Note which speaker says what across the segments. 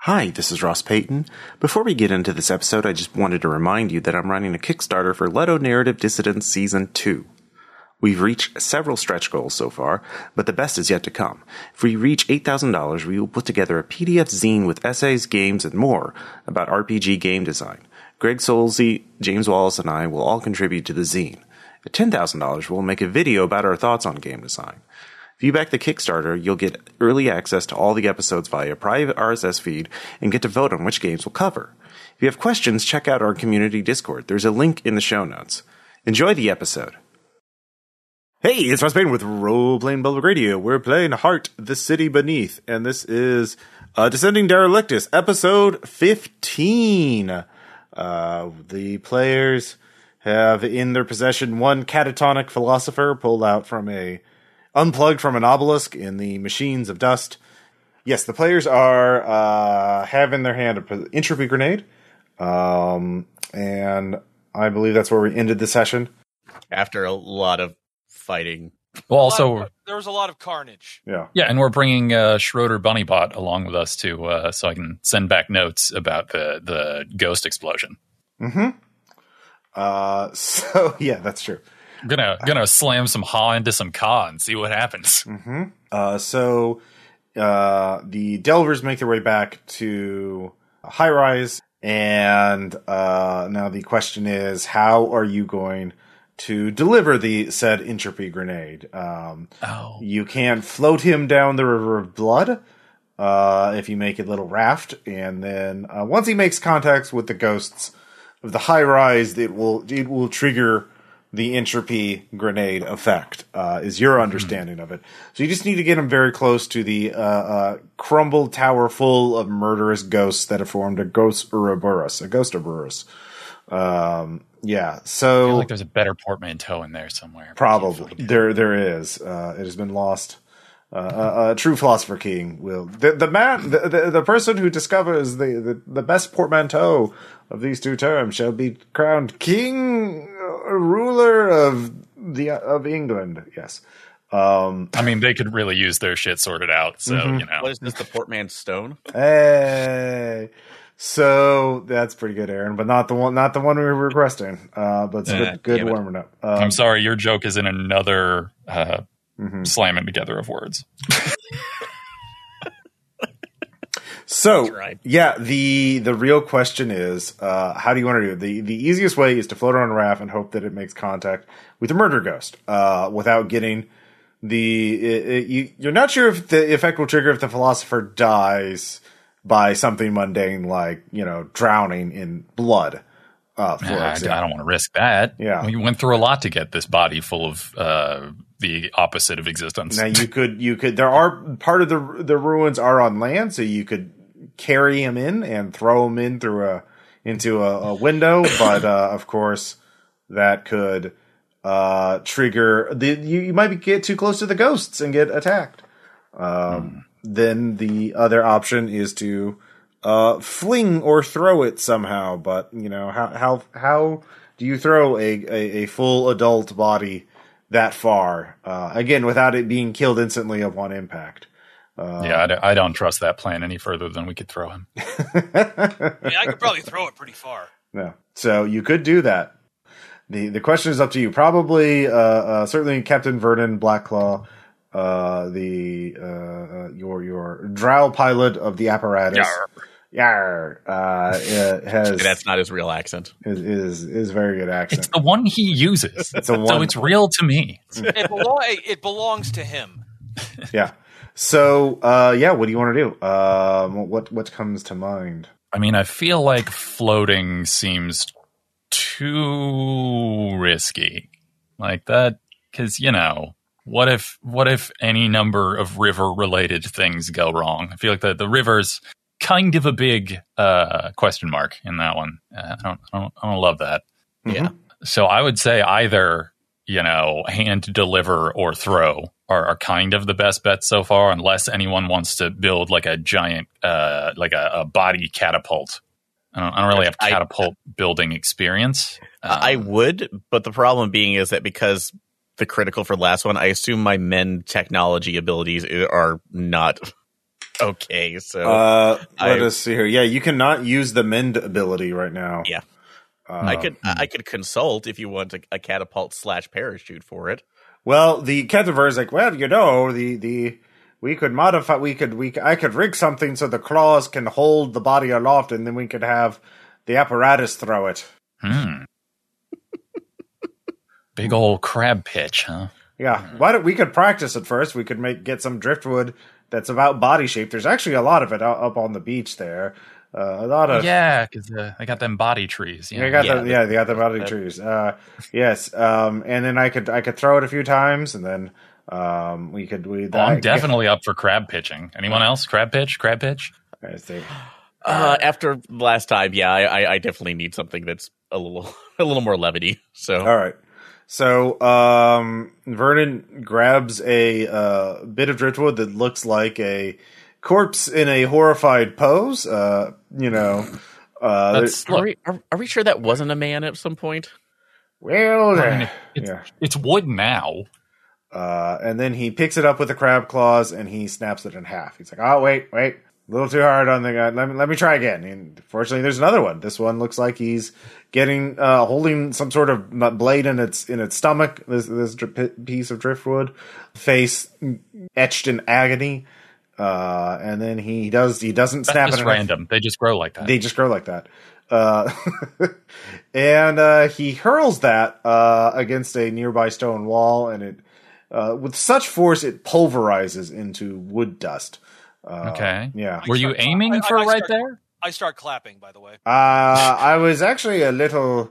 Speaker 1: Hi, this is Ross Payton. Before we get into this episode, I just wanted to remind you that I'm running a Kickstarter for Leto Narrative Dissidence Season 2. We've reached several stretch goals so far, but the best is yet to come. If we reach $8,000, we will put together a PDF zine with essays, games, and more about RPG game design. Greg Solzy, James Wallace, and I will all contribute to the zine. At $10,000, we'll make a video about our thoughts on game design. If you back the Kickstarter, you'll get early access to all the episodes via a private RSS feed and get to vote on which games we'll cover. If you have questions, check out our community Discord. There's a link in the show notes. Enjoy the episode. Hey, it's Ross Payne with Role Playing Public Radio. We're playing Heart, the City Beneath, and this is uh, Descending Derelictus, episode 15. Uh, the players have in their possession one catatonic philosopher pulled out from a unplugged from an obelisk in the machines of dust. Yes, the players are uh, have in their hand an entropy grenade, um, and I believe that's where we ended the session.
Speaker 2: after a lot of fighting.
Speaker 3: Well,
Speaker 4: lot
Speaker 3: also,
Speaker 4: of- uh, there was a lot of carnage.
Speaker 1: Yeah.
Speaker 3: yeah, and we're bringing uh, Schroeder Bunnybot along with us too, uh, so I can send back notes about the the ghost explosion.
Speaker 1: Hmm. Uh. So yeah, that's true.
Speaker 3: I'm gonna gonna slam some ha into some ka and see what happens.
Speaker 1: Mm-hmm. Uh, so uh, the Delvers make their way back to High Rise, and uh, now the question is, how are you going to deliver the said entropy grenade? Um,
Speaker 3: Oh,
Speaker 1: you can float him down the river of blood uh, if you make a little raft, and then uh, once he makes contacts with the ghosts of the high rise, it will it will trigger the entropy grenade effect. Uh, is your understanding of it? So you just need to get him very close to the uh, uh, crumbled tower full of murderous ghosts that have formed a ghost Ouroboros, a ghost Ouroboros. Um, yeah. So
Speaker 3: I feel like there's a better portmanteau in there somewhere. but I can't
Speaker 1: Probably
Speaker 3: find it.
Speaker 1: there, there is. Uh, it has been lost. Uh, a, a true philosopher king will the the man the, the, the person who discovers the, the, the best portmanteau of these two terms shall be crowned king uh, ruler of the of England. Yes. Um.
Speaker 3: I mean, they could really use their shit sorted out. So
Speaker 1: Mhm.
Speaker 3: you know,
Speaker 2: What is this, the Portman Stone?
Speaker 1: Hey. So that's pretty good, Aaron, but not the one not the one we were requesting. Uh, but it's a
Speaker 3: Eh,
Speaker 1: good, good
Speaker 3: damn it.
Speaker 1: warming up. Um,
Speaker 3: I'm sorry, your joke is in another uh,
Speaker 1: mhm.
Speaker 3: slamming together of words.
Speaker 1: So
Speaker 2: That's right.
Speaker 1: yeah, the the real question is, uh, how do you want to do it? The the easiest way is to float on a raft and hope that it makes contact with a murder ghost uh, without getting the. It, it- you, you're not sure if the effect will trigger if the philosopher dies by something mundane like you know drowning in blood. Uh, for
Speaker 3: Nah, I,
Speaker 1: example.
Speaker 3: I don't want to risk that.
Speaker 1: Yeah.
Speaker 3: we went through a lot to get this body full of uh, the opposite of existence.
Speaker 1: Now you could you could there are part of the the ruins are on land, so you could carry him in and throw him in through a into a, a window, but uh, of course that could uh, trigger the you, you might be, get too close to the ghosts and get attacked. Um, Then the other option is to uh, fling or throw it somehow, but you know how how how do you throw a a, a full adult body? that far uh, again without it being killed instantly upon impact. Uh,
Speaker 3: Yeah, I, d- I don't trust that plan any further than we could throw him.
Speaker 4: I mean, I could probably throw it pretty far.
Speaker 1: No, so you could do that. the The question is up to you. Probably, uh, uh, certainly, Captain Vernon Blacklaw, uh, the uh, uh, your your drow pilot of the apparatus. Yar. Uh, uh, has
Speaker 2: That's not his real accent.
Speaker 1: is, is is very good
Speaker 3: It's
Speaker 1: accent.
Speaker 3: the one he uses.
Speaker 1: It's a
Speaker 3: So
Speaker 1: one.
Speaker 3: it's real to me.
Speaker 4: It, belo- it belongs to him.
Speaker 1: yeah. So uh, yeah, what do you want to do? Um, what what comes to mind?
Speaker 3: I mean, I feel like floating seems too risky. Like that cuz you know, what if what if any number of river related things go wrong? I feel like the the river's kind of a big uh question mark in that one. Uh, I don't I don't I don't love that.
Speaker 2: Yeah.
Speaker 1: Mm-hmm.
Speaker 3: So I would say either, you know, hand deliver or throw are, are kind of the best bets so far, unless anyone wants to build like a giant, uh, like a, a body catapult. I don't, I don't really have
Speaker 2: I-
Speaker 3: catapult building experience.
Speaker 2: I
Speaker 3: Um,
Speaker 2: would, but the problem being is that because the critical for the last one, I assume my men technology abilities i- are not okay. So
Speaker 1: Uh, let
Speaker 2: I-
Speaker 1: us see here. Yeah, you cannot use the mend ability right now.
Speaker 2: Yeah.
Speaker 1: Uh,
Speaker 2: I could I I could consult if you want a, a catapult slash parachute for it.
Speaker 1: Well, the Cataver is like, well, you know, the the we could modify, we could we I could rig something so the claws can hold the body aloft, and then we could have the apparatus throw it.
Speaker 3: Hmm. Big old crab pitch, huh?
Speaker 1: Yeah, why don't we could practice it first? We could make get some driftwood that's about body shape. There's actually a lot of it out, up on the beach there. Uh, a lot of
Speaker 3: yeah, because uh, they got them body trees.
Speaker 1: Yeah, I
Speaker 3: Yeah.
Speaker 1: got
Speaker 2: Yeah,
Speaker 1: the, yeah, the other body
Speaker 2: that-
Speaker 1: trees. Uh, yes, um, and then I could I could throw it a few times, and then um, we could we.
Speaker 3: Well, Oh, I'm
Speaker 1: I-
Speaker 3: definitely up for crab pitching. Anyone else? Crab pitch? Crab pitch?
Speaker 1: I think-
Speaker 2: Uh, after last time, yeah, I, I, I definitely need something that's a little a little more levity. So
Speaker 1: All right. So um, Vernon grabs a uh, bit of driftwood that looks like a corpse in a horrified pose. Uh, you know, uh,
Speaker 3: That's
Speaker 2: are,
Speaker 3: look.
Speaker 2: we, are, are we sure that wasn't a man at some point?
Speaker 1: well,
Speaker 3: I mean, it's,
Speaker 1: yeah.
Speaker 3: it's wood now.
Speaker 1: Uh, and then he picks it up with the crab claws and he snaps it in half. He's like, "Oh, wait, wait, a little too hard on the guy. Let me let me try again." And fortunately, there's another one. This one looks like he's getting uh, holding some sort of n- blade in its in its stomach. This this dri- pi- piece of driftwood, face etched in agony. Uh, and then he does he doesn't snap
Speaker 3: That's
Speaker 1: it
Speaker 3: just
Speaker 1: in half
Speaker 3: random. They just grow like that.
Speaker 1: they just grow like that. Uh, and uh, he hurls that uh, against a nearby stone wall, and it, uh, with such force, it pulverizes into wood dust. Uh,
Speaker 3: okay.
Speaker 1: Yeah.
Speaker 3: Were you
Speaker 4: I-
Speaker 3: aiming
Speaker 4: I-
Speaker 3: for
Speaker 4: I
Speaker 3: right
Speaker 4: start-
Speaker 3: there?
Speaker 4: I start clapping, by the way.
Speaker 1: Uh, I was actually a little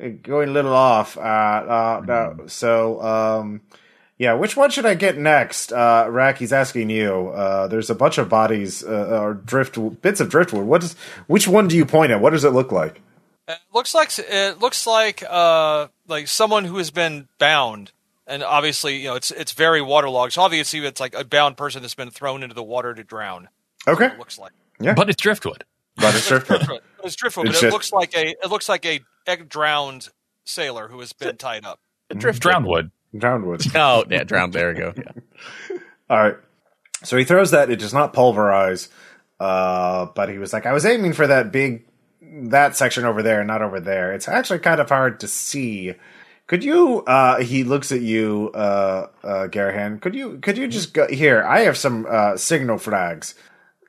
Speaker 1: uh, going a little off. Uh, uh, no, so, um, yeah, which one should I get next? Uh, Rack, he's asking you. Uh, there's a bunch of bodies uh, or drift bits of driftwood. What is? Which one do you point at? What does it look like?
Speaker 4: Uh, looks like it looks like uh like someone who has been bound, and obviously you know it's it's very waterlogged. So obviously it's like a bound person that's been thrown into the water to drown.
Speaker 1: Okay.
Speaker 4: It looks like
Speaker 3: But it's driftwood.
Speaker 1: But it's driftwood.
Speaker 4: But it's driftwood,
Speaker 1: It's
Speaker 4: but it
Speaker 1: just-
Speaker 4: looks like a it looks like a egg drowned sailor who has been tied up.
Speaker 2: Drift
Speaker 3: Drowned wood.
Speaker 1: Drowned wood.
Speaker 2: Oh, yeah, drowned. There you go. Yeah.
Speaker 1: All right. So he throws that. It does not pulverize. Uh, but he was like, I was aiming for that big, that section over there, not over there. It's actually kind of hard to see. Could you? Uh, he looks at you, uh, uh, Garahan. Could you? Could you just go here? I have some uh, signal flags.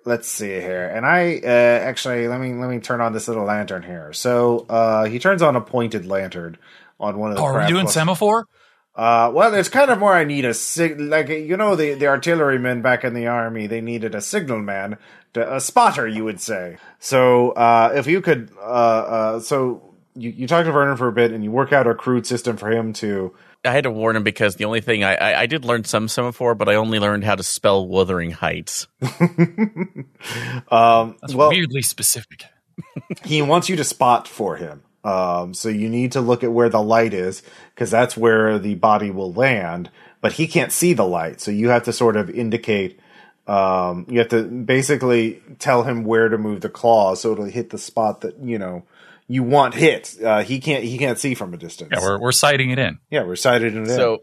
Speaker 1: Let's see here. And I uh, actually let me let me turn on this little lantern here. So uh, he turns on a pointed lantern on one of the.
Speaker 3: Oh, are
Speaker 1: crab
Speaker 3: we doing
Speaker 1: claws.
Speaker 3: semaphore?
Speaker 1: Uh, well, it's kind of more I need a sig- like you know the the artillerymen back in the army they needed a signalman, to, a spotter you would say. So uh, if you could, uh, uh, so you you talk to Vernon for a bit and you work out a crude system for him to.
Speaker 2: I had to warn him because the only thing I, I, I did learn some semaphore, but I only learned how to spell Wuthering Heights.
Speaker 1: Um,
Speaker 3: That's
Speaker 1: well,
Speaker 3: weirdly specific.
Speaker 1: he wants you to spot for him. Um, so you need to look at where the light is because that's where the body will land. But he can't see the light, so you have to sort of indicate. Um, you have to basically tell him where to move the claw so it'll hit the spot that you know you want hit. Uh, he can't. He can't see from a distance.
Speaker 3: Yeah, we're, we're sighting it in.
Speaker 1: yeah, we're sighted in it.
Speaker 2: So,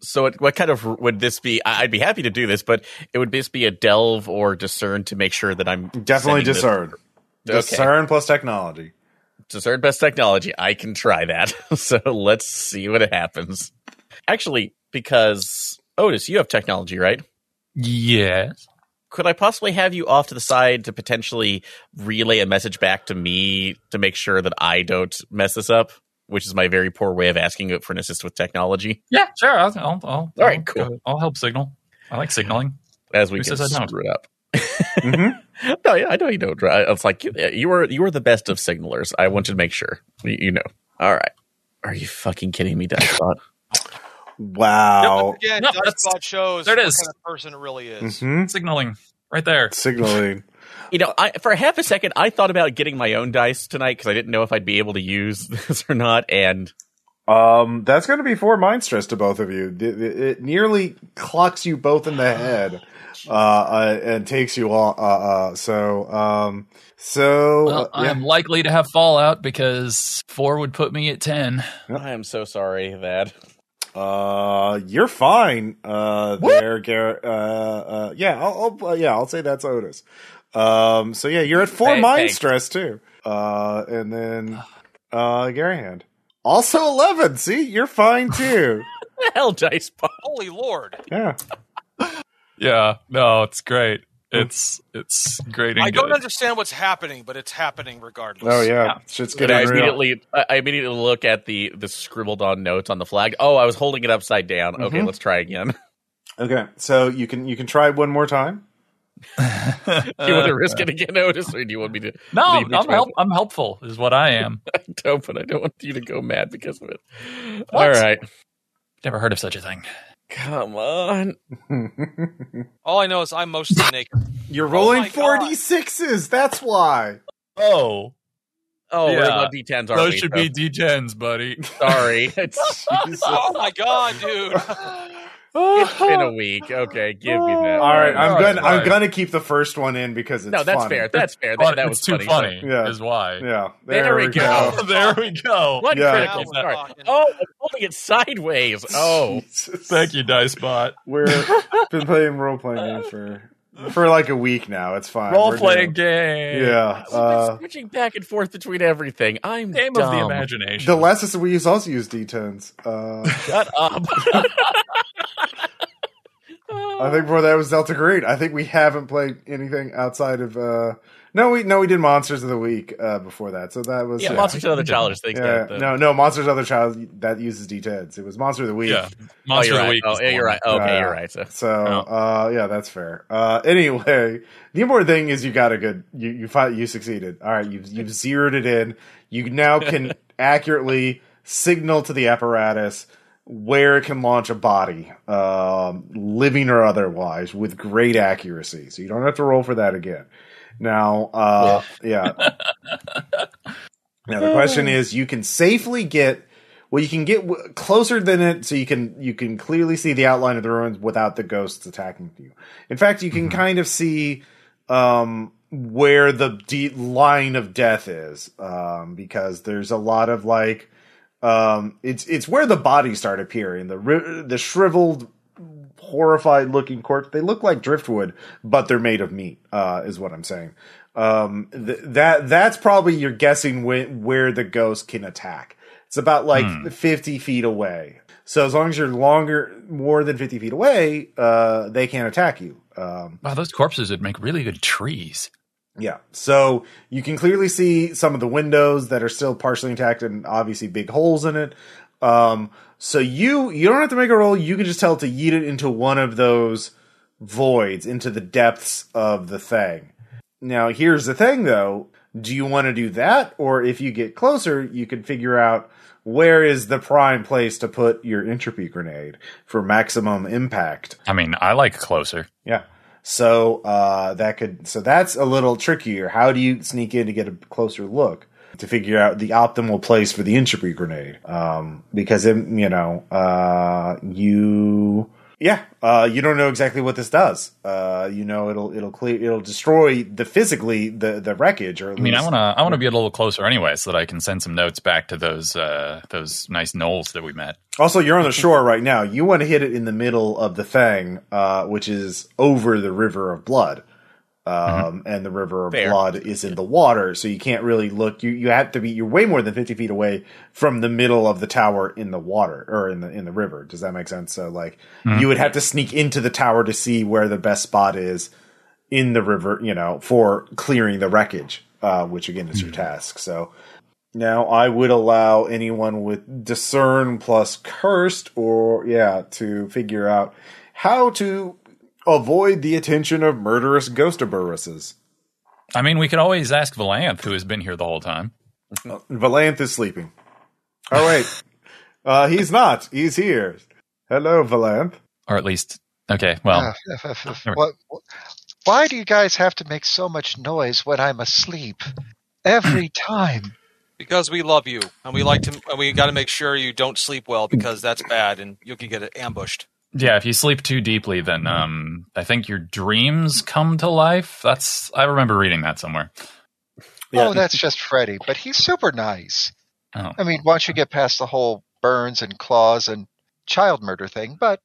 Speaker 2: so it, what kind of would this be? I- I'd be happy to do this, but it would just be a delve or discern to make sure that I'm
Speaker 1: definitely
Speaker 2: sending this-
Speaker 1: discern.
Speaker 2: Okay.
Speaker 1: Discern plus technology.
Speaker 2: discern best technology. I can try that. so let's see what happens. Actually, because Otis, you have technology, right?
Speaker 3: Yes.
Speaker 2: Could I possibly have you off to the side to potentially relay a message back to me to make sure that I don't mess this up? Which is my very poor way of asking for an assist with technology.
Speaker 3: Yeah, sure. I'll, I'll, I'll,
Speaker 2: All right,
Speaker 3: I'll
Speaker 2: cool.
Speaker 3: go- I'll help signal. I like signaling.
Speaker 2: As we
Speaker 3: Who
Speaker 2: get
Speaker 3: says I don't?
Speaker 2: screwed up.
Speaker 1: Mhm.
Speaker 2: No, yeah, I know you don't. Dry. It's like you, you were you were the best of signalers. I wanted to make sure you, you know. All right. Are you fucking kidding me, Dashbot?
Speaker 4: Yeah,
Speaker 1: Wow.
Speaker 4: once again,
Speaker 3: No,
Speaker 4: Dutch
Speaker 3: that's-
Speaker 4: Bot shows
Speaker 3: there it
Speaker 4: what
Speaker 3: is.
Speaker 4: kind of person it really is.
Speaker 1: hmm
Speaker 3: Signaling right there.
Speaker 1: Signaling.
Speaker 2: you know, I, for half a second, I thought about getting my own dice tonight because I didn't know if I'd be able to use this or not. And
Speaker 1: Um, that's going to be four mind stress to both of you. It, it- it nearly clocks you both in the head, uh, uh, and takes you all. Uh, uh, so, um, so
Speaker 3: Well,
Speaker 1: uh, yeah.
Speaker 3: I'm likely to have fallout because four would put me at ten.
Speaker 2: I am so sorry that
Speaker 1: Uh, you're fine. Uh, there, Garrett. Uh, uh, yeah, I'll, I'll uh, yeah, I'll say that's Otis. Um, so yeah, you're at four
Speaker 2: Thank-
Speaker 1: mind
Speaker 2: thanks.
Speaker 1: stress too. Uh, and then uh, Garahand. Also eleven. See, you're fine too.
Speaker 2: Hell, dice ball.
Speaker 4: Holy Lord!
Speaker 1: yeah.
Speaker 3: Yeah, no, it's great. It's it's great and
Speaker 4: I don't
Speaker 3: good.
Speaker 4: understand what's happening, but it's happening regardless.
Speaker 1: Oh yeah.
Speaker 3: Yeah.
Speaker 1: Shit's
Speaker 2: And
Speaker 1: getting
Speaker 2: I
Speaker 1: real.
Speaker 2: immediately, I I immediately look at the the scribbled on notes on the flag. Oh, I was holding it upside down. Okay,
Speaker 1: Mhm.
Speaker 2: let's try again.
Speaker 1: Okay, so you can you can try one more time.
Speaker 2: do you want to risk it again, Otis, or do you want me to?
Speaker 3: no,
Speaker 2: Uh, leave me
Speaker 3: I'm
Speaker 2: to-
Speaker 3: help, I'm helpful is what I am.
Speaker 2: I don't, but I don't want you to go mad because of it.
Speaker 3: What?
Speaker 2: All right,
Speaker 3: Never heard of such a thing.
Speaker 2: come on.
Speaker 4: All I know is I'm mostly naked.
Speaker 1: You're
Speaker 2: Oh
Speaker 1: rolling
Speaker 4: my
Speaker 1: four
Speaker 4: God.
Speaker 1: d sixes. That's why.
Speaker 3: Oh,
Speaker 2: Oh, we're
Speaker 3: Yeah.
Speaker 2: allowed D10s, aren't
Speaker 3: those
Speaker 2: we?
Speaker 3: should
Speaker 2: So-
Speaker 3: be DGens, buddy.
Speaker 2: Sorry, it's,
Speaker 1: Jesus.
Speaker 4: Oh my god, dude!
Speaker 2: it's been a week. Okay, give me that.
Speaker 1: All right, I'm
Speaker 3: All
Speaker 1: gonna
Speaker 3: right.
Speaker 1: I'm gonna keep the first one in because it's
Speaker 2: no, that's
Speaker 1: funny.
Speaker 2: fair. That's fair. That,
Speaker 3: But
Speaker 2: that was
Speaker 3: it's too funny.
Speaker 2: funny.
Speaker 1: Yeah.
Speaker 3: Is why.
Speaker 1: Yeah,
Speaker 2: There we go.
Speaker 3: there we go.
Speaker 2: One
Speaker 1: Yeah.
Speaker 2: critical
Speaker 4: Now we're
Speaker 2: start.
Speaker 4: talking.
Speaker 2: Oh, I'm holding it sideways. Oh,
Speaker 1: Jesus.
Speaker 3: Thank you, Dicebot.
Speaker 1: We're been playing role playing game for for like a week now. It's fine.
Speaker 3: Role
Speaker 1: We're
Speaker 3: playing
Speaker 1: doing-
Speaker 3: game.
Speaker 1: Yeah.
Speaker 2: We've been
Speaker 1: Uh,
Speaker 2: switching back and forth between everything. I'm
Speaker 3: Game
Speaker 2: dumb.
Speaker 3: of the imagination.
Speaker 1: the last system we use also use d10s. Uh,
Speaker 2: Shut up.
Speaker 1: I think before that was Delta Green. I think we haven't played anything outside of. Uh, no, we no we did Monsters of the Week uh, before that, so that was
Speaker 2: yeah,
Speaker 1: uh,
Speaker 2: monsters and other challengers. Things
Speaker 1: Yeah,
Speaker 2: that the,
Speaker 1: no, no, Monsters Other Child that uses D10s. It was Monster of the Week.
Speaker 3: Yeah.
Speaker 2: oh,
Speaker 3: Monster
Speaker 2: you're
Speaker 3: of the
Speaker 2: right.
Speaker 3: week.
Speaker 2: Oh,
Speaker 3: is the
Speaker 2: yeah, you're
Speaker 3: one.
Speaker 2: right. Okay,
Speaker 1: Yeah.
Speaker 2: you're right. So.
Speaker 1: So uh yeah, that's fair. Uh anyway, the important thing is you got a good you you find you succeeded. All right, you've you've zeroed it in. You now can accurately signal to the apparatus where it can launch a body, um, living or otherwise, with great accuracy. So you don't have to roll for that again. Now, uh, yeah. now the question is, you can safely get well, you can get w- closer than it, so you can you can clearly see the outline of the ruins without the ghosts attacking you. In fact, you can kind of see um, where the de- line of death is, um, because there's a lot of like um, it's it's where the bodies start appearing the ri- the shriveled, horrified looking corpse. They look like driftwood, but they're made of meat. Uh, is what I'm saying. Um, th- that that's probably you're guessing when, where the ghost can attack. It's about like 50 feet away. So as long as you're longer, more than 50 feet away, uh, they can't attack you. Um,
Speaker 3: Wow, those corpses would make really good trees.
Speaker 1: yeah. So you can clearly see some of the windows that are still partially intact and obviously big holes in it. Um, so you you don't have to make a roll. You can just tell it to yeet it into one of those voids, into the depths of the thing. Now here's the thing though. Do you want to do that? Or if you get closer, you can figure out where is the prime place to put your entropy grenade for maximum impact.
Speaker 3: I mean, I like closer.
Speaker 1: Yeah. So uh, that could so that's a little trickier. How do you sneak in to get a closer look to figure out the optimal place for the entropy grenade? Um, because it, you know uh, you yeah uh, you don't know exactly what this does. Uh, you know it'll it'll clear it'll destroy the physically the the wreckage or at
Speaker 3: I mean, I
Speaker 1: least-
Speaker 3: want to. I want to be a little closer anyway, so that I can send some notes back to those uh, those nice knolls that we met.
Speaker 1: Also, you're on the shore right now. You want to hit it in the middle of the thing, uh, which is over the river of blood. Um, And the river of
Speaker 2: Fair.
Speaker 1: blood is in the water, so you can't really look. You you have to be. You're way more than fifty feet away from the middle of the tower in the water or in the in the river. Does that make sense? So like, you would have to sneak into the tower to see where the best spot is in the river. You know, for clearing the wreckage, uh, which again is your task. So now I would allow anyone with discern plus cursed or yeah to figure out how to avoid the attention of murderous ghostaburuses.
Speaker 3: I mean, we could always ask Valanth, who has been here the whole time.
Speaker 1: Valanth is sleeping. Oh wait. uh he's not. He's here. Hello, Valanth.
Speaker 3: or at least okay well right.
Speaker 5: what, why do you guys have to make so much noise when I'm asleep? Every time.
Speaker 4: Because we love you, and we like to, and we got to make sure you don't sleep well because that's bad, and you can get ambushed.
Speaker 3: yeah if you sleep too deeply then
Speaker 4: Mm-hmm.
Speaker 3: um i think your dreams come to life that's i remember reading that somewhere
Speaker 1: Yeah.
Speaker 5: Oh, that's just Freddy, but he's super nice.
Speaker 3: oh
Speaker 5: I mean, once you get past the whole burns and claws and child murder thing, but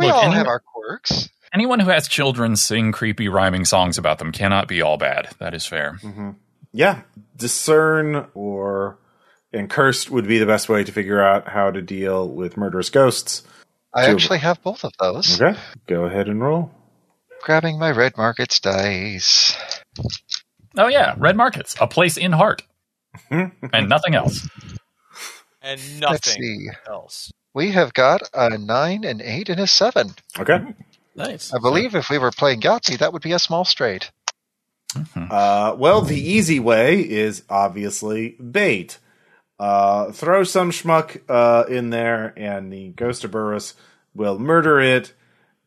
Speaker 5: we
Speaker 3: Look,
Speaker 5: all
Speaker 3: any-
Speaker 5: have our quirks.
Speaker 3: Anyone who has children sing creepy rhyming songs about them cannot be all bad. That is fair.
Speaker 4: Mm-hmm.
Speaker 1: Yeah. Discern or and cursed would be the best way to figure out how to deal with murderous ghosts.
Speaker 5: I
Speaker 1: Two.
Speaker 5: actually have both of those.
Speaker 1: Okay. Go ahead and roll.
Speaker 5: Grabbing my red markets dice.
Speaker 3: Oh yeah, Red Markets, a place in heart, and nothing else.
Speaker 4: and
Speaker 5: Let's
Speaker 4: nothing
Speaker 5: see.
Speaker 4: else.
Speaker 5: We have got a nine, an eight, and a seven.
Speaker 1: Okay.
Speaker 2: Nice.
Speaker 5: I believe if we were playing Yahtzee, that would be a small straight.
Speaker 1: Uh, well, the easy way is obviously bait. Uh, throw some schmuck uh, in there, and the ghost of Burris will murder it,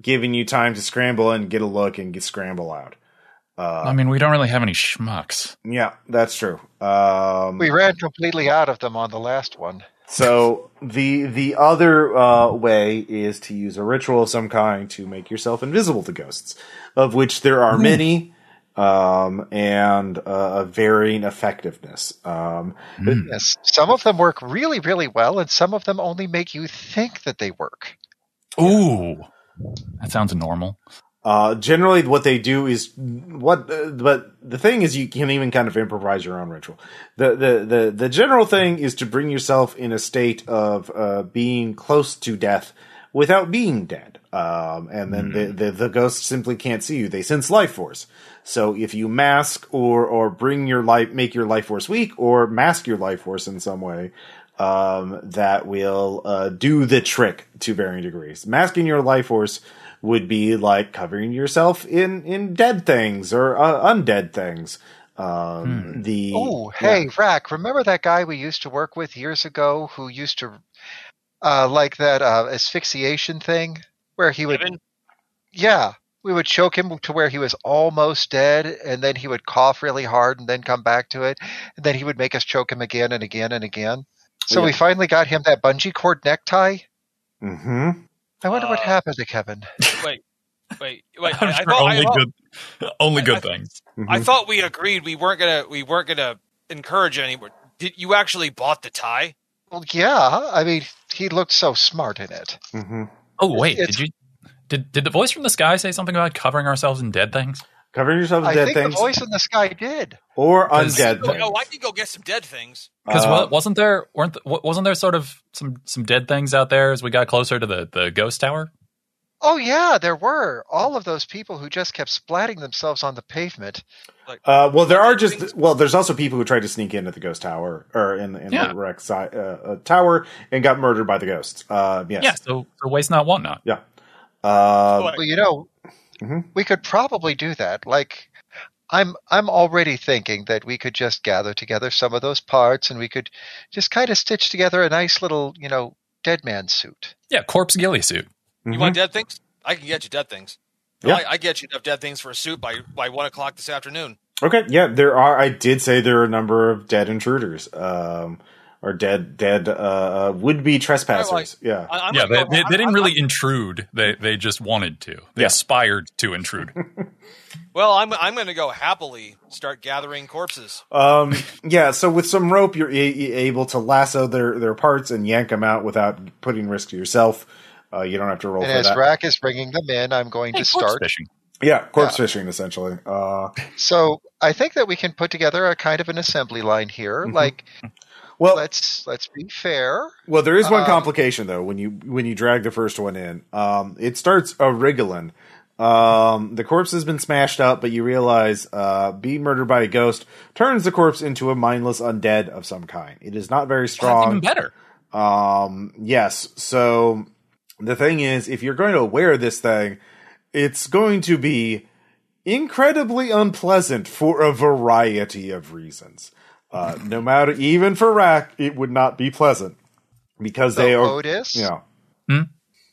Speaker 1: giving you time to scramble and get a look and get scramble out.
Speaker 4: Uh,
Speaker 3: I mean, we don't really have any schmucks.
Speaker 1: Yeah, that's true. Um,
Speaker 5: We ran completely out of them on the last one.
Speaker 1: So the the other uh, way is to use a ritual of some kind to make yourself invisible to ghosts, of which there are many, um, and uh, of varying effectiveness. Um,
Speaker 5: Yes. Some of them work really, really well, and some of them only make you think that they work.
Speaker 3: Ooh, that sounds normal.
Speaker 1: uh, generally, what they do is what, uh, but the thing is, you can even kind of improvise your own ritual. The the the the general thing is to bring yourself in a state of uh, being close to death without being dead. Um, and then the, the the ghosts simply can't see you; they sense life force. So if you mask or or bring your life, make your life force weak, or mask your life force in some way, um, that will uh, do the trick to varying degrees. Masking your life force would be like covering yourself in in dead things or uh, undead things. Um, The
Speaker 5: Oh, hey, Rack, remember that guy we used to work with years ago who used to uh, like that uh, asphyxiation thing where he would.
Speaker 4: Evan?
Speaker 5: Yeah. We would choke him to where he was almost dead, and then he would cough really hard and then come back to it. And then he would make us choke him again and again and again. So we finally got him that bungee cord necktie.
Speaker 1: hmm
Speaker 5: I wonder what
Speaker 4: Uh,
Speaker 5: happened to Kevin.
Speaker 4: Wait, wait.
Speaker 3: I'm
Speaker 4: I, I
Speaker 3: sure
Speaker 4: thought, I,
Speaker 3: only
Speaker 4: thought-
Speaker 3: good, only
Speaker 4: I-
Speaker 3: good
Speaker 4: I-
Speaker 3: things.
Speaker 1: Mm-hmm.
Speaker 4: I thought we agreed we weren't gonna we weren't gonna encourage anyone. Did you actually bought the tie?
Speaker 5: Well, yeah. I mean, he looked so smart in it.
Speaker 1: hmm
Speaker 3: Oh wait,
Speaker 5: It's-
Speaker 3: did you? Did, did the voice from the sky say something about covering ourselves in dead things?
Speaker 1: Covering yourself in
Speaker 5: I
Speaker 1: dead
Speaker 5: think
Speaker 1: things
Speaker 5: the voice in the sky did.
Speaker 1: or
Speaker 3: Because-
Speaker 1: undead
Speaker 4: Oh,
Speaker 1: things.
Speaker 4: oh, I can go get some dead things.
Speaker 3: Because
Speaker 1: Uh,
Speaker 3: wasn't there weren't th- wa- wasn't there sort of some some dead things out there as we got closer to the, the ghost tower?
Speaker 5: Oh yeah, there were all of those people who just kept splatting themselves on the pavement.
Speaker 1: Uh, well, there are just well. There's also people who tried to sneak into the ghost tower or in the, in
Speaker 3: Yeah.
Speaker 1: the wreck si- uh, uh, tower and got murdered by the ghosts. Uh, yes.
Speaker 3: Yeah. So, so waste not, want not.
Speaker 1: Yeah. Uh,
Speaker 4: But-
Speaker 5: Well, you know,
Speaker 1: Mhm.
Speaker 5: we could probably do that. Like, I'm I'm already thinking that we could just gather together some of those parts, and we could just kind of stitch together a nice little, you know, dead man suit.
Speaker 3: Yeah, corpse ghillie suit.
Speaker 1: mhm.
Speaker 4: You want dead things? I can get you dead things.
Speaker 1: Yeah.
Speaker 4: I, I get you enough dead things for a suit by by one o'clock this afternoon.
Speaker 1: Okay. Yeah, there are. I did say there are a number of dead intruders, um, or dead dead uh, would be trespassers. yeah.
Speaker 4: I, I'm
Speaker 3: yeah,
Speaker 4: gonna
Speaker 3: they,
Speaker 4: go-
Speaker 3: they,
Speaker 4: I'm-
Speaker 3: they didn't
Speaker 4: I'm-
Speaker 3: really intrude. They they just wanted to. They
Speaker 1: Yeah.
Speaker 3: aspired to intrude.
Speaker 4: Well, I'm I'm going to go happily start gathering corpses.
Speaker 1: Um, yeah. So with some rope, you're a- a- able to lasso their their parts and yank them out without putting risk to yourself. Uh, you don't have to roll
Speaker 5: And
Speaker 1: for
Speaker 5: as
Speaker 1: that.
Speaker 5: Rack is bringing them in, I'm going to start.
Speaker 3: fishing.
Speaker 1: yeah, corpse
Speaker 5: yeah.
Speaker 1: fishing essentially. Uh,
Speaker 5: So I think that we can put together a kind of an assembly line here.
Speaker 1: Mm-hmm.
Speaker 5: Like,
Speaker 1: well,
Speaker 5: let's let's be fair.
Speaker 1: Well, there is one
Speaker 5: Um,
Speaker 1: complication though when you when you drag the first one in. Um, it starts a wriggling. Um, the corpse has been smashed up, but you realize uh, being murdered by a ghost turns the corpse into a mindless undead of some kind. It is not very
Speaker 3: That's even
Speaker 1: strong.
Speaker 3: better.
Speaker 1: Um, yes. So the thing is, if you're going to wear this thing, it's going to be incredibly unpleasant for a variety of reasons. Uh, no matter, even for Rack, it would not be pleasant because they
Speaker 5: So,
Speaker 1: are.
Speaker 5: Otis,
Speaker 1: Yeah.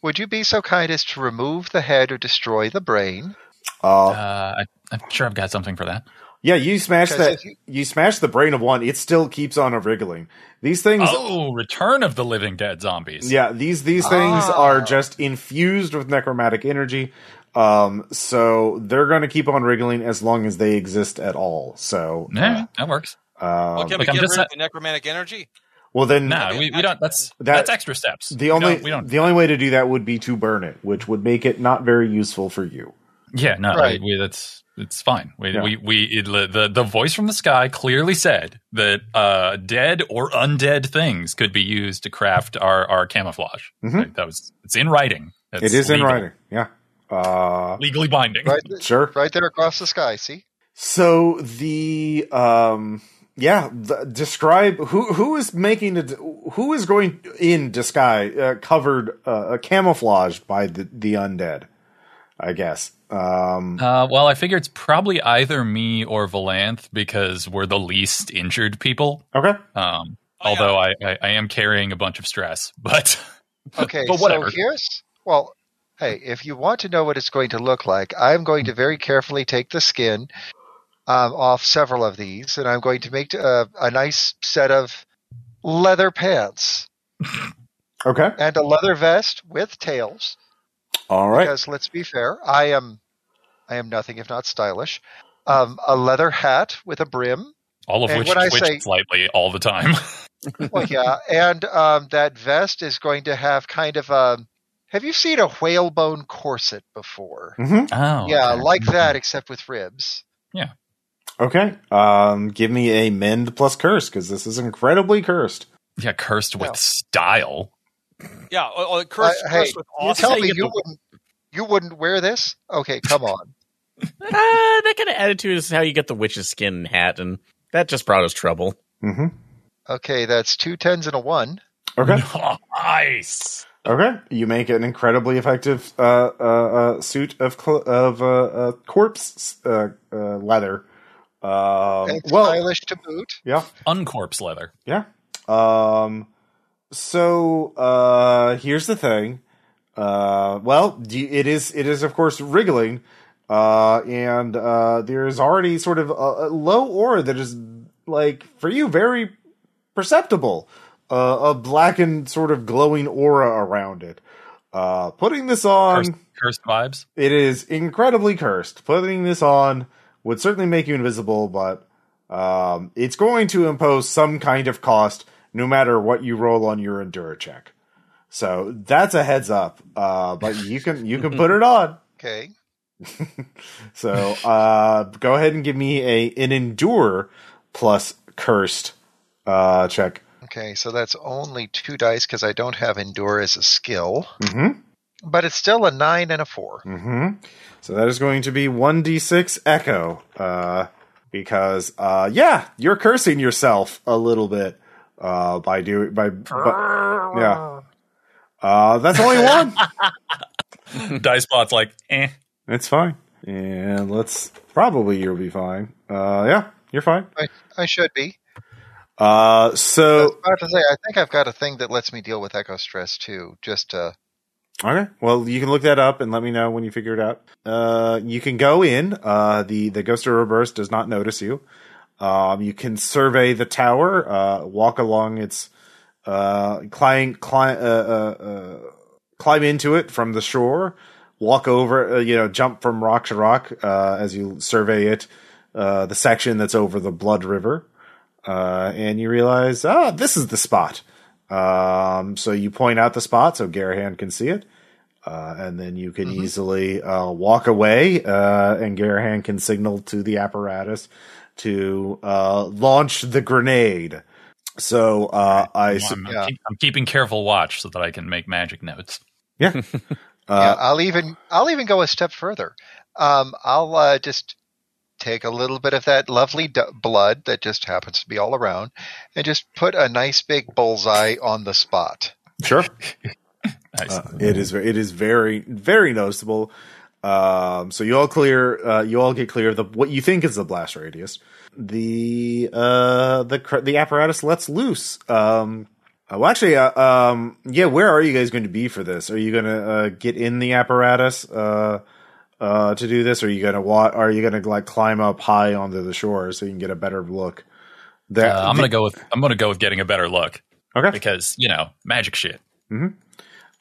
Speaker 5: would you be so kind as to remove the head or destroy the brain?
Speaker 1: Uh,
Speaker 3: Uh, I, I'm sure I've got something for that.
Speaker 1: yeah, you smash
Speaker 5: Because
Speaker 1: that.
Speaker 5: if
Speaker 1: You,
Speaker 5: you-
Speaker 1: smash the brain of one. It still keeps on a wriggling. These things.
Speaker 3: Oh, Return of the Living Dead zombies.
Speaker 1: Yeah, these these things
Speaker 3: Ah.
Speaker 1: are just infused with necromantic energy. Um, so they're going to keep on wriggling as long as they exist at all. So,
Speaker 3: Yeah, that works.
Speaker 1: uh, um,
Speaker 4: well, can
Speaker 3: like,
Speaker 4: we
Speaker 3: I'm
Speaker 4: get
Speaker 3: just
Speaker 4: rid of
Speaker 3: not-
Speaker 4: the necromantic energy?
Speaker 1: Well, then
Speaker 3: No, we, we don't. That's
Speaker 1: That-
Speaker 3: that's extra steps.
Speaker 1: the only
Speaker 3: we don't. We don't
Speaker 1: the only way to do that would be to burn it, which would make it not very useful for you.
Speaker 3: yeah, no,
Speaker 5: Right.
Speaker 3: we, we, that's it's fine. We
Speaker 1: Yeah.
Speaker 3: we, we it, the the voice from the sky clearly said that uh, dead or undead things could be used to craft our our camouflage.
Speaker 5: Mm-hmm.
Speaker 1: Mhm.
Speaker 3: Like, that was it's in writing. It's
Speaker 1: it is
Speaker 3: legal-
Speaker 1: in writing. Yeah. Uh,
Speaker 3: legally binding.
Speaker 5: Right,
Speaker 1: sure.
Speaker 5: right there across the sky. See,
Speaker 1: So the um yeah, the, describe who who is making the who is going in disguise uh, covered uh, camouflaged by the, the undead, I guess. Um
Speaker 3: Uh, well, I figure it's probably either me or Valanth because we're the least injured people.
Speaker 1: okay.
Speaker 3: Um,
Speaker 4: Oh, yeah.
Speaker 3: although I, I, I am carrying a bunch of stress, but
Speaker 5: okay.
Speaker 3: But whatever.
Speaker 5: So here's well, hey, if you want to know what it's going to look like, I'm going to very carefully take the skin um, off several of these, and I'm going to make uh, a nice set of leather pants
Speaker 1: Okay.
Speaker 5: and a leather vest with tails.
Speaker 1: All right.
Speaker 5: Because let's be fair, I am, I am nothing if not stylish. Um, a leather hat with a brim.
Speaker 3: all of
Speaker 5: And
Speaker 3: which
Speaker 5: when I
Speaker 3: twitch
Speaker 5: say-
Speaker 3: slightly all the time.
Speaker 5: well, yeah, and um, that vest is going to have kind of a. Have you seen a whalebone corset before?
Speaker 1: Mhm.
Speaker 3: oh,
Speaker 5: yeah,
Speaker 3: okay.
Speaker 1: Mm-hmm.
Speaker 5: like that, except with ribs.
Speaker 1: Okay. Um give me a mend plus curse cuz this is incredibly cursed.
Speaker 3: Yeah, cursed with
Speaker 5: No.
Speaker 3: style.
Speaker 4: Yeah, oh, oh, curse,
Speaker 5: Uh,
Speaker 4: curse
Speaker 5: hey,
Speaker 4: with
Speaker 5: You
Speaker 4: awesome.
Speaker 5: tell
Speaker 2: you
Speaker 5: me
Speaker 2: get
Speaker 5: you
Speaker 2: the-
Speaker 5: wouldn't. You wouldn't wear this? Okay, come on.
Speaker 2: Ah, that kind of attitude is how you get the witch's skin and hat, and that just brought us trouble.
Speaker 1: Mhm.
Speaker 5: Okay, that's two tens and a one.
Speaker 1: Okay.
Speaker 3: Nice.
Speaker 1: Okay, you make an incredibly effective uh, uh, uh, suit of cl- of uh, uh, corpse uh, uh, leather. Um,
Speaker 5: and
Speaker 1: well,
Speaker 5: stylish to boot.
Speaker 1: yeah,
Speaker 3: Uncorpse leather.
Speaker 1: yeah. Um, so uh, here's the thing. Uh, well, do you- it is it is of course wriggling, uh, and uh, there is already sort of a, a low aura that is like for you very perceptible, uh, a blackened sort of glowing aura around it. Uh, putting this on,
Speaker 3: Cursed, cursed vibes.
Speaker 1: it is incredibly cursed. Putting this on would certainly make you invisible, but um, it's going to impose some kind of cost no matter what you roll on your endura check. So that's a heads up. Uh, but you can you can put it on.
Speaker 5: Okay,
Speaker 1: So uh, go ahead and give me a an endure plus cursed uh, check.
Speaker 5: okay. So that's only two dice because I don't have endure as a skill,
Speaker 1: Mm-hmm.
Speaker 5: but it's still a nine and a four.
Speaker 1: Mm-hmm. So that is going to be 1d6 echo. Uh, because, uh, yeah, you're cursing yourself a little bit uh, by doing. by, bu- Yeah. Uh, that's only one.
Speaker 3: Dice bot's like, eh.
Speaker 1: it's fine. And let's. Probably you'll be fine. Uh, yeah, you're fine.
Speaker 5: I, I should be.
Speaker 1: Uh,
Speaker 5: I was
Speaker 1: so.
Speaker 5: about to say, I think I've got a thing that lets me deal with echo stress too. Just uh,
Speaker 1: Okay. Well, you can look that up and let me know when you figure it out. Uh, you can go in. Uh, the the ghost of reverse does not notice you. Um, you can survey the tower. Uh, walk along its. Uh, climb climb uh, uh, uh, climb into it from the shore. Walk over. Uh, you know, jump from rock to rock uh, as you survey it. Uh, the section that's over the Blood River, uh, and you realize, ah, this is the spot. Um, so you point out the spot so Garahan can see it, uh, and then you can easily uh, walk away, uh, and Garahan can signal to the apparatus to uh, launch the grenade. So uh, I s-
Speaker 3: I'm, I'm
Speaker 5: yeah.
Speaker 3: keep- I'm keeping careful watch so that I can make magic notes.
Speaker 1: uh,
Speaker 5: yeah, I'll even I'll even go a step further. Um, I'll uh, just take a little bit of that lovely d- blood that just happens to be all around, and just put a nice big bullseye on the spot.
Speaker 1: sure.
Speaker 3: Nice.
Speaker 1: Uh, it is it is very very noticeable. Um, so you all clear, uh, you all get clear of the what you think is the blast radius. The uh, the cr- the apparatus lets loose. Um, uh, well, actually, uh, um, yeah. Where are you guys going to be for this? Are you going to uh, get in the apparatus uh, uh, to do this? Or are you going to wa- Are you going to like climb up high onto the shore so you can get a better look? There,
Speaker 3: Uh, I'm gonna go with I'm gonna go with getting a better look
Speaker 1: okay.
Speaker 3: because you know magic shit.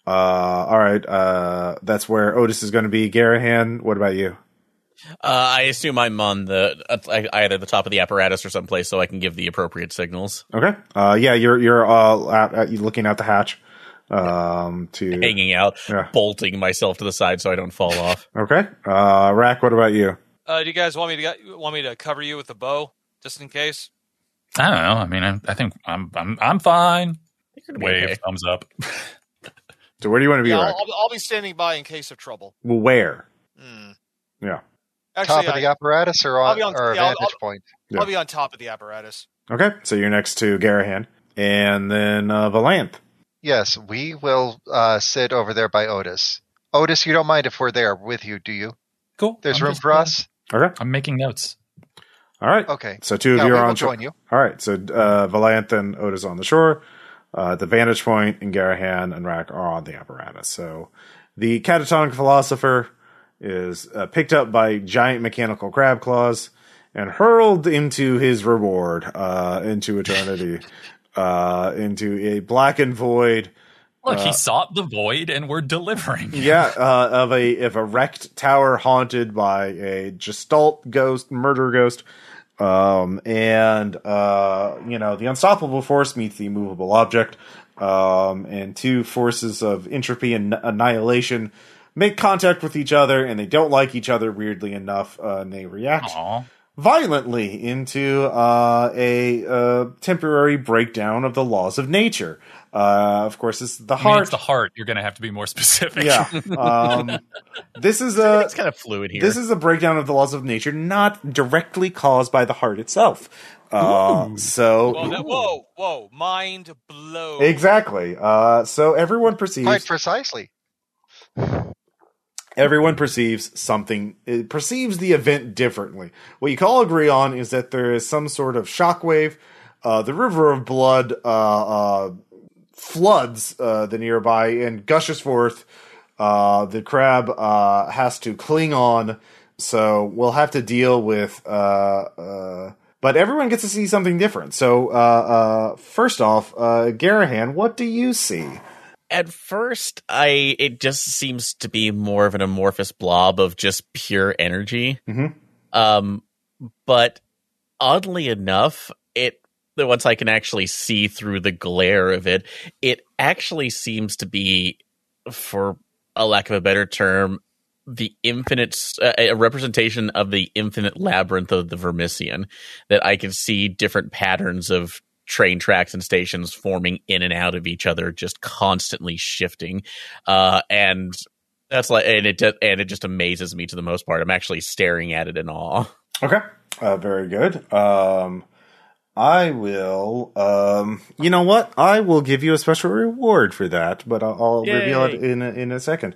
Speaker 1: Uh, all right. Uh, that's where Otis is going to be. Garahan, what about you?
Speaker 2: Uh, I assume I'm on the uh, I- either the top of the apparatus or someplace so I can give the appropriate signals.
Speaker 1: Okay. Uh, yeah, you're you're uh, out, out, you're looking out the hatch um, to
Speaker 2: Hanging out,
Speaker 1: Yeah.
Speaker 2: bolting myself to the side so I don't fall off.
Speaker 1: Okay. Uh, Rack, what about you?
Speaker 4: Uh, do you guys want me to get- want me to cover you with a bow just in case?
Speaker 3: I don't know. I mean, I, I think I'm I'm I'm fine.
Speaker 2: You're gonna be
Speaker 3: Wave
Speaker 2: okay.
Speaker 3: thumbs up.
Speaker 1: So where do you want to be,
Speaker 4: Yeah,
Speaker 1: Rack?
Speaker 4: I'll, I'll be standing by in case of trouble.
Speaker 1: Well, where?
Speaker 4: Hmm.
Speaker 1: Yeah.
Speaker 4: Actually,
Speaker 5: top of the
Speaker 4: I,
Speaker 5: apparatus or
Speaker 4: I'll
Speaker 5: on,
Speaker 4: be on-
Speaker 5: or a
Speaker 4: yeah, I'll-
Speaker 5: vantage
Speaker 4: I'll-
Speaker 5: point?
Speaker 4: I'll be on top of the apparatus.
Speaker 1: Okay. So you're next to Garahan and then uh, Valanth.
Speaker 5: Yes, we will uh, sit over there by Otis. Otis, you don't mind if we're there with you, do you?
Speaker 3: Cool.
Speaker 5: There's
Speaker 3: I'm
Speaker 5: room
Speaker 3: just-
Speaker 5: for us.
Speaker 1: Okay.
Speaker 3: I'm making notes.
Speaker 1: All right.
Speaker 4: Uh,
Speaker 5: Okay.
Speaker 1: So two of
Speaker 5: Yeah,
Speaker 1: you
Speaker 5: we
Speaker 1: are
Speaker 5: will
Speaker 1: on shore.
Speaker 5: join you.
Speaker 1: All right. So uh, Valanth and Otis on the shore. Uh, the vantage point and Garahan and Rack are on the apparatus. So the catatonic philosopher is uh, picked up by giant mechanical crab claws and hurled into his reward uh, into eternity, uh, into a blackened void.
Speaker 3: Look, he sought the void, and we're delivering.
Speaker 1: yeah, uh, of a of a wrecked tower haunted by a gestalt ghost, murder ghost, um, and uh, you know the unstoppable force meets the immovable object, um, and two forces of entropy and annihilation make contact with each other, and they don't like each other weirdly enough, uh, and they react
Speaker 3: Aw.
Speaker 1: violently into uh, a uh, temporary breakdown of the laws of nature. Uh, of course, it's the
Speaker 3: I mean,
Speaker 1: heart.
Speaker 3: it's the heart. You're going to have to be more specific.
Speaker 1: Yeah. Um, this is a
Speaker 2: It's kind of fluid here.
Speaker 1: this is a breakdown of the laws of nature, not directly caused by the heart itself. Uh,
Speaker 5: Oh,
Speaker 1: so
Speaker 4: Whoa, that, whoa, whoa! Mind blown.
Speaker 1: exactly. Uh, so everyone
Speaker 5: Quite
Speaker 1: perceives
Speaker 5: precisely.
Speaker 1: everyone perceives something it perceives the event differently. What you can all agree on is that there is some sort of shockwave. Uh, the river of blood uh, uh, floods uh, the nearby and gushes forth. Uh, the crab uh, has to cling on, so we'll have to deal with. Uh, uh, but everyone gets to see something different. So, uh, uh, first off, uh, Garahan, what do you see?
Speaker 2: At first, I it just seems to be more of an amorphous blob of just pure energy.
Speaker 1: Mhm.
Speaker 2: Um, but oddly enough, it the once I can actually see through the glare of it, it actually seems to be, for a lack of a better term, the infinite s- uh, a representation of the infinite labyrinth of the Vermisian. That I can see different patterns of train tracks and stations forming in and out of each other, just constantly shifting. Uh, and that's like, and it de- and it just amazes me to the most part. I'm actually staring at it in awe.
Speaker 1: Okay. Uh, very good. Um, I will. Um, you know what? I will give you a special reward for that, but I'll, I'll
Speaker 2: Yay.
Speaker 1: reveal it in a, in a second.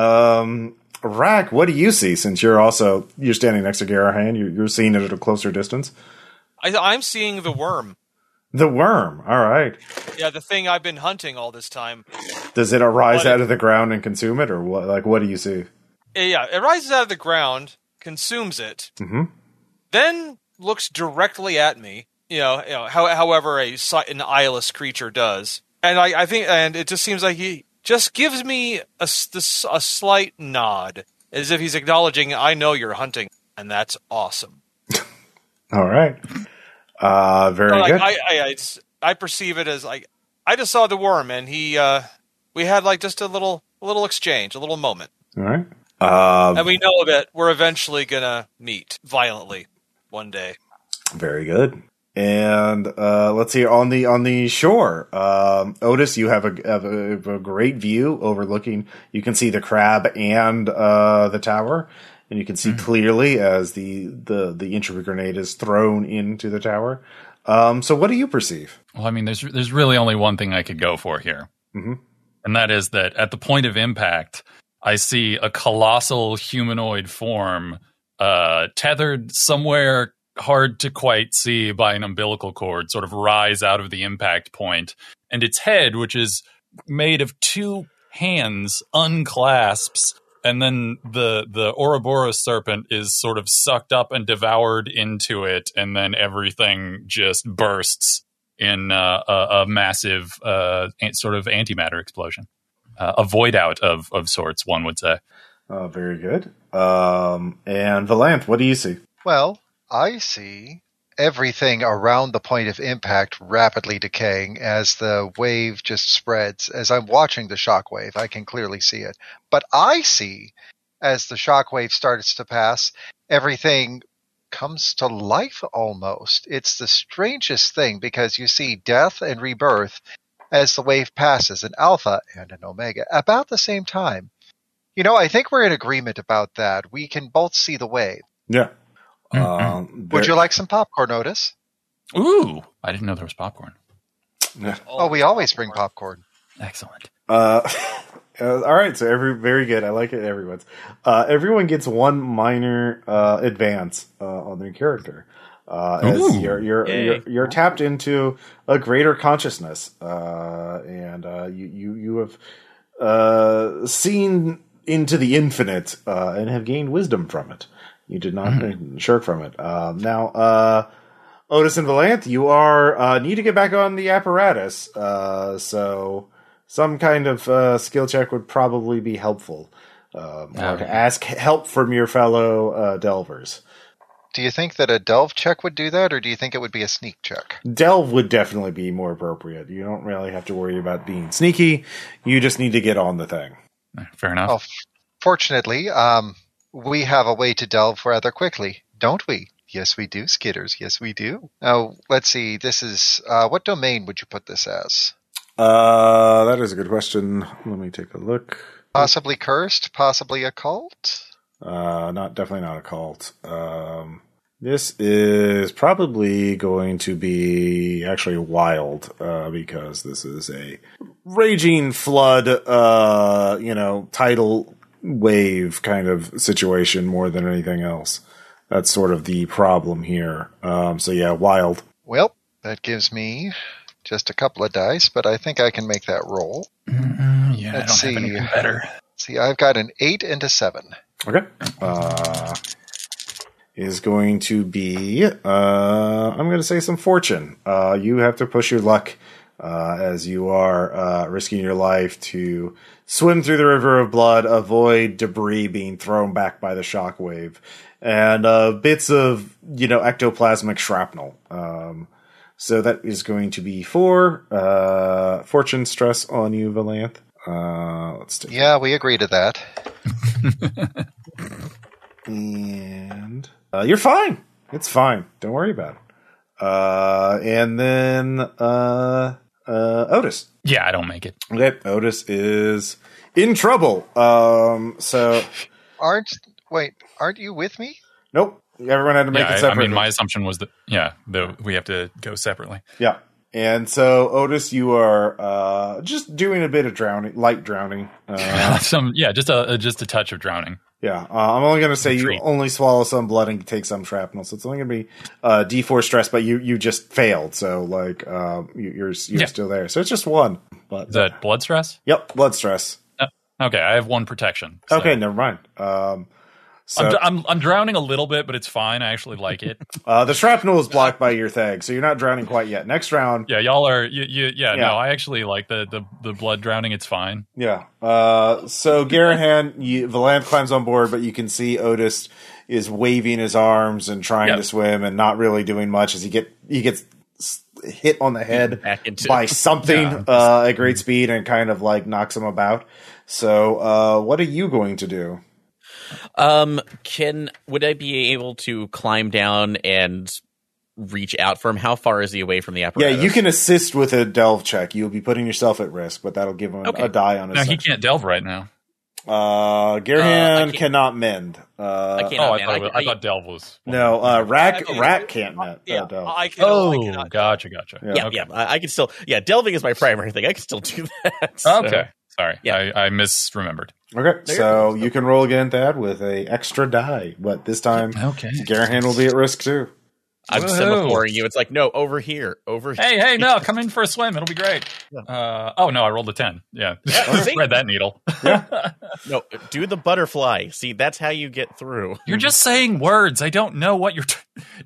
Speaker 1: Um, Rack, what do you see? Since you're also you're standing next to Garahan, you're, you're seeing it at a closer distance.
Speaker 4: I, I'm seeing the worm.
Speaker 1: The worm. All right.
Speaker 4: Yeah, the thing I've been hunting all this time.
Speaker 1: Does it arise
Speaker 4: What-
Speaker 1: out of the ground and consume it, or what? Like, what do you see?
Speaker 4: eh, Yeah, it rises out of the ground, consumes it,
Speaker 1: Mhm.
Speaker 4: then looks directly at me. You know, you know how, however a si- an eyeless creature does, and I, I think, and it just seems like he just gives me a s- this, a slight nod, as if he's acknowledging, "I know you're hunting, and that's awesome."
Speaker 1: All right. Uh, very
Speaker 4: like,
Speaker 1: good.
Speaker 4: I, I, I, it's, I perceive it as like I just saw the worm, and he, uh, we had like just a little, a little exchange, a little moment,
Speaker 1: All right. Uh,
Speaker 4: and we know that we're eventually gonna meet violently one day.
Speaker 1: Very good. And uh, let's see on the on the shore, um, Otis, you have a, have a have a great view overlooking. You can see the crab and uh, the tower, and you can see clearly as the the the entropy grenade is thrown into the tower. Um, so, what do you perceive?
Speaker 3: Well, I mean, there's there's really only one thing I could go for here,
Speaker 1: Mhm.
Speaker 3: and that is that at the point of impact, I see a colossal humanoid form uh, tethered somewhere hard to quite see by an umbilical cord, sort of rise out of the impact point, and its head, which is made of two hands, unclasps. And then the the Ouroboros serpent is sort of sucked up and devoured into it, and then everything just bursts in uh, a, a massive uh, an- sort of antimatter explosion, uh, a void out of of sorts, one would say.
Speaker 1: Uh, very good. Um, and Valant, what do you see?
Speaker 5: Well, I see everything around the point of impact rapidly decaying as the wave just spreads. As I'm watching the shockwave, I can clearly see it. But I see, as the shockwave starts to pass, everything comes to life almost. It's the strangest thing because you see death and rebirth as the wave passes, an alpha and an omega, about the same time. You know, I think we're in agreement about that. We can both see the wave.
Speaker 1: Yeah.
Speaker 3: Mhm.
Speaker 1: Um,
Speaker 5: Would
Speaker 1: there-
Speaker 5: you like some popcorn, Otis?
Speaker 3: Uh, Ooh, I didn't know there was popcorn.
Speaker 5: Oh, we always bring popcorn.
Speaker 3: Excellent.
Speaker 1: Uh, uh, all right, so every very good. I like it. Everyone's uh, everyone gets one minor uh, advance uh, on their character uh, as
Speaker 3: Ooh.
Speaker 1: you're you're,
Speaker 2: Yay.
Speaker 1: you're you're tapped into a greater consciousness, uh, and uh, you you you have uh, seen into the infinite uh, and have gained wisdom from it. You did not shirk from it. Uh, now, uh, Otis and Valanth, you are uh, need to get back on the apparatus. Uh, so some kind of uh, skill check would probably be helpful, um, or
Speaker 3: Alright.
Speaker 1: to ask help from your fellow uh, delvers.
Speaker 5: Do you think that a delve check would do that, or do you think it would be a sneak check?
Speaker 1: Delve would definitely be more appropriate. You don't really have to worry about being sneaky. You just need to get on the thing.
Speaker 3: Fair enough.
Speaker 1: Oh,
Speaker 5: Well, f- fortunately, um, we have a way to delve rather quickly, don't we? Yes, we do, Skitters. Yes, we do. Now, let's see. This is uh, what domain would you put this as?
Speaker 1: Uh, that is a good question. Let me take a look.
Speaker 5: Possibly cursed, possibly occult.
Speaker 1: Uh, not definitely not a cult. Um, this is probably going to be actually wild uh, because this is a raging flood, uh, you know, tidal wave kind of situation more than anything else. That's sort of the problem here. Um, so yeah, wild.
Speaker 5: Well, that gives me just a couple of dice, but I think I can make that roll.
Speaker 3: Mm, yeah,
Speaker 5: Let's
Speaker 3: I don't
Speaker 5: see.
Speaker 3: have anything better.
Speaker 5: See, I've got an eight and a seven.
Speaker 1: Okay. Uh, is going to be, uh, I'm going to say some fortune. Uh, you have to push your luck uh, as you are uh, risking your life to swim through the river of blood, avoid debris being thrown back by the shockwave, and uh, bits of, you know, ectoplasmic shrapnel. Um, so that is going to be four. Uh, fortune stress on you, Valanth. Uh, let's take
Speaker 5: Yeah, we agree to that.
Speaker 1: And uh, you're fine. It's fine. Don't worry about it. Uh, and then uh, uh, Otis.
Speaker 3: Yeah, I don't make it.
Speaker 1: Okay, Otis is in trouble. Um, so
Speaker 5: Aren't wait? Aren't you with me?
Speaker 1: nope. Everyone had to make
Speaker 3: yeah,
Speaker 1: it
Speaker 3: I- I,
Speaker 1: separate.
Speaker 3: mean, my assumption was that yeah, the, we have to go separately.
Speaker 1: yeah. And so Otis, you are uh, just doing a bit of drowning, light drowning. Uh,
Speaker 3: Some yeah, just a a- just a touch of drowning.
Speaker 1: Yeah, uh, I'm only going to say you
Speaker 3: Retreat.
Speaker 1: only swallow some blood and take some shrapnel, so it's only going to be uh, D4 stress. But you you just failed, so like um, you, you're you're
Speaker 3: Yeah.
Speaker 1: still there. So it's just one. But
Speaker 3: Is that blood stress?
Speaker 1: yep, blood stress.
Speaker 3: Okay, I have one protection. so-
Speaker 1: Okay, never mind. Um, so
Speaker 3: I'm, I'm I'm drowning a little bit, but it's fine. I actually like it.
Speaker 1: uh, the shrapnel is blocked by your thag, so you're not drowning quite yet. Next round,
Speaker 3: Yeah, y'all are. You, you, yeah,
Speaker 1: Yeah.
Speaker 3: no, I actually like the, the the blood drowning. It's fine.
Speaker 1: yeah. Uh, so Garahan, you, Valant climbs on board, but you can see Otis is waving his arms and trying
Speaker 3: Yep.
Speaker 1: to swim and not really doing much as he get he gets s- hit on the head.
Speaker 2: Back into
Speaker 1: by something uh, at great speed and kind of like knocks him about. So, uh, what are you going to do?
Speaker 2: Um, can would I be able to climb down and reach out for him? How far is he away from the
Speaker 1: Yeah,
Speaker 2: apparatus?
Speaker 1: you can assist with a delve check. You'll be putting yourself at risk, but that'll give him a
Speaker 2: Okay.
Speaker 1: die on his.
Speaker 3: No, he
Speaker 1: sex-
Speaker 3: can't delve right now.
Speaker 1: Uh,
Speaker 2: Uh, I
Speaker 1: Garhan
Speaker 2: can't-
Speaker 1: cannot mend. Uh,
Speaker 2: I can't.
Speaker 3: oh,
Speaker 2: Yeah,
Speaker 3: I,
Speaker 2: man,
Speaker 3: thought,
Speaker 2: I
Speaker 3: it was-
Speaker 2: can-
Speaker 3: I thought delve was.
Speaker 1: No, uh, Rack
Speaker 4: I-
Speaker 1: Rack can't net,
Speaker 4: Yeah,
Speaker 1: uh, delve.
Speaker 4: I can. I
Speaker 3: Oh,
Speaker 4: cannot.
Speaker 3: gotcha, gotcha.
Speaker 1: Yeah.
Speaker 2: Yeah,
Speaker 3: okay.
Speaker 2: yeah, I, I can still. Yeah, delving is my primary thing. I can still do that. so-
Speaker 3: Oh, Okay, sorry,
Speaker 2: Yeah.
Speaker 3: I, I misremembered.
Speaker 1: Okay,
Speaker 2: There
Speaker 1: so
Speaker 2: you go.
Speaker 1: you can roll again, Thad, with a extra die, but this time
Speaker 3: Okay.
Speaker 1: Garhan will be at risk too.
Speaker 2: I'm
Speaker 3: Woohoo.
Speaker 2: semaphoring you. It's like no, over here, over here.
Speaker 3: Hey, hey, no, come in for a swim. It'll be great. Uh, oh no, I rolled a ten. Yeah,
Speaker 2: Yeah, see?
Speaker 3: read that needle.
Speaker 2: No, do the butterfly. See, that's how you get through.
Speaker 3: You're just saying words. I don't know what you're. T-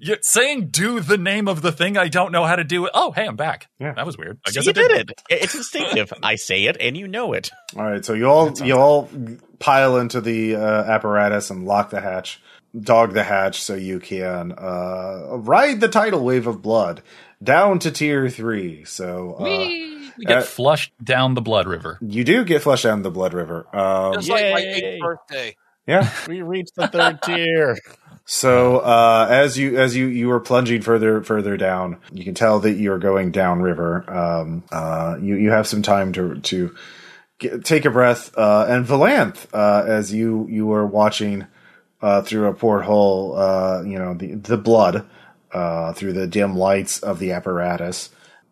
Speaker 3: you're saying do the name of the thing. I don't know how to do it. Oh, hey, I'm back.
Speaker 1: Yeah.
Speaker 3: That was weird. I
Speaker 2: See,
Speaker 3: guess
Speaker 2: you
Speaker 3: I did.
Speaker 2: did it. It's instinctive. I say it, and you know it.
Speaker 1: All right, so you all you all pile into the uh, apparatus and lock the hatch, dog the hatch so you can uh, ride the tidal wave of blood down to tier three. So uh,
Speaker 3: We get
Speaker 1: Uh,
Speaker 3: flushed down the blood river.
Speaker 1: you do get flushed down the blood river. Um,
Speaker 4: Just like my
Speaker 2: Yay.
Speaker 4: eighth birthday.
Speaker 1: yeah.
Speaker 2: We reached the third tier.
Speaker 1: So uh, as you as you you are plunging further further down, you can tell that you are going downriver. Um, uh, you you have some time to to get, take a breath. Uh, and Valanth, uh, as you you are watching uh, through a porthole, uh, you know the the blood uh, through the dim lights of the apparatus.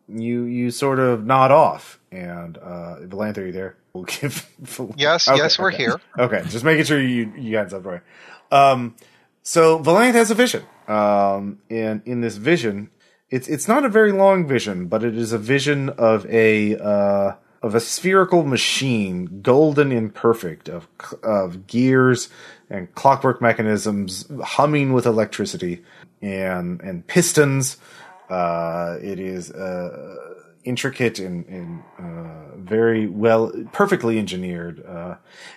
Speaker 1: You you sort of nod off, and uh, Valanth, are you there? We'll give.
Speaker 5: Yes,
Speaker 1: Okay,
Speaker 5: yes, we're
Speaker 1: okay.
Speaker 5: here.
Speaker 1: Okay, just making sure you you got something right. Um, so Valanth has a vision. Um, and in this vision, it's it's not a very long vision, but it is a vision of a uh, of a spherical machine, golden and perfect, of of gears and clockwork mechanisms humming with electricity and and pistons. Uh, it is uh, intricate and, and uh, very well, perfectly engineered, uh,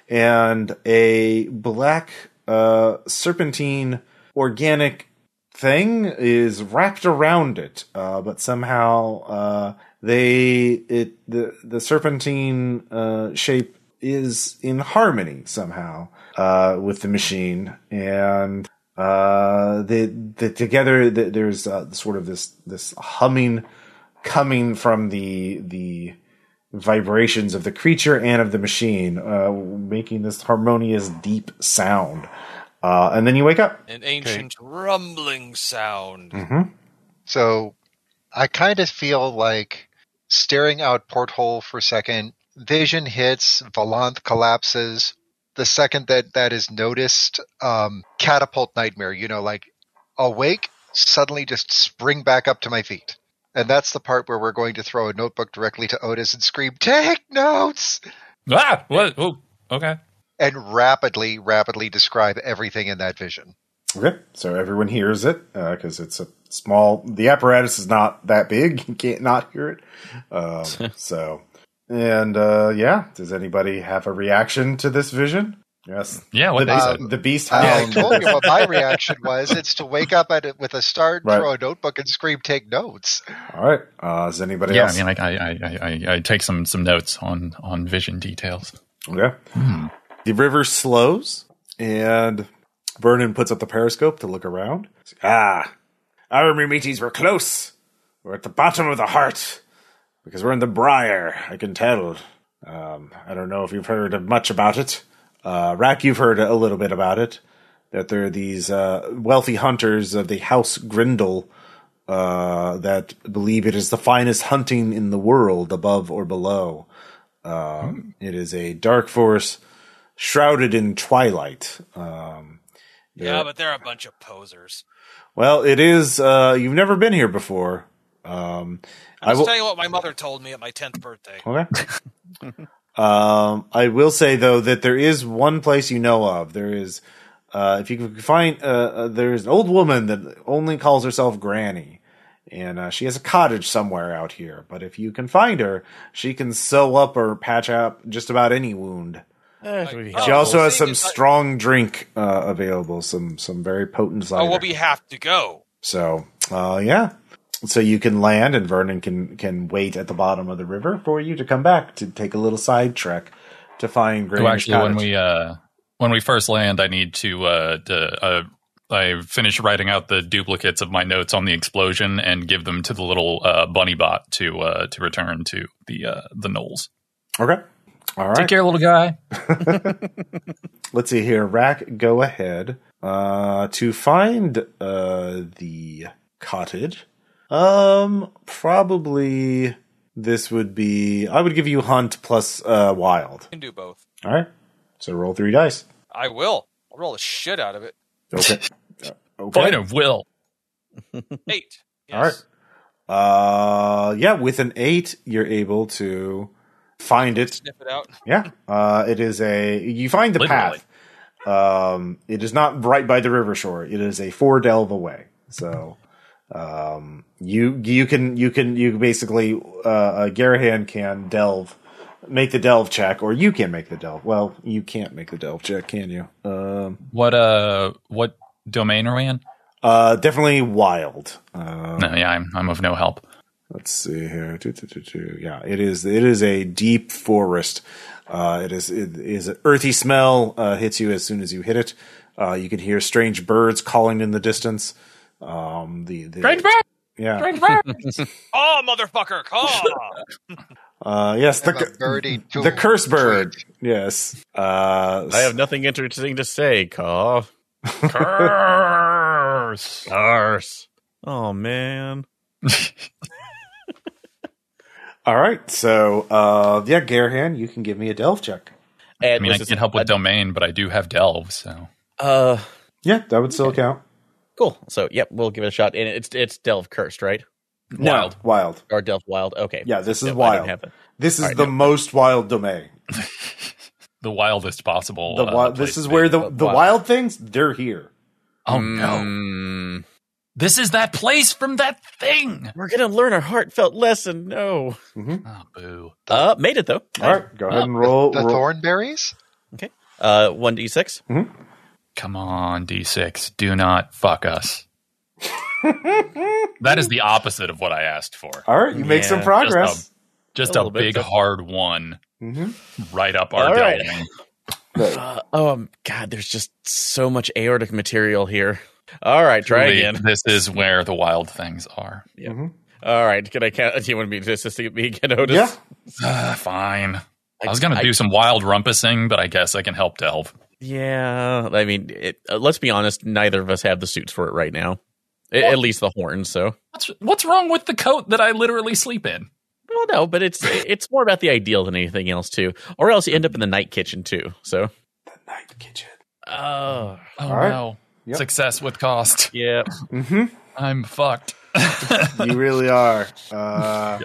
Speaker 1: and a black uh, serpentine organic thing is wrapped around it, uh, but somehow uh, they it the the serpentine uh, shape is in harmony somehow uh, with the machine, and uh, the the together the, there's uh, sort of this this humming coming from the the vibrations of the creature and of the machine, uh, making this harmonious deep sound. Uh, and then you wake up.
Speaker 4: An ancient rumbling sound.
Speaker 3: Mm-hmm.
Speaker 5: So I kind of feel like staring out porthole for a second. Vision hits, Valanth collapses. The second that that is noticed, um, catapult nightmare, you know, like awake, suddenly just spring back up to my feet. And that's the part where we're going to throw a notebook directly to Otis and scream, Take notes!
Speaker 3: Ah, what? Oh, okay.
Speaker 5: And rapidly, rapidly describe everything in that vision.
Speaker 1: Okay, so everyone hears it because it's a small. The apparatus is not that big; you can't not hear it. Um, so, and uh, yeah, does anybody have a reaction to this vision? Yes,
Speaker 3: Yeah,
Speaker 1: the
Speaker 3: what they
Speaker 1: beast,
Speaker 3: said.
Speaker 5: Um,
Speaker 1: the beast
Speaker 5: I, I
Speaker 1: howled.
Speaker 5: told you what my reaction was. It's to wake up at it with a start,
Speaker 1: Right.
Speaker 5: throw a notebook, and scream, "Take notes!"
Speaker 1: All right, uh, is anybody
Speaker 3: Yeah, I
Speaker 1: else?
Speaker 3: mean, like I, I, I, I, I take some some notes on on vision details.
Speaker 1: Okay. The river slows, and Vernon puts up the periscope to look around. Ah, our Mimetes were close. We're at the bottom of the heart because we're in the briar. I can tell. Um, I don't know if you've heard of much about it. Uh, Rack, you've heard a little bit about it. That there are these uh, wealthy hunters of the House Grindle uh, that believe it is the finest hunting in the world, above or below. Um, It is a dark force shrouded in twilight. Um,
Speaker 4: Yeah,
Speaker 1: Yeah.
Speaker 4: but they're a bunch of posers.
Speaker 1: well, it is. Uh, you've never been here before. Um, I
Speaker 4: I'll
Speaker 1: will.
Speaker 4: tell you what my mother told me at my tenth birthday.
Speaker 1: Okay. um, I will say though that there is one place you know of. There is, uh, if you can find, uh, uh, there is an old woman that only calls herself Granny, and uh, she has a cottage somewhere out here. But if you can find her, she can sew up or patch up just about any wound.
Speaker 2: That would be
Speaker 4: Oh,
Speaker 1: She
Speaker 2: helpful.
Speaker 1: also has
Speaker 4: seeing
Speaker 1: some
Speaker 4: as I-
Speaker 1: strong drink uh, available, some some very potent cider.
Speaker 4: Oh, well, we have to go.
Speaker 1: So, uh, yeah. So you can land, and Vernon can can wait at the bottom of the river for you to come back to take a little side trek to find Granny's
Speaker 3: So actually, when
Speaker 1: cottage.
Speaker 3: we uh, when we first land, I need to uh, to, uh I finish writing out the duplicates of my notes on the explosion and give them to the little uh, bunny bot to uh, to return to the uh, the Knolls.
Speaker 1: okay, all
Speaker 3: Take
Speaker 1: right.
Speaker 3: care, little guy.
Speaker 1: Let's see here, Rack. Go ahead uh, to find uh, the cottage. Um, probably this would be. I would give you hunt plus uh, wild.
Speaker 4: We can do both.
Speaker 1: All right. So roll three dice.
Speaker 4: I will. I'll roll the shit out of it.
Speaker 1: Okay. Uh, okay.
Speaker 3: Fight him, Oh, Will.
Speaker 4: Eight. Yes.
Speaker 1: All right. Uh, yeah, with an eight, you're able to find it.
Speaker 4: Sniff it out.
Speaker 1: Yeah, uh, it is a you find the
Speaker 3: Literally.
Speaker 1: path. Um, it is not right by the river shore. It is a four delve away. So, um, you you can you can you basically uh, uh Garahan can delve make the delve check, or you can make the delve. Well, you can't make the delve check, can you? Um,
Speaker 3: What uh what domain are we in?
Speaker 1: uh, definitely wild. Uh,
Speaker 3: No, yeah, I'm I'm of no help.
Speaker 1: Let's see here. Doo, doo, doo, doo. Yeah, it is. It is a deep forest. Uh, it is. It is an earthy smell. Uh, hits you as soon as you hit it. Uh, you can hear strange birds calling in the distance. Um, the, the strange bird. Yeah.
Speaker 4: Oh, motherfucker! Oh.
Speaker 1: Uh, yes. The,
Speaker 5: I'm a birdie
Speaker 1: cu-
Speaker 5: too.
Speaker 1: the curse bird. Yes. Uh,
Speaker 2: I have nothing interesting to say, Caw.
Speaker 3: Curse.
Speaker 2: Arse. Oh man.
Speaker 1: All right. So, uh, yeah, Garhan, you can give me a delve check.
Speaker 2: And
Speaker 3: I mean, I
Speaker 2: this is
Speaker 3: can help with
Speaker 2: a-
Speaker 3: domain, but I do have delve, so
Speaker 2: Uh,
Speaker 1: Yeah, that would still count.
Speaker 2: cool. So, yep, we'll give it a shot. And it's it's Delve Cursed, right?
Speaker 1: No,
Speaker 2: Wild
Speaker 1: Wild.
Speaker 2: or Delve Wild? Okay.
Speaker 1: Yeah, this
Speaker 2: So,
Speaker 1: is
Speaker 2: no, I don't
Speaker 1: wild.
Speaker 2: have it.
Speaker 1: This is
Speaker 2: All right,
Speaker 1: the
Speaker 2: no.
Speaker 1: most wild domain.
Speaker 3: the wildest possible.
Speaker 1: The
Speaker 3: uh,
Speaker 1: wild,
Speaker 3: place
Speaker 1: this is
Speaker 3: to
Speaker 1: where
Speaker 3: be.
Speaker 1: the,
Speaker 2: uh,
Speaker 1: the
Speaker 2: wild.
Speaker 1: wild things, they're here.
Speaker 3: Oh no!
Speaker 2: Mm,
Speaker 3: This is that place from that thing.
Speaker 2: we're gonna learn a heartfelt lesson. No.
Speaker 3: Oh boo!
Speaker 2: Uh, made it though.
Speaker 1: All right, go ahead and roll.
Speaker 5: The
Speaker 1: roll.
Speaker 5: thornberries?
Speaker 2: Uh, one d six.
Speaker 3: Come on, D6. Do not fuck us. that is the opposite of what I asked for.
Speaker 1: All right, you make
Speaker 2: Yeah,
Speaker 1: some
Speaker 2: just
Speaker 1: progress.
Speaker 3: Just
Speaker 2: A
Speaker 3: a,
Speaker 2: little bit,
Speaker 3: big
Speaker 2: just-
Speaker 3: hard one
Speaker 1: Mhm.
Speaker 3: right up our
Speaker 2: All right.
Speaker 3: delving.
Speaker 2: Uh, oh um, God, there's just so much aortic material here. All right, try
Speaker 3: Truly,
Speaker 2: again.
Speaker 3: This is where the wild things are.
Speaker 2: All right, can I count? Do you want me to assist me again, Otis?
Speaker 1: Yeah,
Speaker 3: Ah, fine. I,
Speaker 2: I-
Speaker 3: was going to
Speaker 2: I-
Speaker 3: do some wild rumpusing, but I guess I can help delve.
Speaker 2: Yeah, I mean, it, uh, let's be honest. Neither of us have the suits for it right now. A- At least the horn. So,
Speaker 3: What's, what's wrong with the coat that I literally sleep in?
Speaker 2: well, no, but it's it's more about the ideal than anything else, too. Or else you end up in the night kitchen too. So,
Speaker 1: night kitchen.
Speaker 2: oh
Speaker 3: Oh,
Speaker 1: All right.
Speaker 3: no.
Speaker 1: Yep.
Speaker 3: Success with cost.
Speaker 2: yeah,
Speaker 1: Mm-hmm.
Speaker 3: I'm fucked.
Speaker 1: You really are. Uh,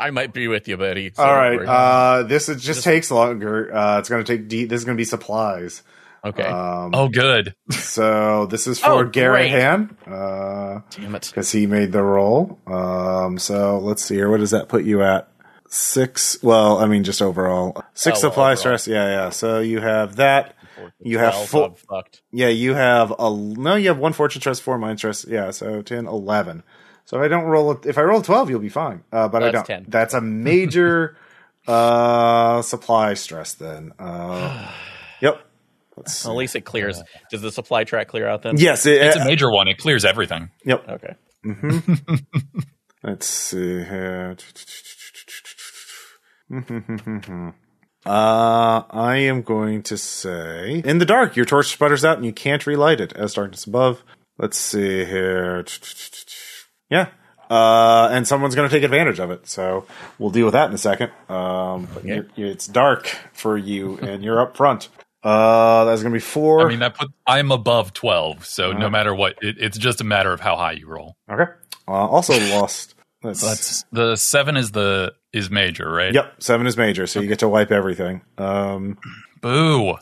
Speaker 2: I might be with you, buddy. So
Speaker 1: all
Speaker 2: don't
Speaker 1: right,
Speaker 2: worry.
Speaker 1: uh, this is, just takes longer. Uh, it's going to take. De- this is going to be supplies.
Speaker 2: okay,
Speaker 1: Um,
Speaker 3: oh, good.
Speaker 1: so this is for
Speaker 2: Oh, great.
Speaker 1: Garahan because
Speaker 2: damn it.
Speaker 1: he made the roll. Um, so let's see here. What does that put you at? Six. Well, I mean, just overall six
Speaker 2: Oh, well,
Speaker 1: supply
Speaker 2: overall.
Speaker 1: stress. Yeah, yeah. So you have that. You have
Speaker 2: Well,
Speaker 1: full-
Speaker 2: I'm fucked.
Speaker 1: Yeah, you have a no. You have one fortune trust, four mind trust. Yeah, so 10, 11. So if I don't roll, a- if I roll twelve, you'll be fine. Uh, but I
Speaker 2: That's
Speaker 1: don't.
Speaker 2: 10.
Speaker 1: That's a major uh, supply stress. Then. Uh, yep. Let's see.
Speaker 2: At least it clears. Does the supply track clear out then?
Speaker 1: yes. It,
Speaker 3: It's a
Speaker 1: uh,
Speaker 3: major one. It clears everything.
Speaker 1: yep.
Speaker 2: Okay.
Speaker 1: Let's see here. Uh, I am going to say in the dark, your torch sputters out and you can't relight it as darkness above. Let's see here. Yeah. Uh, and someone's going to take advantage of it. So we'll deal with that in a second. Um, but you're, you're- it's dark for you and you're up front. Uh, that's going to be four.
Speaker 3: I mean, that put, I'm above 12, so no matter what, it, it's just a matter of how high you roll.
Speaker 1: okay. Uh, also lost. Let's,
Speaker 3: That's the seven is the is major, right?
Speaker 1: Yep. Seven is major. So you get to wipe everything. Um,
Speaker 3: Boo.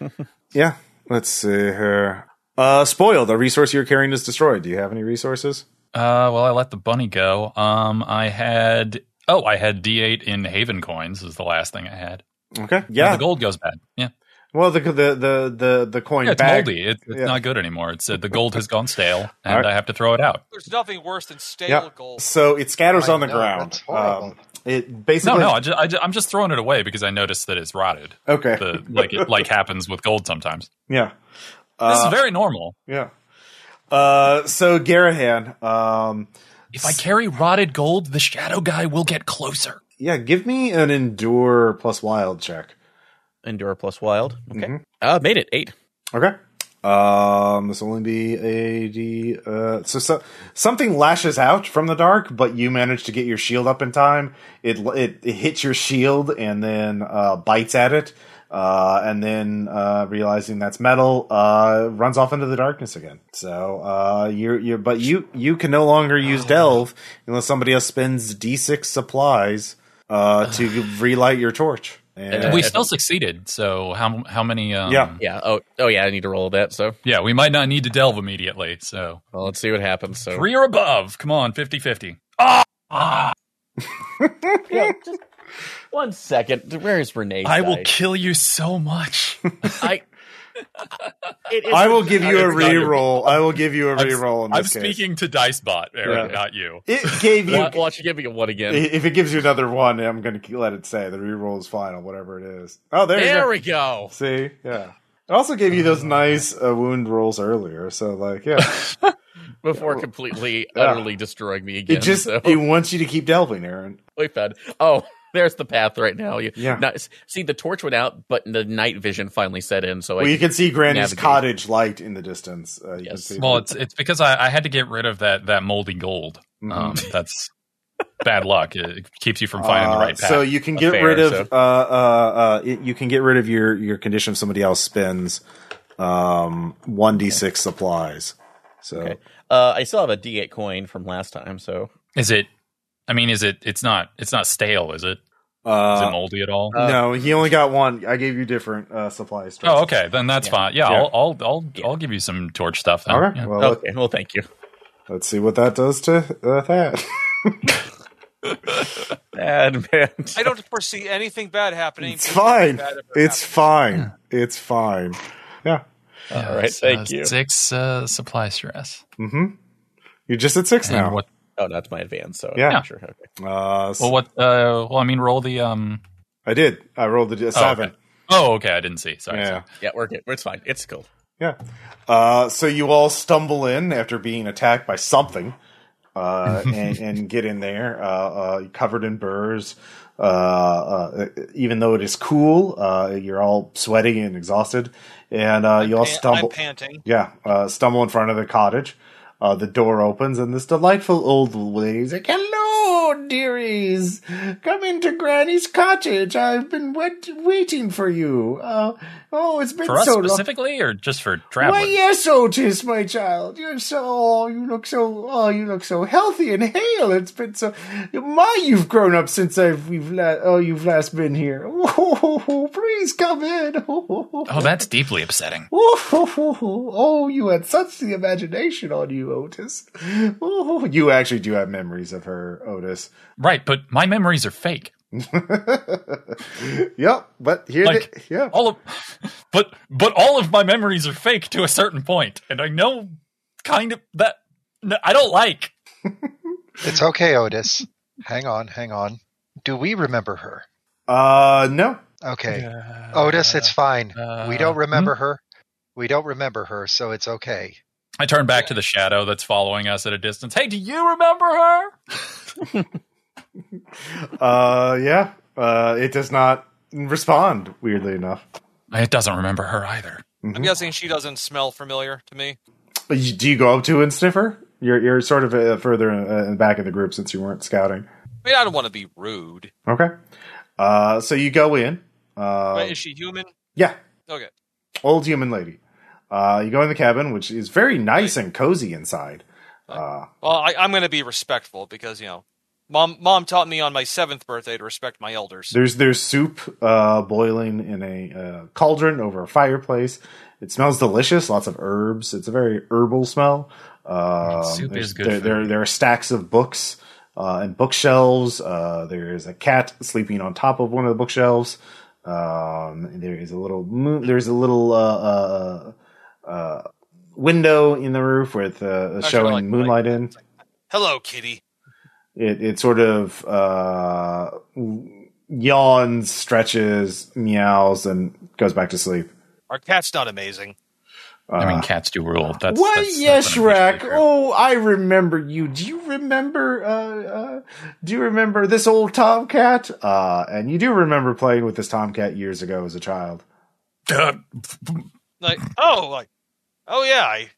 Speaker 3: Uh,
Speaker 1: Yeah. Let's see here. Uh, spoiled. The resource you're carrying is destroyed. Do you have any resources?
Speaker 3: Uh, well, I let the bunny go. Um, I had oh, I had D8 in Haven coins is the last thing I had.
Speaker 1: Okay.
Speaker 3: Yeah,
Speaker 1: Yeah.
Speaker 3: the gold goes bad. Yeah,
Speaker 1: Well, the the the the, the coin
Speaker 3: yeah it's
Speaker 1: bag.
Speaker 3: moldy. It, it's
Speaker 1: Yeah.
Speaker 3: not good anymore. It's uh, the gold has gone stale, and
Speaker 1: Alright.
Speaker 3: I have to throw it out.
Speaker 4: There's nothing worse than stale
Speaker 1: Yeah.
Speaker 4: gold.
Speaker 1: So it scatters
Speaker 5: I
Speaker 1: on the
Speaker 5: know,
Speaker 1: ground. Um,
Speaker 5: that's horrible.
Speaker 1: it
Speaker 3: No,
Speaker 1: basically.
Speaker 3: no, I just, I am just throwing it away because I noticed that it's rotted.
Speaker 1: okay.
Speaker 3: The, like it like happens with gold sometimes.
Speaker 1: yeah.
Speaker 3: This is very normal.
Speaker 1: Yeah. Uh, so Garahan, um,
Speaker 3: If I carry rotted gold, the shadow guy will get closer.
Speaker 1: yeah, give me an endure plus wild check.
Speaker 2: Endure plus wild. Okay.
Speaker 1: Mm-hmm.
Speaker 2: Uh, made it eight.
Speaker 1: Okay. Um, this will only be a d. Uh, so, so something lashes out from the dark, but you manage to get your shield up in time. It it, it hits your shield and then uh, bites at it, uh, and then uh, realizing that's metal, uh, runs off into the darkness again. So uh, you're you're but you you can no longer use delve unless somebody else spends d six supplies uh, to relight your torch. And,
Speaker 3: we still succeeded. So how how many? Um,
Speaker 1: Yeah.
Speaker 2: Yeah. Oh. Oh. Yeah. I need to roll that. So
Speaker 3: yeah. We might not need to delve immediately. So
Speaker 2: well, let's see what happens. So
Speaker 3: three or Ah! above. Come on, 50-50.
Speaker 2: One second. Where's Renee?
Speaker 3: I will kill you so much.
Speaker 2: I, It is-
Speaker 1: I will give you a
Speaker 3: It's not your-
Speaker 1: reroll. I will give you a
Speaker 3: I'm-
Speaker 1: reroll in
Speaker 3: I'm
Speaker 1: this case.
Speaker 3: speaking to Dicebot, Eric,
Speaker 1: Yeah.
Speaker 3: not you.
Speaker 1: It gave you.
Speaker 2: Wa- Watch, you give me a one again.
Speaker 1: If it gives you another one, I'm going to let it say the reroll is final, whatever it is. Oh, there,
Speaker 2: there
Speaker 1: you go.
Speaker 2: we go.
Speaker 1: See, yeah. It also gave you those nice uh, wound rolls earlier, so like, yeah,
Speaker 2: Before completely,
Speaker 1: oh. Yeah.
Speaker 2: utterly destroying me again.
Speaker 1: it just
Speaker 2: so.
Speaker 1: it wants you to keep delving, Aaron.
Speaker 2: we found. Oh, there's the path right now. You,
Speaker 1: Yeah.
Speaker 2: Now, s- see, the torch went out, but the night vision finally set in. So
Speaker 1: well,
Speaker 2: I,
Speaker 1: you can see Granny's
Speaker 2: navigate.
Speaker 1: cottage light in the distance. Uh, you
Speaker 2: Yes.
Speaker 1: can see
Speaker 3: Well, it's it's because I, I had to get rid of that that moldy gold.
Speaker 1: Mhm.
Speaker 3: Um, that's bad luck. It keeps you from finding the
Speaker 1: Uh,
Speaker 3: right path.
Speaker 1: So you can
Speaker 2: A
Speaker 1: get
Speaker 2: fair,
Speaker 1: rid of
Speaker 2: so-
Speaker 1: uh, uh, uh, it, you can get rid of your your condition if somebody else spends um one d six supplies. So
Speaker 2: Okay. uh, I still have a D8 coin from last time. So
Speaker 3: is it? I mean, is it? It's not. It's not stale, is it? Is it
Speaker 1: uh,
Speaker 3: moldy at all?
Speaker 2: uh,
Speaker 1: no, he only got one. I gave you different uh, supplies.
Speaker 3: oh, okay. Then that's
Speaker 2: yeah.
Speaker 3: fine. Yeah,
Speaker 1: Yeah.
Speaker 3: I'll I'll I'll,
Speaker 2: Yeah.
Speaker 3: I'll give you some torch stuff. Then.
Speaker 1: All right.
Speaker 3: Yeah.
Speaker 1: Well, let,
Speaker 2: okay, well, thank you.
Speaker 1: let's see what that does to uh, that.
Speaker 2: And
Speaker 4: I don't foresee anything bad happening.
Speaker 1: It's fine.
Speaker 4: Bad ever
Speaker 1: It's fine. It's fine. Yeah.
Speaker 3: Yeah,
Speaker 2: All right,
Speaker 3: it's,
Speaker 2: thank
Speaker 3: uh,
Speaker 2: you.
Speaker 3: Six uh, supply stress.
Speaker 1: Mm-hmm. You're just at six
Speaker 3: And
Speaker 1: now.
Speaker 3: what-
Speaker 2: oh, that's my advance. So
Speaker 1: Yeah.
Speaker 2: I'm not sure. Okay.
Speaker 1: uh, s-
Speaker 3: well, what? Uh, well, I mean, roll the. Um,
Speaker 1: I did. I rolled a, a seven.
Speaker 3: okay. oh, okay. I didn't see. Sorry.
Speaker 1: yeah.
Speaker 3: sorry.
Speaker 2: Yeah, we're good. It's fine. It's cool.
Speaker 1: Yeah. Uh, so you all stumble in after being attacked by something, uh, and, and get in there, uh, uh, covered in burrs. Uh, uh, even though it is cool, uh, you're all sweaty and exhausted, and uh, you all
Speaker 4: pan-
Speaker 1: stumble.
Speaker 4: I'm panting.
Speaker 1: yeah, uh, stumble in front of the cottage. Uh, the door opens, and this delightful old lady's like, "Hello, dearies, come into Granny's cottage. I've been wait- waiting for you. Uh, oh, it's been
Speaker 3: For us
Speaker 1: so long."
Speaker 3: specifically, or just for
Speaker 1: Why,
Speaker 3: travelers?
Speaker 1: yes, Otis, my child. You're so, oh, you look so, oh, you look so healthy and hale. It's been so, my, you've grown up since I've, we've la- oh, you've last been here. Oh, please come in. Oh,
Speaker 3: Oh, that's deeply upsetting.
Speaker 1: Oh, you had such the imagination on you, Otis. Oh, you actually do have memories of her, Otis.
Speaker 3: Right, but my memories are fake.
Speaker 1: Yep, but here,
Speaker 3: Like-
Speaker 1: they, yeah.
Speaker 3: All of, but but all of my memories are fake to a certain point, and I know kind of that no, I don't like.
Speaker 5: It's okay, Otis. hang on, hang on. Do we remember her?
Speaker 1: Uh, no.
Speaker 5: Okay. Oh. Otis, it's fine. we
Speaker 3: uh,
Speaker 5: don't remember her. We don't remember her, so it's okay.
Speaker 3: I turn back to the shadow that's following us at a distance. Hey, do you remember her?
Speaker 1: Uh, yeah. Uh, it does not respond, weirdly enough.
Speaker 3: It doesn't remember her either.
Speaker 4: I'm guessing she doesn't smell familiar to me.
Speaker 1: But you- Do you go up to and sniffer? You're you're sort of uh, further in, in back of the group since you weren't scouting.
Speaker 4: I mean, I don't want to be rude.
Speaker 1: Okay. Uh, so you go in. Uh,
Speaker 4: but is she human?
Speaker 1: yeah,
Speaker 4: Okay.
Speaker 1: old human lady. Uh, you go in the cabin, which is very nice and cozy inside. Uh,
Speaker 4: Well, I, I'm going to be respectful because you know, mom mom taught me on my seventh birthday to respect my elders.
Speaker 1: there's there's soup uh, boiling in a uh, cauldron over a fireplace. It smells delicious. Lots of herbs. It's a very herbal smell. Uh,
Speaker 3: soup is good
Speaker 1: There,
Speaker 3: for
Speaker 1: there,
Speaker 3: you.
Speaker 1: there are stacks of books uh, and bookshelves. Uh, there is a cat sleeping on top of one of the bookshelves. Um, there is a little moon. There's a little uh, uh, uh, window in the roof with uh, showing
Speaker 4: like-
Speaker 1: moonlight in
Speaker 4: Hello, kitty.
Speaker 1: it it sort of uh, yawns, stretches, meows, and goes back to sleep.
Speaker 4: Our cat's not amazing.
Speaker 1: Uh,
Speaker 3: I mean, cats do rule. That's,
Speaker 1: why,
Speaker 3: that's-
Speaker 1: yes,
Speaker 3: that's unofficially
Speaker 1: Shrek.
Speaker 3: true.
Speaker 1: Oh, I remember you. Do you remember? Uh, uh, do you remember this old tomcat? Uh, and you do remember playing with this tomcat years ago as a child.
Speaker 3: Uh,
Speaker 4: Like, oh, like, oh yeah, I,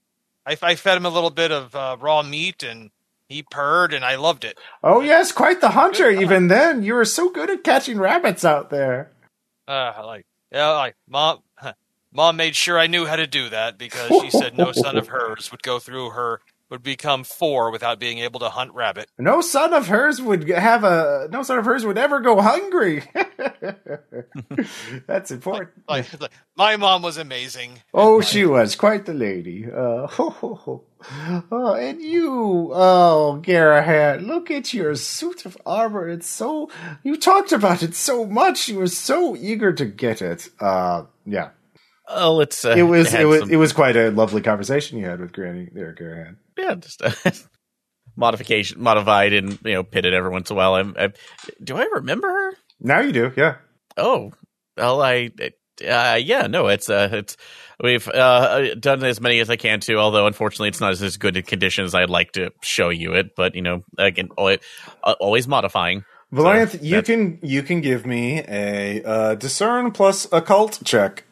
Speaker 4: I, I fed him a little bit of uh, raw meat and he purred and I loved it.
Speaker 1: Oh yes, quite the hunter.
Speaker 4: Good.
Speaker 1: Even then, you were so good at catching rabbits out there.
Speaker 4: Uh, like, yeah, like mom. Mom made sure I knew how to do that because she said no son of hers would go through her would become four without being able to hunt rabbit.
Speaker 1: No son of hers would have a. No son of hers would ever go hungry. That's important.
Speaker 4: Like, like, my mom was amazing.
Speaker 1: Oh, she was quite the lady. Uh, ho, ho, ho. Oh, and you, oh, Garahan, look at your suit of armor. It's so. You talked about it so much. You were so eager to get it. Uh, yeah.
Speaker 2: Oh, it's uh,
Speaker 1: It was it
Speaker 2: had
Speaker 1: was
Speaker 2: some-
Speaker 1: it was quite a lovely conversation you had with Granny there, Garahan.
Speaker 2: yeah, just uh, modification modified and you know pitted every once in a while. I'm, i do I remember her?
Speaker 1: Now you do, yeah.
Speaker 2: Oh, well, I uh, yeah, no, it's uh, it's we've uh, done as many as I can to, although unfortunately it's not as- as good a condition as I'd like to show you it, but you know, again, always, always modifying.
Speaker 1: Valianth, you
Speaker 2: that's-
Speaker 1: can you can give me a uh, discern plus occult check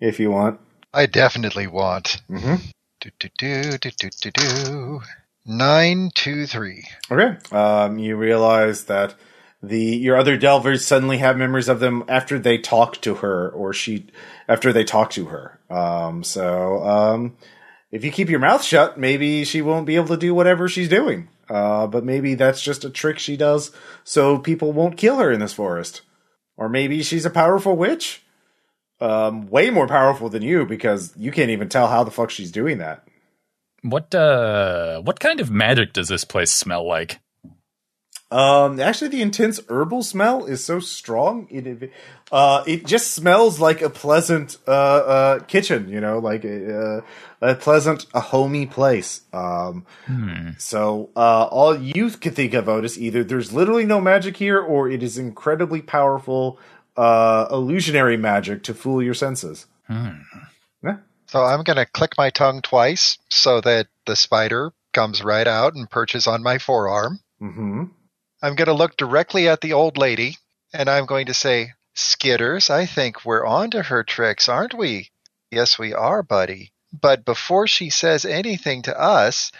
Speaker 1: if you want.
Speaker 5: I definitely want.
Speaker 1: Mm-hmm.
Speaker 5: Do, do, do, do, do, do, do. Nine, two, three.
Speaker 1: Okay. Um, you realize that the your other delvers suddenly have memories of them after they talk to her, or she after they talk to her. Um, so um, if you keep your mouth shut, maybe she won't be able to do whatever she's doing. Uh, but maybe that's just a trick she does so people won't kill her in this forest. Or maybe she's a powerful witch. Um, way more powerful than you because you can't even tell how the fuck she's doing that.
Speaker 3: What uh, what kind of magic does this place smell like?
Speaker 1: Um, actually, the intense herbal smell is so strong. It uh, it just smells like a pleasant uh, uh kitchen, you know, like a, uh, a, a pleasant, a homey place. Um,
Speaker 3: Hmm,
Speaker 1: so uh, all you can think of, Otis, either there's literally no magic here, or it is incredibly powerful uh illusionary magic to fool your senses.
Speaker 3: hmm.
Speaker 5: So I'm going to click my tongue twice so that the spider comes right out and perches on my forearm.
Speaker 1: Mm-hmm.
Speaker 5: I'm going to look directly at the old lady and I'm going to say, Skitters, I think we're on to her tricks, aren't we? Yes, we are, buddy. But before she says anything to us,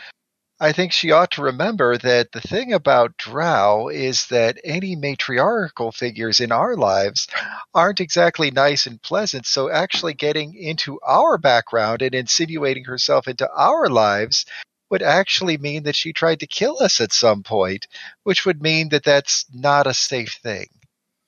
Speaker 5: I think she ought to remember that the thing about Drow is that any matriarchal figures in our lives aren't exactly nice and pleasant, so actually getting into our background and insinuating herself into our lives would actually mean that she tried to kill us at some point, which would mean that that's not a safe thing.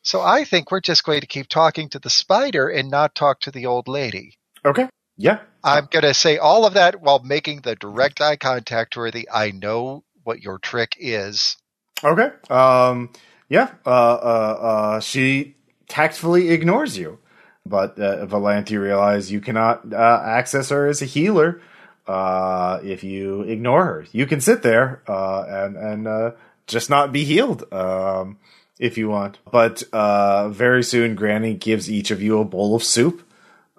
Speaker 5: So I think we're just going to keep talking to the spider and not talk to the old lady.
Speaker 1: Okay. Yeah.
Speaker 5: I'm going to say all of that while making the direct eye contact to her. The I know what your trick is.
Speaker 1: Okay. Um, yeah. Uh, uh, uh, she tactfully ignores you, but uh, Valanthi you realize you cannot uh, access her as a healer uh, if you ignore her. You can sit there uh, and and uh, just not be healed um, if you want. But uh, very soon, Granny gives each of you a bowl of soup,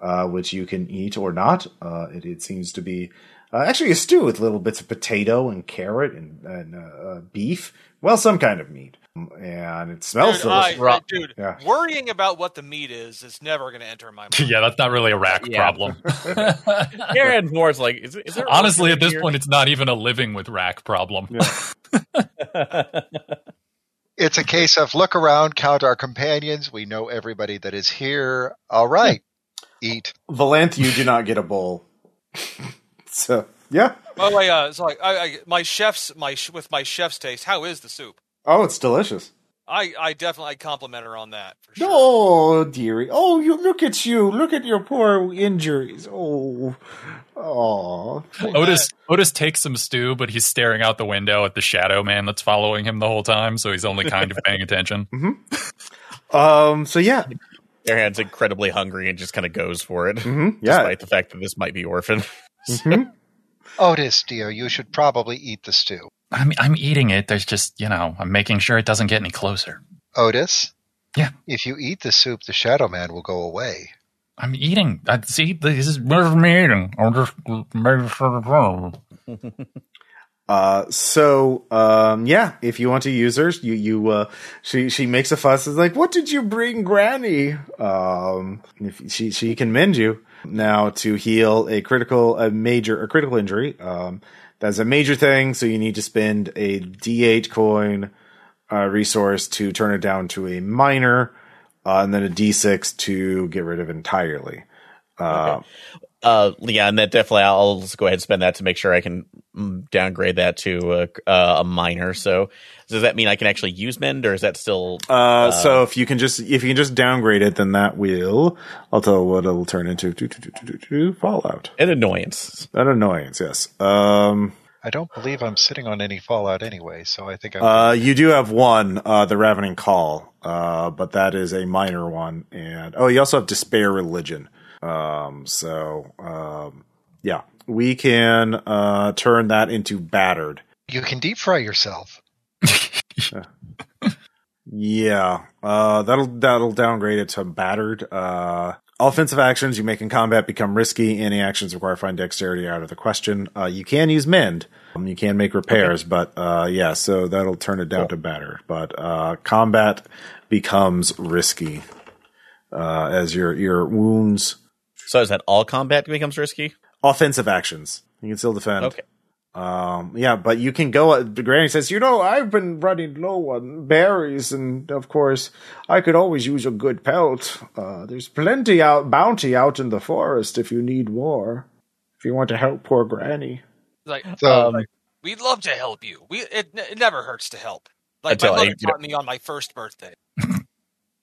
Speaker 1: uh, which you can eat or not. Uh, it, it seems to be uh, actually a stew with little bits of potato and carrot and, and uh, uh, beef. Well, some kind of meat. And it smells
Speaker 4: Dude, I-
Speaker 1: delicious.
Speaker 2: Ra-
Speaker 4: dude,
Speaker 1: Yeah.
Speaker 4: worrying about what the meat is is never going to enter my mind.
Speaker 3: yeah, that's not really a rack
Speaker 2: Yeah.
Speaker 3: problem.
Speaker 2: Aaron Moore's like, is, is there
Speaker 3: Honestly, at this
Speaker 2: here?
Speaker 3: point, it's not even a living with rack problem.
Speaker 5: It's a case of look around, count our companions. We know everybody that is here. All right, eat.
Speaker 1: Valanth, you do not get a bowl. so yeah.
Speaker 4: By the way, uh, so like, I, I, my chef's my sh- with my chef's taste. How is the soup?
Speaker 1: Oh, it's delicious.
Speaker 4: I, I definitely compliment her on that. For sure.
Speaker 1: Oh, dearie. Oh, you look at you. Look at your poor injuries. Oh, oh.
Speaker 3: Otis Otis takes some stew, but he's staring out the window at the shadow man that's following him the whole time, so he's only kind of paying attention.
Speaker 1: Um. So yeah.
Speaker 2: Aaron's incredibly hungry and just kind of goes for it,
Speaker 1: Mhm. Yeah. Mm-hmm.
Speaker 2: despite the fact that this might be orphan.
Speaker 5: Otis, dear, you should probably eat the stew.
Speaker 3: I'm I'm eating it. There's just you know, I'm making sure it doesn't get any closer.
Speaker 5: Otis?
Speaker 3: Yeah.
Speaker 5: If you eat the soup, the shadow man will go away.
Speaker 3: I'm eating. I see. This is what I'm eating. I'm just making sure it's-
Speaker 1: Uh, so um, yeah, if you want to use her, you you uh, she she makes a fuss. Is like, what did you bring, Granny? Um, if she she can mend you now to heal a critical a major a critical injury. Um, that's a major thing. So you need to spend a D8 coin uh, resource to turn it down to a minor, uh, and then a D6 to get rid of entirely. Uh,
Speaker 2: Uh, yeah, and that definitely, I'll just go ahead and spend that to make sure I can mm, downgrade that to a, uh, a minor. So does that mean I can actually use mend, or is that still
Speaker 6: Uh, so if you can just if you can just downgrade it, then that will I'll tell you what it'll turn into. Do, do, do, do, do, do, Fallout.
Speaker 2: an annoyance?
Speaker 6: That annoyance, yes. Um,
Speaker 5: I don't believe I'm sitting on any Fallout anyway, so I think I'm.
Speaker 6: uh, you do have one, uh, the Ravening Call, uh, but that is a minor one, and oh, you also have Despair Religion. Um, so um, yeah, we can uh, turn that into Battered.
Speaker 5: you can deep fry yourself.
Speaker 6: Yeah, uh, that'll that'll downgrade it to battered. Uh, offensive actions you make in combat become risky. Any actions require fine dexterity are out of the question. Uh, you can use mend. Um, you can make repairs, but uh, yeah, so that'll turn it down to battered. But uh, combat becomes risky uh, as your your wounds.
Speaker 2: So is that all combat becomes risky?
Speaker 6: Offensive actions you can still defend.
Speaker 2: Okay.
Speaker 6: Um, yeah, but you can go. uh, Granny says, "You know, I've been running low on berries, and of course, I could always use a good pelt. Uh, there's plenty out bounty out in the forest if you need more. If you want to help poor Granny,
Speaker 4: Like
Speaker 5: So
Speaker 2: Um,
Speaker 4: we'd love to help you. We it, it never hurts to help. Like
Speaker 2: Until
Speaker 4: my mother
Speaker 2: I- you know-
Speaker 4: taught me on my first birthday.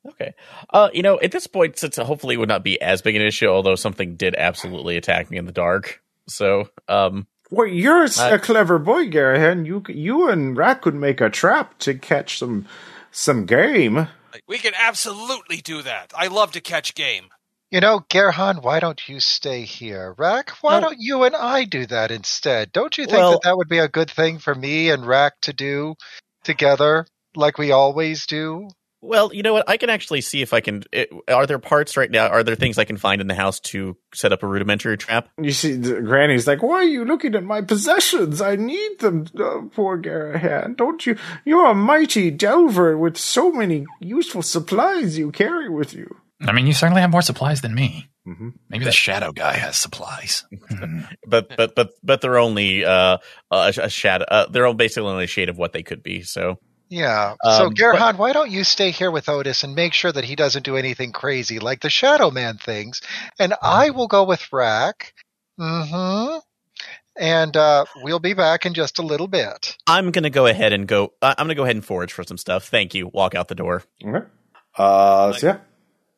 Speaker 2: Okay. Uh, you know, at this point, since it hopefully would not be as big an issue, although something did absolutely attack me in the dark. So, um,
Speaker 1: Well, you're s-
Speaker 2: Uh,
Speaker 1: a clever boy, Garahan. You c- you and Rat could make a trap to catch some some game.
Speaker 4: Like, we can absolutely do that. I love to catch game.
Speaker 5: You know, Gerhan, why don't you stay here? Rack, why
Speaker 2: No.
Speaker 5: don't you and I do that instead? Don't you think
Speaker 2: Well-
Speaker 5: that that would be a good thing for me and Rack to do together, like we always do?
Speaker 2: well, you know what? I can actually see if I can. It, are there parts right now? Are there things I can find in the house to set up a rudimentary trap?
Speaker 1: You see, th- Granny's like, "Why are you looking at my possessions? I need them, uh, poor Garahan. Don't you? You're a mighty delver with so many useful supplies you carry with you."
Speaker 3: I mean, you certainly have more supplies than me.
Speaker 1: Mm-hmm.
Speaker 6: Mhm.
Speaker 3: Maybe the shadow guy has supplies. Hmm.
Speaker 2: But, but, but, but they're only uh, a, a shadow. Uh, they're all basically only a shade of what they could be. So,
Speaker 5: Yeah. so,
Speaker 2: Um,
Speaker 5: Gerhan, why don't you stay here with Otis and make sure that he doesn't do anything crazy like the Shadow Man things? And I will go with Rack. Mm hmm. And uh, we'll be back in just a little bit.
Speaker 2: I'm gonna go ahead and go. I I'm gonna go ahead and forage for some stuff. Thank you. Walk out the door.
Speaker 1: Okay. Uh,
Speaker 4: so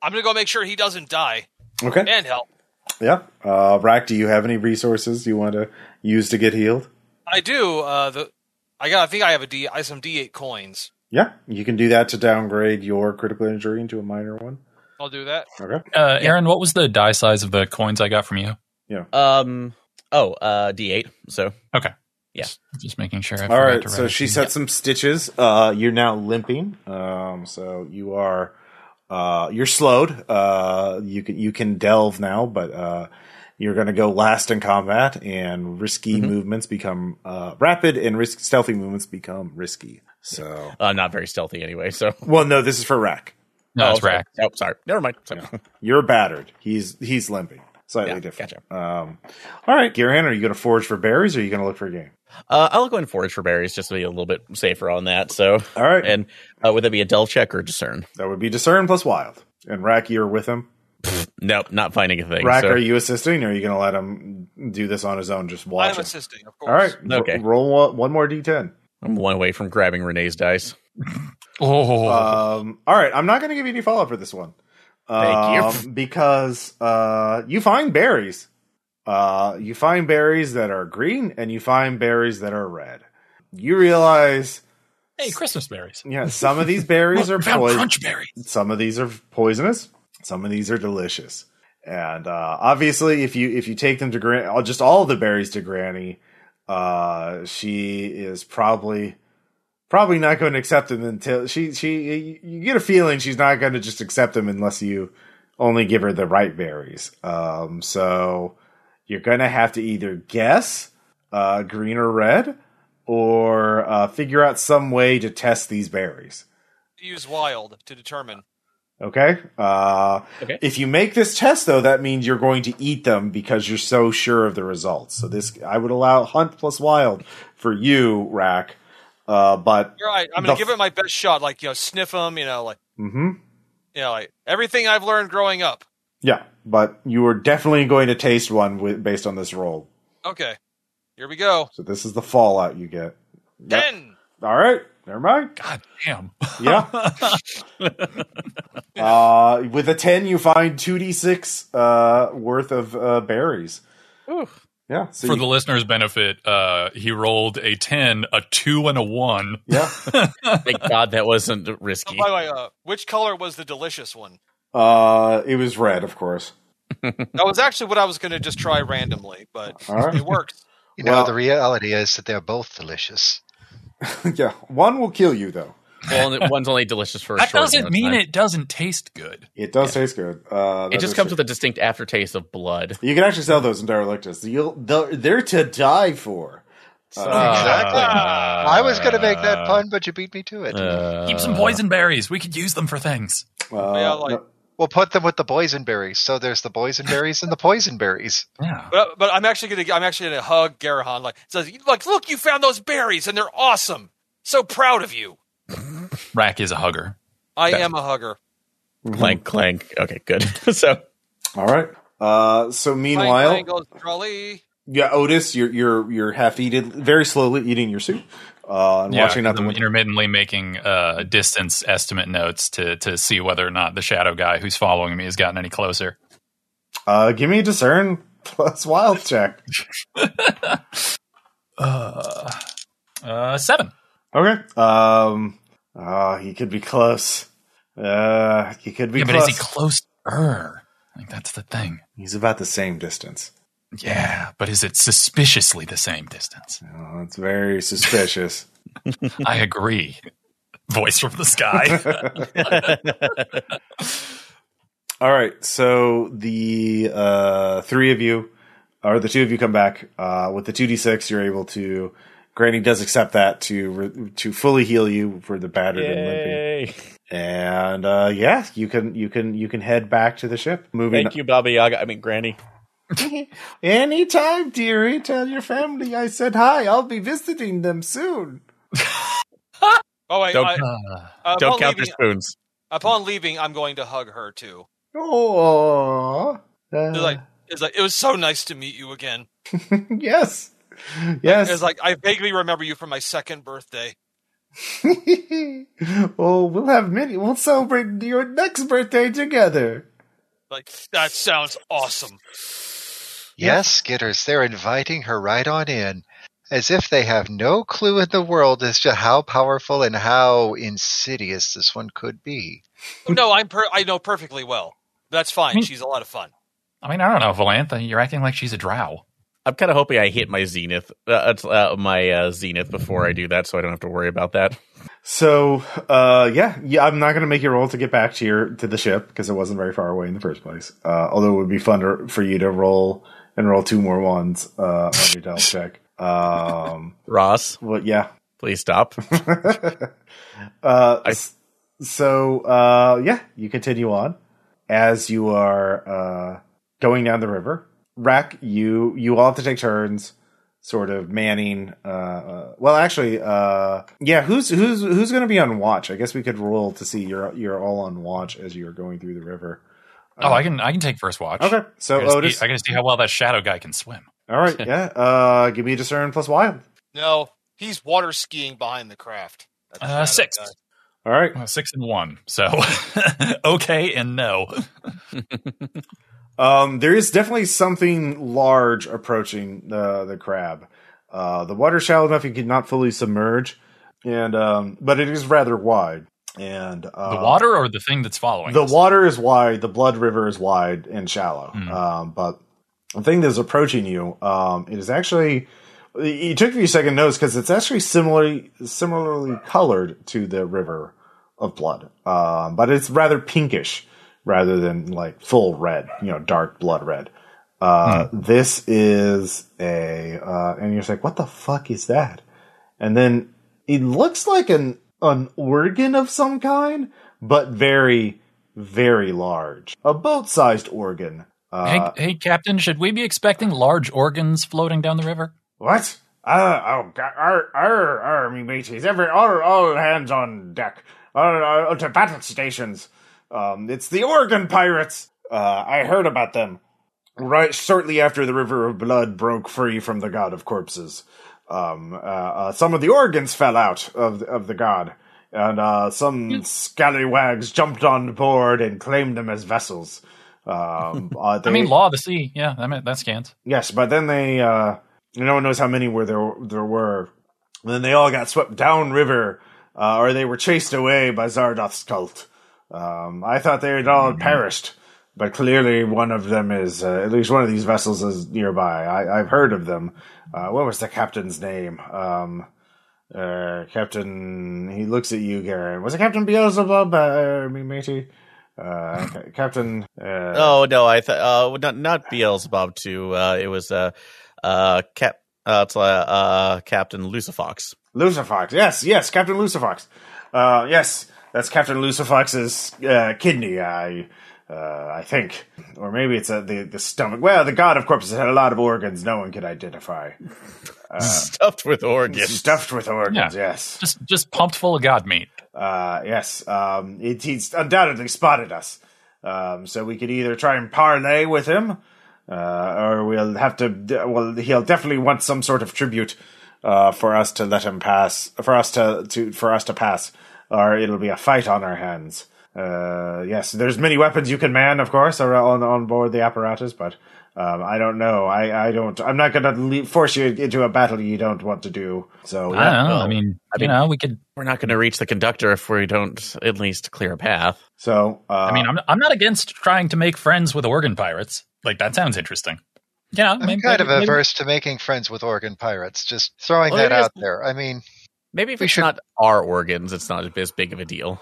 Speaker 4: I'm gonna go make sure he doesn't die
Speaker 1: yeah. Okay.
Speaker 4: and help.
Speaker 1: Yeah. Uh, Rack, do you have any resources you want to use to get healed?
Speaker 4: I do. Uh, the I got. I think I have a D. I have some D8 coins.
Speaker 1: Yeah, you can do that to downgrade your critical injury into a minor one.
Speaker 4: I'll do that.
Speaker 1: Okay.
Speaker 3: Uh, Aaron, what was the die size of the coins I got from you?
Speaker 2: Um. Oh, uh, D8. So
Speaker 3: Just making sure. I
Speaker 1: All
Speaker 3: forgot
Speaker 1: right.
Speaker 3: to
Speaker 1: So
Speaker 3: write
Speaker 1: she
Speaker 3: it.
Speaker 1: set some stitches. Uh, you're now limping. Um, so you are, uh, you're slowed. Uh, you can you can delve now, but uh, you're going to go last in combat, and risky
Speaker 3: Mm-hmm.
Speaker 2: Mhm.
Speaker 1: movements become uh, rapid, and risk stealthy movements become risky. So,
Speaker 2: I'm uh, not very stealthy anyway. So
Speaker 1: well, no, this is for Rack.
Speaker 3: No, it's
Speaker 2: oh, sorry.
Speaker 3: rack.
Speaker 2: Oh, sorry. Never mind. Sorry.
Speaker 1: You're battered. He's he's limping. Slightly
Speaker 2: Yeah,
Speaker 1: different. Um, all right, Girahan, are you going to forge for berries, or are you going to look for a game?
Speaker 2: Uh, I'll go and forage for berries just to be a little bit safer on that. So,
Speaker 1: All right,
Speaker 2: and uh, would that be a delve check or discern?
Speaker 1: that would be discern plus wild. And Rack, you're with him.
Speaker 2: Nope, not finding a thing.
Speaker 1: Rack,
Speaker 2: so-
Speaker 1: are you assisting, or are you going to let him do this on his own? Just watch.
Speaker 4: I'm
Speaker 1: him?
Speaker 4: assisting, of course.
Speaker 1: All right.
Speaker 2: Okay.
Speaker 1: R- roll one, one more d10.
Speaker 2: I'm one away from grabbing Renee's dice.
Speaker 3: Oh,
Speaker 1: Um, all right. I'm not going to give you any follow up for this one.
Speaker 2: Thank
Speaker 1: you. Because uh, you find berries. Uh, you find berries that are green, and you find berries that are red. You realize,
Speaker 3: hey, Christmas berries.
Speaker 1: yeah, some of these berries are
Speaker 3: Look, found
Speaker 1: poison.
Speaker 3: crunch berries.
Speaker 1: some of these are poisonous some of these are delicious and uh, obviously if you if you take them to granny just all the berries to granny uh, she is probably probably not going to accept them until she she you get a feeling she's not going to just accept them unless you only give her the right berries um, so you're going to have to either guess uh, green or red or uh, figure out some way to test these berries
Speaker 4: Use wild to determine.
Speaker 1: Okay. Uh,
Speaker 2: Okay.
Speaker 1: If you make this test, though, that means you're going to eat them because you're so sure of the results. So this, I would allow hunt plus wild for you, Rack. Uh, but
Speaker 4: You're right. I'm gonna
Speaker 1: The-
Speaker 4: give it my best shot. Like you know, sniff them. You know, like
Speaker 1: hmm
Speaker 4: you know, like everything I've learned growing up.
Speaker 1: yeah, but you are definitely going to taste one with, based on this roll.
Speaker 4: Okay. Here we go.
Speaker 1: So this is the fallout you get. Yep.
Speaker 4: Ten.
Speaker 1: All right. Never mind.
Speaker 3: God damn.
Speaker 1: Yeah. uh, with a 10, you find 2d6 uh, worth of uh, berries. Yeah. So
Speaker 3: For
Speaker 1: you-
Speaker 3: the listener's benefit, uh, he rolled a 10, a 2, and a 1.
Speaker 1: yeah.
Speaker 2: Thank God that wasn't
Speaker 4: Oh,
Speaker 2: risky.
Speaker 4: by the way, uh, which color was the delicious one?
Speaker 1: Uh, it was red, of course.
Speaker 4: That was actually what I was going to just try randomly, but
Speaker 1: All right.
Speaker 4: it worked.
Speaker 5: You know,
Speaker 1: Well-
Speaker 5: the reality is that they're both delicious.
Speaker 1: yeah. One will kill you, though.
Speaker 2: Well, and one's only delicious for a
Speaker 3: That
Speaker 2: short
Speaker 3: doesn't
Speaker 2: amount of
Speaker 3: mean
Speaker 2: time.
Speaker 3: it doesn't taste good.
Speaker 1: It does taste good. Uh,
Speaker 2: It just comes with a distinct aftertaste of blood.
Speaker 1: You can actually sell those in Derelictus. You'll, they're, they're to die for.
Speaker 5: Exactly.
Speaker 3: Uh,
Speaker 5: I was going to make that pun, but you beat me to it.
Speaker 2: Uh,
Speaker 3: Keep some poison berries. We could use them for things.
Speaker 1: Uh,
Speaker 4: Yeah, like-
Speaker 1: no-
Speaker 5: We'll put them with the boysenberries. So there's the boysenberries and the poisonberries.
Speaker 3: Yeah.
Speaker 4: But, but I'm actually going to I'm actually going to hug Garahan like says like look you found those berries and they're awesome. So proud of you.
Speaker 3: Rack is a hugger.
Speaker 4: I
Speaker 3: That-
Speaker 4: am a hugger.
Speaker 2: Clank, clank. Okay, good. so
Speaker 1: mm-hmm. All right. Uh, so meanwhile,
Speaker 4: Clang, clang goes the trolley.
Speaker 1: yeah, Otis, you're you're you're half eaten, very slowly eating your soup, uh, and
Speaker 3: Yeah,
Speaker 1: watching out the
Speaker 3: I'm
Speaker 1: window.
Speaker 3: intermittently making uh, distance estimate notes to to see whether or not the shadow guy who's following me has gotten any closer.
Speaker 1: Uh, give me a discern plus wild check.
Speaker 3: Uh, uh, seven.
Speaker 1: Okay. Um. Ah, he could be close. Uh, he could be
Speaker 3: Yeah, but
Speaker 1: close.
Speaker 3: is he closer? Like that's the thing.
Speaker 1: He's about the same distance.
Speaker 3: Yeah, but is it suspiciously the same distance?
Speaker 1: Oh, that's very suspicious.
Speaker 3: I agree. Voice from the sky.
Speaker 1: All right. So the uh, three of you, or the two of you, come back uh, with the two d six. You're able to. Granny does accept that to re- to fully heal you for the battered and limping.
Speaker 2: Yay.
Speaker 1: And uh, yeah, you can you can you can head back to the ship. Moving.
Speaker 2: Thank you, Baba Yaga. I mean, Granny.
Speaker 5: Uh,
Speaker 1: Anytime, dearie. Tell your family I said hi. I'll be visiting them soon.
Speaker 4: Oh wait,
Speaker 2: Don't-
Speaker 4: I,
Speaker 3: Uh,
Speaker 4: uh,
Speaker 2: Don't
Speaker 4: upon,
Speaker 2: count your
Speaker 4: leaving,
Speaker 2: spoons.
Speaker 4: upon leaving, I'm going to hug her too.
Speaker 1: Oh,
Speaker 4: It's like it's like it was so nice to meet you again.
Speaker 1: yes, yes.
Speaker 4: It's like I vaguely remember you from my second birthday.
Speaker 1: oh, we'll have many. We'll celebrate your next birthday together.
Speaker 4: Like that sounds awesome.
Speaker 5: Yes, Skitters, they're inviting her right on in, as if they have no clue in the world as to how powerful and how insidious this one could be.
Speaker 4: No, I'm per- I know perfectly well. That's fine.
Speaker 3: Hmm.
Speaker 4: She's a lot of fun.
Speaker 3: I mean, I don't know, Valantha. You're acting like she's a drow.
Speaker 2: I'm kind of hoping I hit my zenith, uh, uh, my uh, zenith before I do that, so I don't have to worry about that.
Speaker 1: So, uh, yeah, yeah. I'm not gonna make you roll to get back to your to the ship because it wasn't very far away in the first place. Uh, although it would be fun to, for you to roll and roll two more ones uh, on your dial check. Um,
Speaker 2: Ross,
Speaker 1: well, yeah,
Speaker 2: please stop.
Speaker 1: uh, s- so uh, yeah, you continue on as you are uh, going down the river. Rack, you you all have to take turns, sort of manning. Uh, uh, well, actually, uh, yeah. Who's who's who's going to be on watch? I guess we could roll to see you're you're all on watch as you're going through the river.
Speaker 3: Oh, I can I can take first watch.
Speaker 1: Uh, Okay, so
Speaker 3: I gotta,
Speaker 1: Otis,
Speaker 3: see, I gotta see how well that shadow guy can swim.
Speaker 1: all right, yeah. Uh, give me a discern plus wild.
Speaker 4: No, he's water skiing behind the craft. That's
Speaker 3: Uh,
Speaker 4: not a
Speaker 3: six.
Speaker 4: guy.
Speaker 1: All right,
Speaker 3: Uh, Six and one. So okay and no.
Speaker 1: Um, there is definitely something large approaching the the crab. Uh, the water's shallow enough you cannot fully submerge, and um, but it is rather wide. And uh,
Speaker 3: The water or the thing that's following?
Speaker 1: the
Speaker 3: us?
Speaker 1: water is wide. The blood river is wide and shallow.
Speaker 3: Hmm.
Speaker 1: Um, but the thing that's approaching you, um, it is actually. It took me a second to notice because it's actually similarly similarly colored to the river of blood, um, but it's rather pinkish rather than like full red, you know, dark blood red. Uh, This is a, uh, and you're just like, what the fuck is that? and then it looks like an an organ of some kind, but very very large, a boat sized organ. Uh,
Speaker 3: hey, hey, Captain, should we be expecting large organs floating down the river?
Speaker 1: What? Uh, oh, God, arr, arr, arr, er, me mateys, every, all, all hands on deck, uh, uh, to battle stations. Um, it's the Oregon pirates. Uh, I heard about them. right shortly after the river of blood broke free from the god of corpses um, uh, uh, some of the organs fell out of of the god and uh, some scallywags jumped on board and claimed them as vessels um, uh,
Speaker 3: I
Speaker 1: they-
Speaker 3: mean, Law of the Sea. Yeah, I mean, that scans.
Speaker 1: Yes, but then they uh no one knows how many were there there were. And then they all got swept downriver, uh, or they were chased away by Zardoth's cult. Um, I thought they had all perished, but clearly one of them is uh, at least one of these vessels is nearby. I, I've heard of them. Uh, what was the captain's name? Um, uh, Captain. He looks at you, Garen. Was it Captain Beelzebub? Uh, I mean, matey. Uh, Ca- Captain. Uh,
Speaker 2: Oh no, I thought uh, not not Beelzebub too. Uh, it was uh, uh, Cap. Uh, it's, uh, uh, Captain Lucifox.
Speaker 1: Lucifox. Yes, yes, Captain Lucifox. Uh, yes, that's Captain Lucifox's uh, kidney. I, uh, I think, or maybe it's uh the the stomach. Well, the god of corpses had a lot of organs. No one could identify.
Speaker 2: stuffed with organs.
Speaker 1: Stuffed with organs. Yes.
Speaker 3: Just just pumped full of god meat.
Speaker 1: Uh, yes, um, it, he's undoubtedly spotted us. Um, so we could either try and parlay with him, uh, or we'll have to. Well, he'll definitely want some sort of tribute uh, for us to let him pass. For us to, to for us to pass, or it'll be a fight on our hands. Uh, yes, there's many weapons you can man, of course, ar- on on board the apparatus, but. Um, I don't know. I, I don't. I'm not going to le- force you into a battle you don't want to do. So
Speaker 3: I don't know. I
Speaker 2: well,
Speaker 3: mean,
Speaker 2: I
Speaker 3: you
Speaker 2: mean-
Speaker 3: know, we could.
Speaker 2: We're not going to reach the conductor if we don't at least clear a path.
Speaker 1: so uh,
Speaker 3: I mean, I'm I'm not against trying to make friends with organ pirates. Like that sounds interesting. Yeah,
Speaker 5: I'm kind of averse to making friends with organ pirates. Just throwing
Speaker 2: Well,
Speaker 5: that
Speaker 2: it is-
Speaker 5: out there. I mean,
Speaker 2: Maybe if
Speaker 5: We
Speaker 2: it's
Speaker 5: should-
Speaker 2: not our organs, it's not as big of a deal.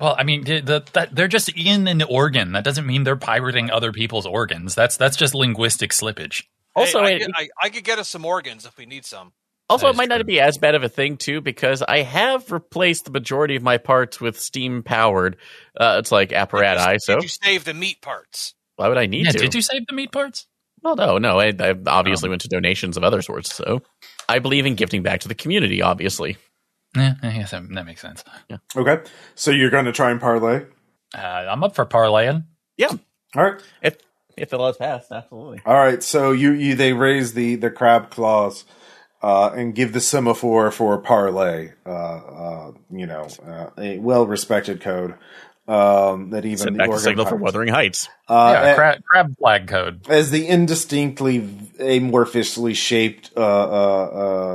Speaker 3: Well, I mean, the, the, that, they're just in an organ. That doesn't mean they're pirating other people's organs. That's that's just linguistic slippage.
Speaker 2: Also,
Speaker 4: Hey, I,
Speaker 2: it-
Speaker 4: could- I, I could get us some organs if we need some.
Speaker 2: Also, it
Speaker 3: That is
Speaker 2: might
Speaker 3: true.
Speaker 2: not be as bad of a thing too, because I have replaced the majority of my parts with steam powered. Uh, it's like apparati. So
Speaker 4: Did you save the meat parts?
Speaker 2: why would I need
Speaker 3: yeah,
Speaker 2: to?
Speaker 3: did you save the meat parts?
Speaker 2: Well, no, no. I, I obviously went to donations of other sorts. So I believe in gifting back to the community. Obviously,
Speaker 3: Yeah, I guess that, that makes sense.
Speaker 1: okay. So you're going to try and parlay.
Speaker 3: Uh, I'm up for parlaying.
Speaker 1: All right.
Speaker 2: if if it lets pass, absolutely.
Speaker 1: All right, so you, you they raise the the crab claws uh, and give the semaphore for parlay. Uh, uh, you know, uh, a well respected code um, that even
Speaker 2: Send back the
Speaker 1: organ
Speaker 2: signal for
Speaker 1: pirates-
Speaker 2: Wuthering Heights.
Speaker 1: Uh,
Speaker 3: yeah,
Speaker 1: a-
Speaker 3: crab, crab flag code.
Speaker 1: as the indistinctly amorphously shaped uh, uh,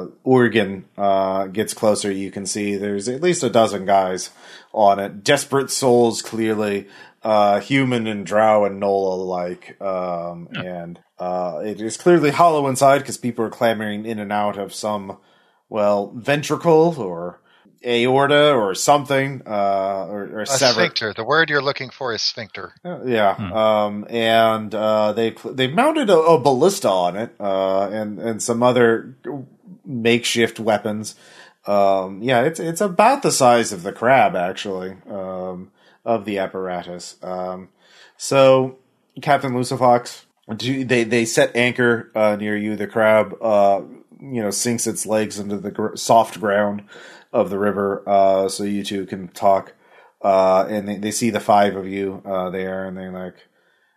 Speaker 1: uh, organ uh, gets closer, you can see there's at least a dozen guys on it. Desperate souls, clearly, uh, human and drow and Nola alike. Um, And uh, it is clearly hollow inside because people are clamoring in and out of some, well, ventricle or aorta or something, uh, or, or
Speaker 5: a
Speaker 1: severed.
Speaker 5: sphincter. The word you're looking for is sphincter.
Speaker 1: Uh, Yeah, um, and uh, they they mounted a, a ballista on it, uh, and and some other makeshift weapons. Um, yeah, it's it's about the size of the crab actually um, of the apparatus. Um, so Captain Lucifox, do, they they set anchor uh, near you. The crab, uh, you know, sinks its legs into the gr- soft ground of the river, uh, so you two can talk uh, and they, they see the five of you uh, there, and they're like,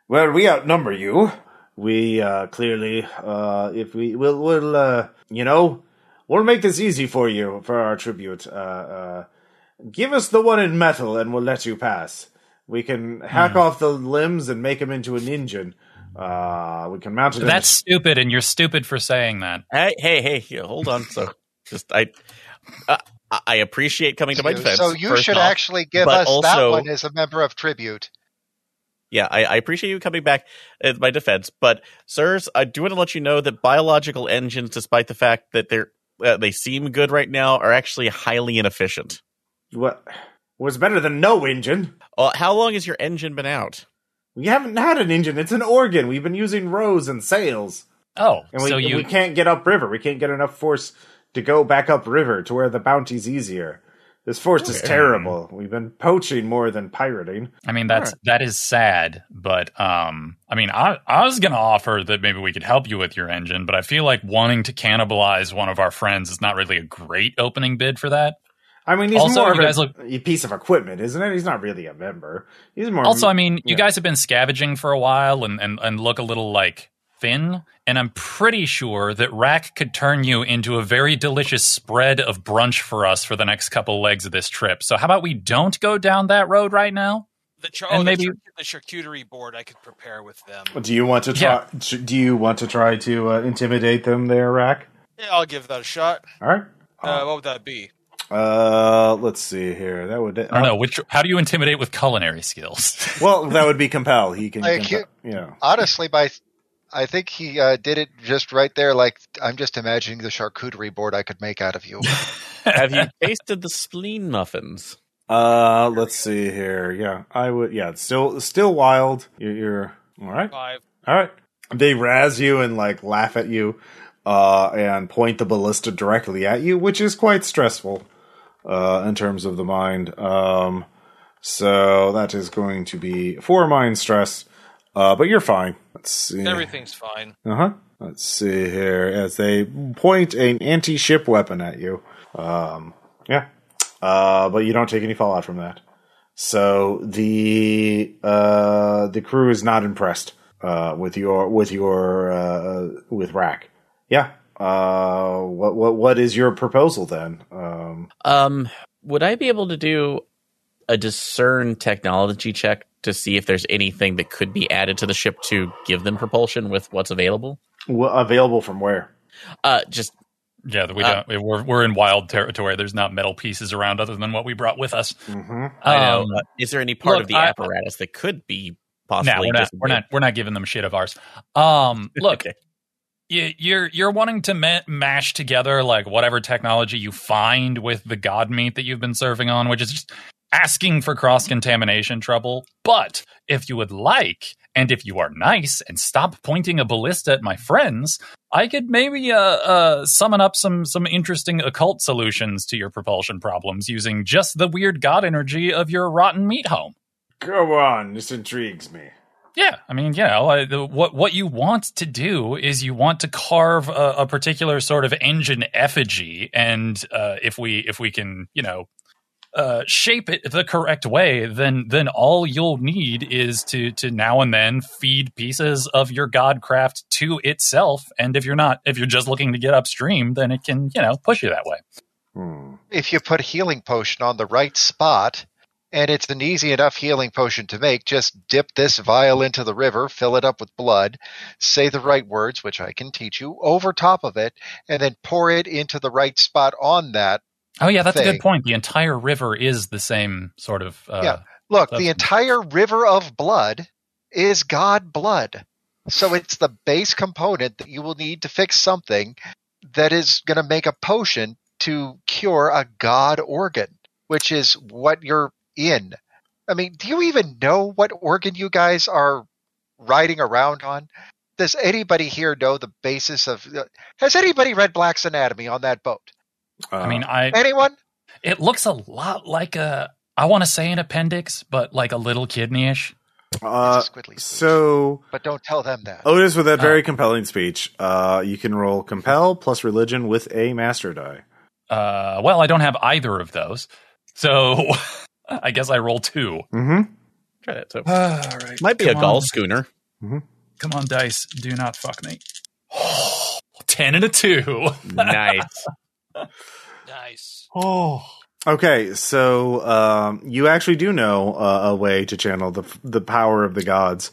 Speaker 1: "Well, we outnumber you. We uh, clearly, uh, if we will, we'll, uh, you know, we'll make this easy for you for our tribute. Uh, uh, give us the one in metal, and we'll let you pass. We can hack off the limbs and make him into an engine. Uh, we can mount it. in a
Speaker 3: That's stupid, and you're stupid for saying that.
Speaker 2: Hey, hey, hey! Here, hold on. So, just I, uh, I appreciate coming to my defense.
Speaker 5: So you
Speaker 2: first
Speaker 5: should
Speaker 2: off.
Speaker 5: actually give
Speaker 2: but
Speaker 5: us that
Speaker 2: also-
Speaker 5: one as a member of tribute.
Speaker 2: Yeah, I, I appreciate you coming back at my defense, but sirs, I do want to let you know that biological engines, despite the fact that they're uh, they seem good right now, are actually highly inefficient.
Speaker 1: what was better than no engine?
Speaker 2: Uh, how long has your engine been out?
Speaker 1: We haven't had an engine. It's an organ. We've been using rows and sails."
Speaker 3: Oh,
Speaker 1: And we,
Speaker 3: so
Speaker 1: and
Speaker 3: you
Speaker 1: we can't get upriver. We can't get enough force to go back upriver to where the bounty's easier. This force is terrible. We've been poaching more than pirating.
Speaker 3: I mean that's that is sad, but um I mean I I was gonna offer that maybe we could help you with your engine, but I feel like wanting to cannibalize one of our friends is not really a great opening bid for that.
Speaker 1: I mean, he's
Speaker 3: Also,
Speaker 1: more of
Speaker 3: you
Speaker 1: a
Speaker 3: guys look-
Speaker 1: a piece of equipment, isn't it? He's not really a member. He's more.
Speaker 3: Also, I mean, you
Speaker 1: Yeah.
Speaker 3: guys have been scavenging for a while and, and, and look a little like thin, and I'm pretty sure that Rack could turn you into a very delicious spread of brunch for us for the next couple legs of this trip. So how about we don't go down that road right now?
Speaker 4: The, char-
Speaker 3: And
Speaker 4: oh,
Speaker 3: maybe-
Speaker 4: the, char- the charcuterie board I could prepare with them.
Speaker 1: do you want to try? Do you want to try to uh, intimidate them there, Rack?
Speaker 4: Yeah, I'll give that a shot.
Speaker 1: All right.
Speaker 4: Uh, what would that be?
Speaker 1: Uh, let's see here. That would.
Speaker 3: I don't know which. How do you intimidate with culinary skills?
Speaker 1: Well, that would be compel. He can.
Speaker 5: Like
Speaker 1: compel-
Speaker 5: you-
Speaker 1: yeah.
Speaker 5: Honestly, by I think he uh, did it just right there. Like I'm just imagining the charcuterie board I could make out of you.
Speaker 2: Have you tasted the spleen muffins?
Speaker 1: Uh, let's see here. Yeah, I would. Yeah, it's still, still wild. You're, you're all right.
Speaker 4: Five.
Speaker 1: All right. They razz you and like laugh at you, uh, and point the ballista directly at you, which is quite stressful, uh, in terms of the mind. Um, so that is going to be four mind stress. Uh, but you're fine. Let's see.
Speaker 4: Everything's fine.
Speaker 1: Uh huh. Let's see here as they point an anti ship weapon at you. Um, yeah. Uh, but you don't take any fallout from that. So the uh, the crew is not impressed uh, with your with your uh, with Rack. Yeah. Uh, what what what is your proposal then? Um,
Speaker 2: Um, would I be able to do a discern technology check to see if there's anything that could be added to the ship to give them propulsion with what's available?
Speaker 1: wha- available from where?
Speaker 2: Uh, just
Speaker 3: yeah, that we
Speaker 2: Uh,
Speaker 3: don't. We're we're in wild territory. There's not metal pieces around other than what we brought with us.
Speaker 1: hmm
Speaker 2: I know.
Speaker 3: Um,
Speaker 2: uh, is there any part
Speaker 3: look,
Speaker 2: of the
Speaker 3: I-
Speaker 2: apparatus that could be
Speaker 3: No,
Speaker 2: possibly?
Speaker 3: Um, we're not.
Speaker 2: just-
Speaker 3: We're not. We're not giving them shit of ours. Um, look,
Speaker 2: Okay.
Speaker 3: y- you're you're wanting to ma- mash together like whatever technology you find with the god meat that you've been serving on, which is just asking for cross contamination trouble. But if you would like, and if you are nice and stop pointing a ballista at my friends, I could maybe uh, uh, summon up some some interesting occult solutions to your propulsion problems using just the weird god energy of your rotten meat home.
Speaker 1: Go on. This intrigues me.
Speaker 3: Yeah, I mean, you know, I, the, what what you want to do is you want to carve a, a particular sort of engine effigy, and uh, if we if we can, you know, uh, shape it the correct way, then then all you'll need is to to now and then feed pieces of your godcraft to itself, and if you're not if you're just looking to get upstream, then it can you know push you that way.
Speaker 1: Hmm.
Speaker 5: if you put healing potion on the right spot, and it's an easy enough healing potion to make, just dip this vial into the river, fill it up with blood, say the right words, which I can teach you, over top of it, and then pour it into the right spot on that
Speaker 3: Oh yeah, that's a
Speaker 5: Thing.
Speaker 3: good point. The entire river is the same sort of uh,
Speaker 5: Yeah. Look,
Speaker 3: That's-
Speaker 5: the entire river of blood is God blood. So it's the base component that you will need to fix something that is going to make a potion to cure a God organ, which is what you're in. I mean, do you even know what organ you guys are riding around on? Does anybody here know the basis of. uh, Has anybody read Black's Anatomy on that boat?
Speaker 3: I mean, I
Speaker 1: Uh,
Speaker 5: Anyone?
Speaker 3: It looks a lot like a I want to say an appendix, but like a little kidney-ish.
Speaker 1: uh,
Speaker 5: It's a squiddly squeeze,
Speaker 1: so.
Speaker 5: but don't tell them that.
Speaker 1: Otis with that
Speaker 3: Uh.
Speaker 1: very compelling speech. Uh, you can roll compel plus religion with a master die.
Speaker 3: Uh, well, I don't have either of those, so I guess I roll two.
Speaker 1: Mm-hmm.
Speaker 2: Try that. So,
Speaker 3: All right,
Speaker 2: might be a gull schooner.
Speaker 3: Come on, dice, do not fuck me. Ten and a two.
Speaker 2: nice.
Speaker 4: Nice.
Speaker 3: Oh,
Speaker 1: Okay, so um, you actually do know uh, a way to channel the the power of the gods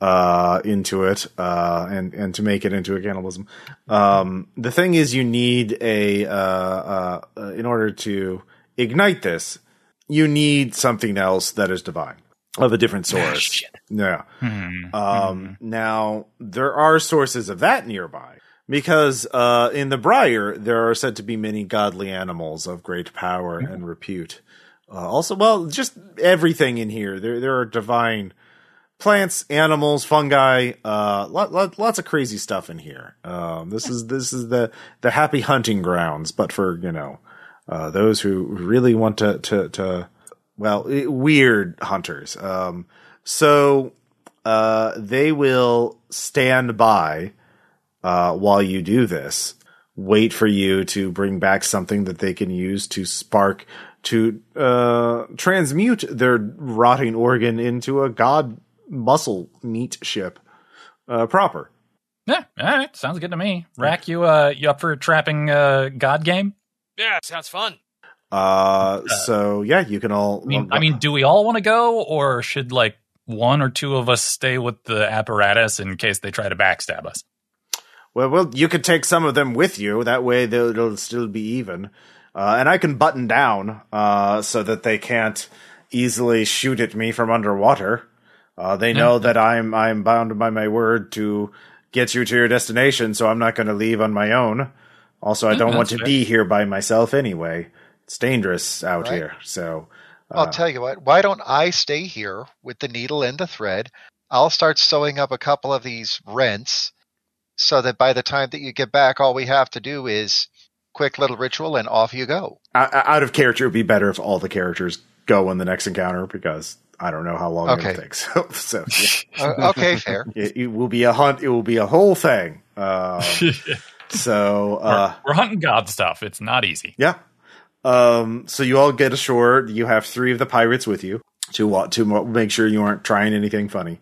Speaker 1: uh, into it, uh, and and to make it into a cannibalism. Um, the thing is, you need a uh, uh, uh, in order to ignite this, you need something else that is divine of a different source. Yeah.
Speaker 3: Hmm.
Speaker 1: Um, Now there are sources of that nearby because uh, in the Briar there are said to be many godly animals of great power and repute. Uh, also, well, just everything in here. There there are divine plants, animals, fungi, uh, lot, lot, lots of crazy stuff in here. Um, this is this is the the happy hunting grounds, but for you know uh, those who really want to to, to well i- weird hunters. Um, so uh, they will stand by uh, while you do this. Wait for you to bring back something that they can use to spark to uh, transmute their rotting organ into a god muscle meat ship uh, proper.
Speaker 3: Yeah, all right, sounds good to me. Rack, you uh, you up for a trapping uh, god game?
Speaker 4: Yeah, sounds fun.
Speaker 1: Uh, so yeah, you can all. uh,
Speaker 3: I mean, I mean, do we all want to go, or should like one or two of us stay with the apparatus in case they try to backstab us?
Speaker 1: well, well, you could take some of them with you. That way, they'll, it'll still be even. Uh, and I can button down uh, so that they can't easily shoot at me from underwater. Uh, they know that I'm I'm bound by my word to get you to your destination, so I'm not going to leave on my own. Also, I don't want
Speaker 3: that's
Speaker 1: to
Speaker 3: fair.
Speaker 1: be here by myself anyway. It's dangerous out
Speaker 5: Right.
Speaker 1: here. So
Speaker 5: I'll tell you what. Why don't I stay here with the needle and the thread? I'll start sewing up a couple of these rents, so that by the time that you get back, all we have to do is quick little ritual and off you go.
Speaker 1: o- o- uh, out of character, it would be better if all the characters go in the next encounter because I don't know how long
Speaker 5: Okay.
Speaker 1: it'll take. So, so yeah.
Speaker 5: Uh, okay, fair.
Speaker 1: It, it will be a hunt. It will be a whole thing. Um, so uh,
Speaker 3: we're, we're hunting god stuff. It's not easy.
Speaker 1: yeah. Um, so you all get ashore. You have three of the pirates with you to wa- to mo- make sure you aren't trying anything funny.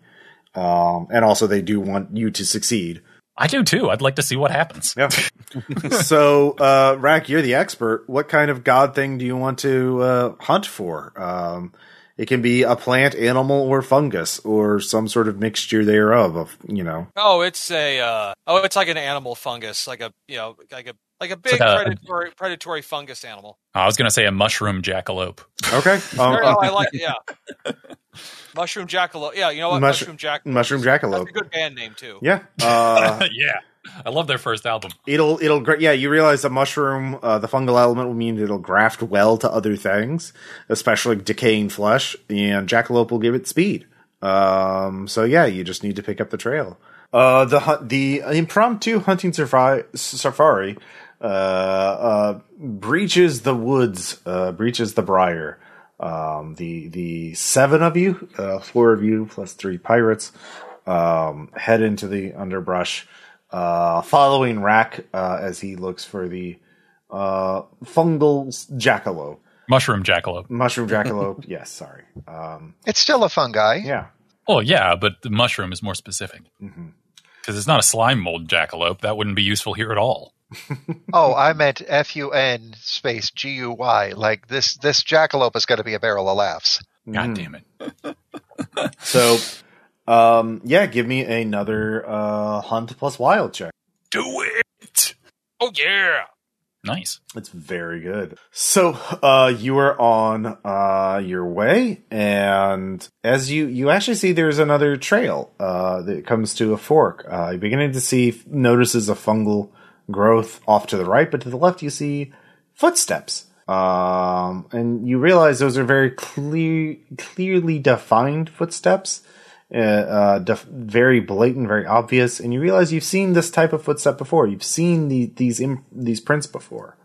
Speaker 1: Um, and also they do want you to succeed.
Speaker 3: I do too. I'd like to see what happens.
Speaker 1: Yeah. so uh, Rack, you're the expert. What kind of god thing do you want to uh, hunt for? Um, it can be a plant, animal, or fungus, or some sort of mixture thereof. Of you know,
Speaker 4: Oh, it's a uh, oh, it's like an animal fungus, like a you know, like a like a big
Speaker 3: like a-
Speaker 4: predatory predatory fungus animal.
Speaker 3: I was gonna say a mushroom jackalope.
Speaker 1: okay, um,
Speaker 4: Or, no, I like it. Yeah, mushroom jackalope. Yeah, you know what?
Speaker 1: Mushroom-
Speaker 4: mushroom jackalope.
Speaker 1: mushroom
Speaker 4: That's
Speaker 1: jackalope.
Speaker 4: a good band name too.
Speaker 1: Yeah. Uh,
Speaker 3: yeah, I love their first album.
Speaker 1: it'll it'll gra- yeah, you realize the mushroom, uh, the fungal element will mean it'll graft well to other things, especially decaying flesh, and jackalope will give it speed. Um, so yeah, you just need to pick up the trail. Uh, the hu- the impromptu hunting safari safari uh, uh, breaches the woods, uh, breaches the briar. Um, the the seven of you, uh, four of you plus three pirates, um, head into the underbrush, uh, following Rack uh, as he looks for the uh, fungal s- jackalope,
Speaker 3: Mushroom jackalope.
Speaker 1: mushroom jackalope. yes, sorry. Um,
Speaker 5: It's still a fungi.
Speaker 1: yeah,
Speaker 3: Oh yeah, but the mushroom is more specific
Speaker 1: Mhm.
Speaker 3: because it's not a slime mold jackalope. That wouldn't be useful here at all.
Speaker 5: Oh, I meant F U N space G U Y. Like this, this jackalope is going to be a barrel of laughs.
Speaker 3: God
Speaker 1: Mhm.
Speaker 3: damn it!
Speaker 1: So, um, yeah, give me another uh, hunt plus wild check.
Speaker 3: Do it.
Speaker 4: Oh yeah.
Speaker 3: Nice.
Speaker 1: It's very good. So uh, you are on uh, your way, and as you you actually see, there's another trail uh, that comes to a fork. Uh, you're beginning to see notices of fungal growth off to the right, but to the left you see footsteps, um, and you realize those are very clear, clearly defined footsteps. Uh, uh, def- very blatant, very obvious, and you realize you've seen this type of footstep before. You've seen the, these imp- these prints before.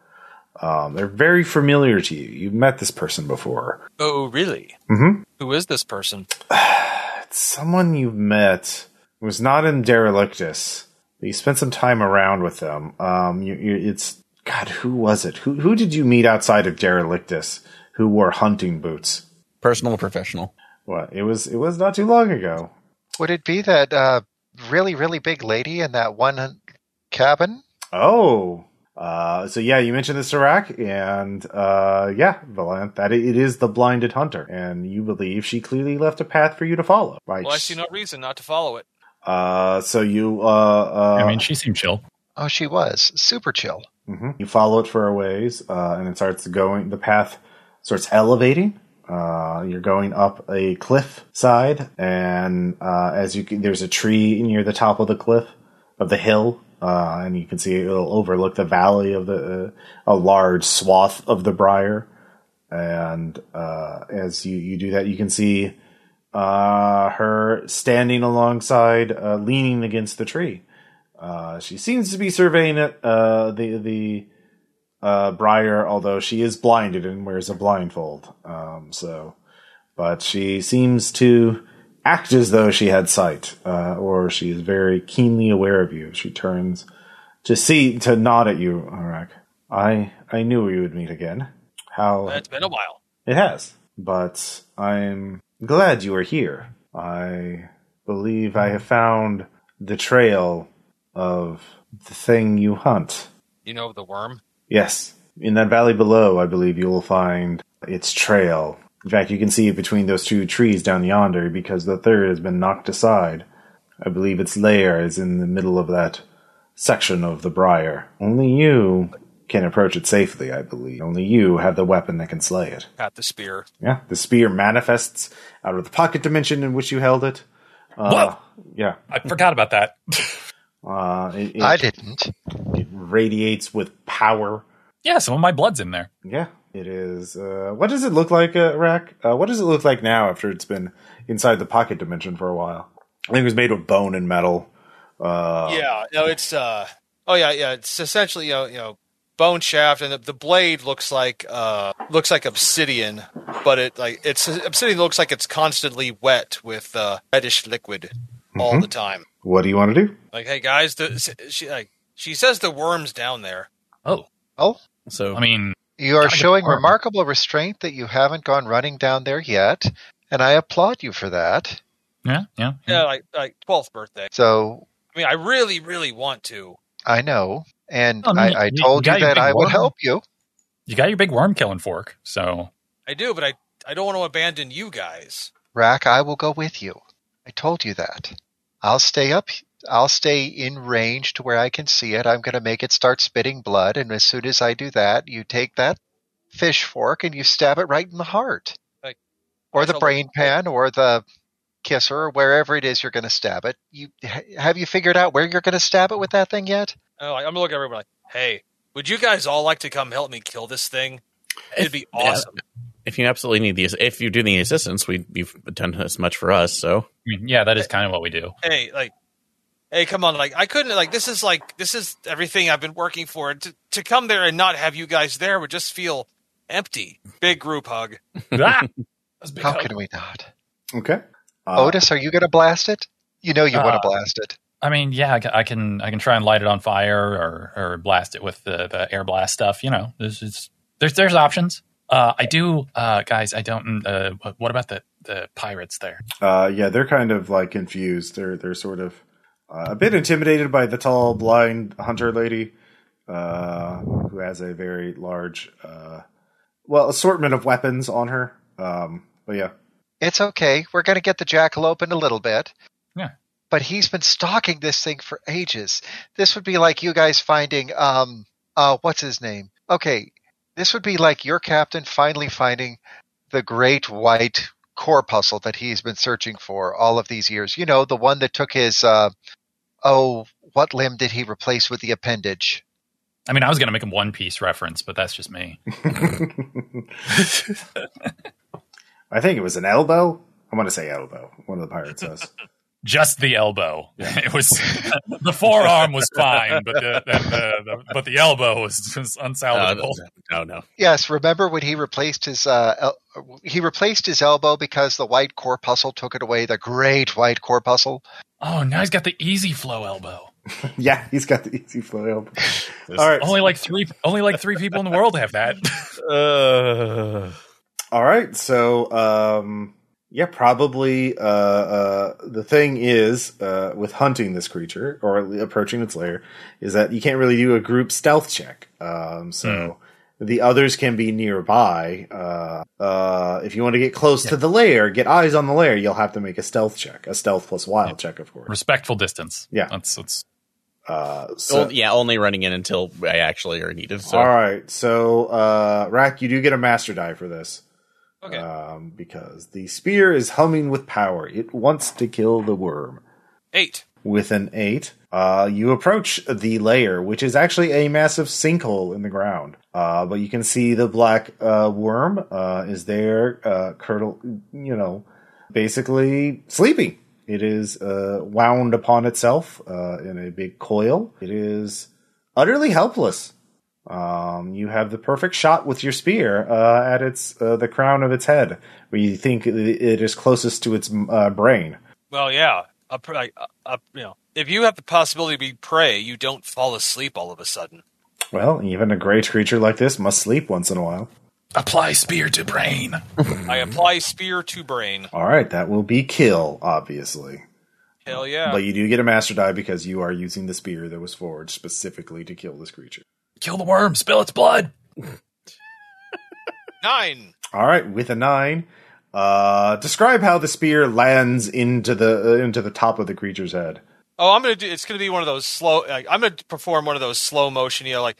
Speaker 1: Um, they're very familiar to you. You've met this person before.
Speaker 4: Oh really?
Speaker 1: Mhm.
Speaker 4: Who is this person?
Speaker 1: It's someone you've met who was not in Derelictus. But you spent some time around with them. Um, you, you, it's God. Who was it? Who who did you meet outside of Derelictus? Who wore hunting boots?
Speaker 2: Personal or professional?
Speaker 1: What? It was. It was not too long ago.
Speaker 5: Would it be that uh, really, really big lady in that one cabin?
Speaker 1: Oh. Uh, so yeah, you mentioned the Serac, and uh, yeah, Valant, that it is the blinded hunter, and you believe she clearly left a path for you to follow. Right?
Speaker 4: Well, I see no reason not to follow it.
Speaker 1: Uh, so you, uh, uh,
Speaker 3: I mean, she seemed chill.
Speaker 5: Oh, she was super chill.
Speaker 1: mhm. you follow it for a ways, uh, and it starts going. The path starts elevating. Uh, you're going up a cliff side, and uh, as you can, there's a tree near the top of the cliff of the hill, uh, and you can see it'll overlook the valley of the uh, a large swath of the briar. And uh, as you you do that, you can see uh, her standing alongside, uh, leaning against the tree. Uh, she seems to be surveying it, uh, the the uh, briar, although she is blinded and wears a blindfold. Um, so, but she seems to act as though she had sight, uh, or she is very keenly aware of you. She turns to see to nod at you, Arak. I I knew we would meet again. how
Speaker 4: It's been a while.
Speaker 1: it has. But I'm glad you are here. I believe I have found the trail of the thing you hunt.
Speaker 4: You know the worm.
Speaker 1: Yes. In that valley below, I believe you will find its trail. In fact, you can see it between those two trees down yonder because the third has been knocked aside. I believe its lair is in the middle of that section of the briar. Only you can approach it safely, I believe. Only you have the weapon that can slay it.
Speaker 4: Got the spear.
Speaker 1: Yeah, the spear manifests out of the pocket dimension in which you held it. Uh, yeah,
Speaker 3: I forgot about that.
Speaker 1: uh, it,
Speaker 5: I
Speaker 1: it,
Speaker 5: didn't.
Speaker 1: it radiates with power.
Speaker 3: yeah, some of my blood's in there.
Speaker 1: Yeah, it is. Uh, what does it look like, uh, Rack? Uh, what does it look like now after it's been inside the pocket dimension for a while? I think it was made of bone and metal. Uh,
Speaker 4: Yeah. No, it's uh. Oh yeah, yeah. It's essentially you know you know bone shaft, and the, the blade looks like uh looks like obsidian, but it like it's obsidian looks like it's constantly wet with uh, reddish liquid all the time.
Speaker 1: What do you want to do?
Speaker 4: Like, hey guys, the she like she says the worm's down there.
Speaker 3: Oh,
Speaker 5: Oh,
Speaker 2: So
Speaker 3: I mean,
Speaker 5: you are
Speaker 3: Gotta get
Speaker 5: showing
Speaker 3: armor.
Speaker 5: remarkable restraint that you haven't gone running down there yet, and I applaud you for that.
Speaker 3: yeah, yeah.
Speaker 4: Yeah, like like twelfth birthday.
Speaker 5: So
Speaker 4: I mean, I really, really want to.
Speaker 5: I know, and
Speaker 3: Oh, man,
Speaker 5: I, I
Speaker 3: you
Speaker 5: told you,
Speaker 3: got your
Speaker 5: that
Speaker 3: big
Speaker 5: I would
Speaker 3: worm.
Speaker 5: help you.
Speaker 3: You got your big worm killing fork, so
Speaker 4: I do, but I I don't want to abandon you guys.
Speaker 5: Rack, I will go with you. I told you that. I'll stay up. I'll stay in range to where I can see it. I'm going to make it start spitting blood, and as soon as I do that, you take that fish fork and you stab it right in the heart,
Speaker 4: Like-
Speaker 5: or the
Speaker 4: That's a-
Speaker 5: brain pan, or the kisser, or wherever it is you're going to stab it. You ha- have you figured out where you're going to stab it with that thing yet?
Speaker 4: And I'm like, I'm looking at everyone like, hey, would you guys all like to come help me kill this thing? It'd be awesome.
Speaker 2: if you absolutely need these, if you do need assistance, we you've done as much for us. So
Speaker 3: I mean, yeah, that is kind of what we do.
Speaker 4: Hey, like, hey, come on, like, I couldn't, like, this is like, this is everything I've been working for. To to come there and not have you guys there would just feel empty. Big group hug.
Speaker 3: ah! That's big
Speaker 5: How
Speaker 3: help.
Speaker 5: can we not?
Speaker 1: Okay. Uh,
Speaker 5: Otis, are you going to blast it? You know you want
Speaker 3: Uh,
Speaker 5: to blast it.
Speaker 3: I mean, yeah, I ca- I can I can try and light it on fire or or blast it with the, the air blast stuff. You know, there's it's, there's there's options. Uh, I do, uh, guys. I don't. Uh, wh- what about the the pirates there?
Speaker 1: Uh, yeah, they're kind of like confused. They're they're sort of uh, a bit intimidated by the tall blind hunter lady, uh, who has a very large, uh, well, assortment of weapons on her. Um, but yeah,
Speaker 5: It's okay. We're going to get the jackal open a little bit.
Speaker 3: Yeah.
Speaker 5: But he's been stalking this thing for ages. This would be like you guys finding um uh what's his name? Okay. This would be like your captain finally finding the great white corpuscle that he's been searching for all of these years. You know, the one that took his uh oh, what limb did he replace with the appendage?
Speaker 3: I mean, I was gonna make a One Piece reference, but that's just me.
Speaker 1: I think it was an elbow. I want to say elbow. One of the pirates says.
Speaker 3: Just the elbow. It was the forearm was fine, but the, the, the, the but the elbow was, was
Speaker 2: uh,
Speaker 3: unsalvageable.
Speaker 2: no, no,
Speaker 5: Yes, remember when he replaced his uh, el- he replaced his elbow because the white corpuscle took it away, the great white corpuscle.
Speaker 3: Oh, now he's got the easy flow elbow.
Speaker 1: yeah, he's got the easy flow elbow. All right,
Speaker 3: Only like three. Only like three people in the world have that.
Speaker 2: Uh,
Speaker 1: All right, so um, yeah, probably uh, uh, the thing is uh, with hunting this creature or at le- approaching its lair is that you can't really do a group stealth check. Um, so
Speaker 2: Hmm.
Speaker 1: the others can be nearby. Uh, uh, if you want to get close to the lair, get eyes on the lair, you'll have to make a stealth check, a stealth plus wild check, of course.
Speaker 3: Respectful distance.
Speaker 1: Yeah.
Speaker 3: that's that's
Speaker 1: Uh, so,
Speaker 2: Well, yeah, only running in until I actually are needed. So
Speaker 1: all right, so uh, Rack, you do get a master die for this.
Speaker 4: Okay.
Speaker 1: Um, because the spear is humming with power. It wants to kill the worm.
Speaker 4: Eight.
Speaker 1: With an eight, uh, you approach the layer, which is actually a massive sinkhole in the ground. Uh, but you can see the black uh, worm uh, is there, uh, curdle, you know, basically sleeping. It is uh, wound upon itself uh, in a big coil. It is utterly helpless. Um, you have the perfect shot with your spear uh, at its uh, the crown of its head, where you think it it is closest to its uh, brain.
Speaker 4: Well, yeah. A, pr- like, a, a, you know, if you have the possibility to be prey, you don't fall asleep all of a sudden.
Speaker 1: Well, even a great creature like this must sleep once in a while.
Speaker 3: Apply spear to brain.
Speaker 4: I apply spear to brain.
Speaker 1: All right, that will be kill, obviously.
Speaker 4: Hell yeah.
Speaker 1: But you do get a master die because you are using the spear that was forged specifically to kill this creature.
Speaker 3: Kill the worm. Spill its blood.
Speaker 4: Nine.
Speaker 1: All right, with a nine, uh, describe how the spear lands into the uh, into the top of the creature's head.
Speaker 4: Oh, I'm gonna do. It's gonna be one of those slow. Like, I'm gonna perform one of those slow motion. You know, like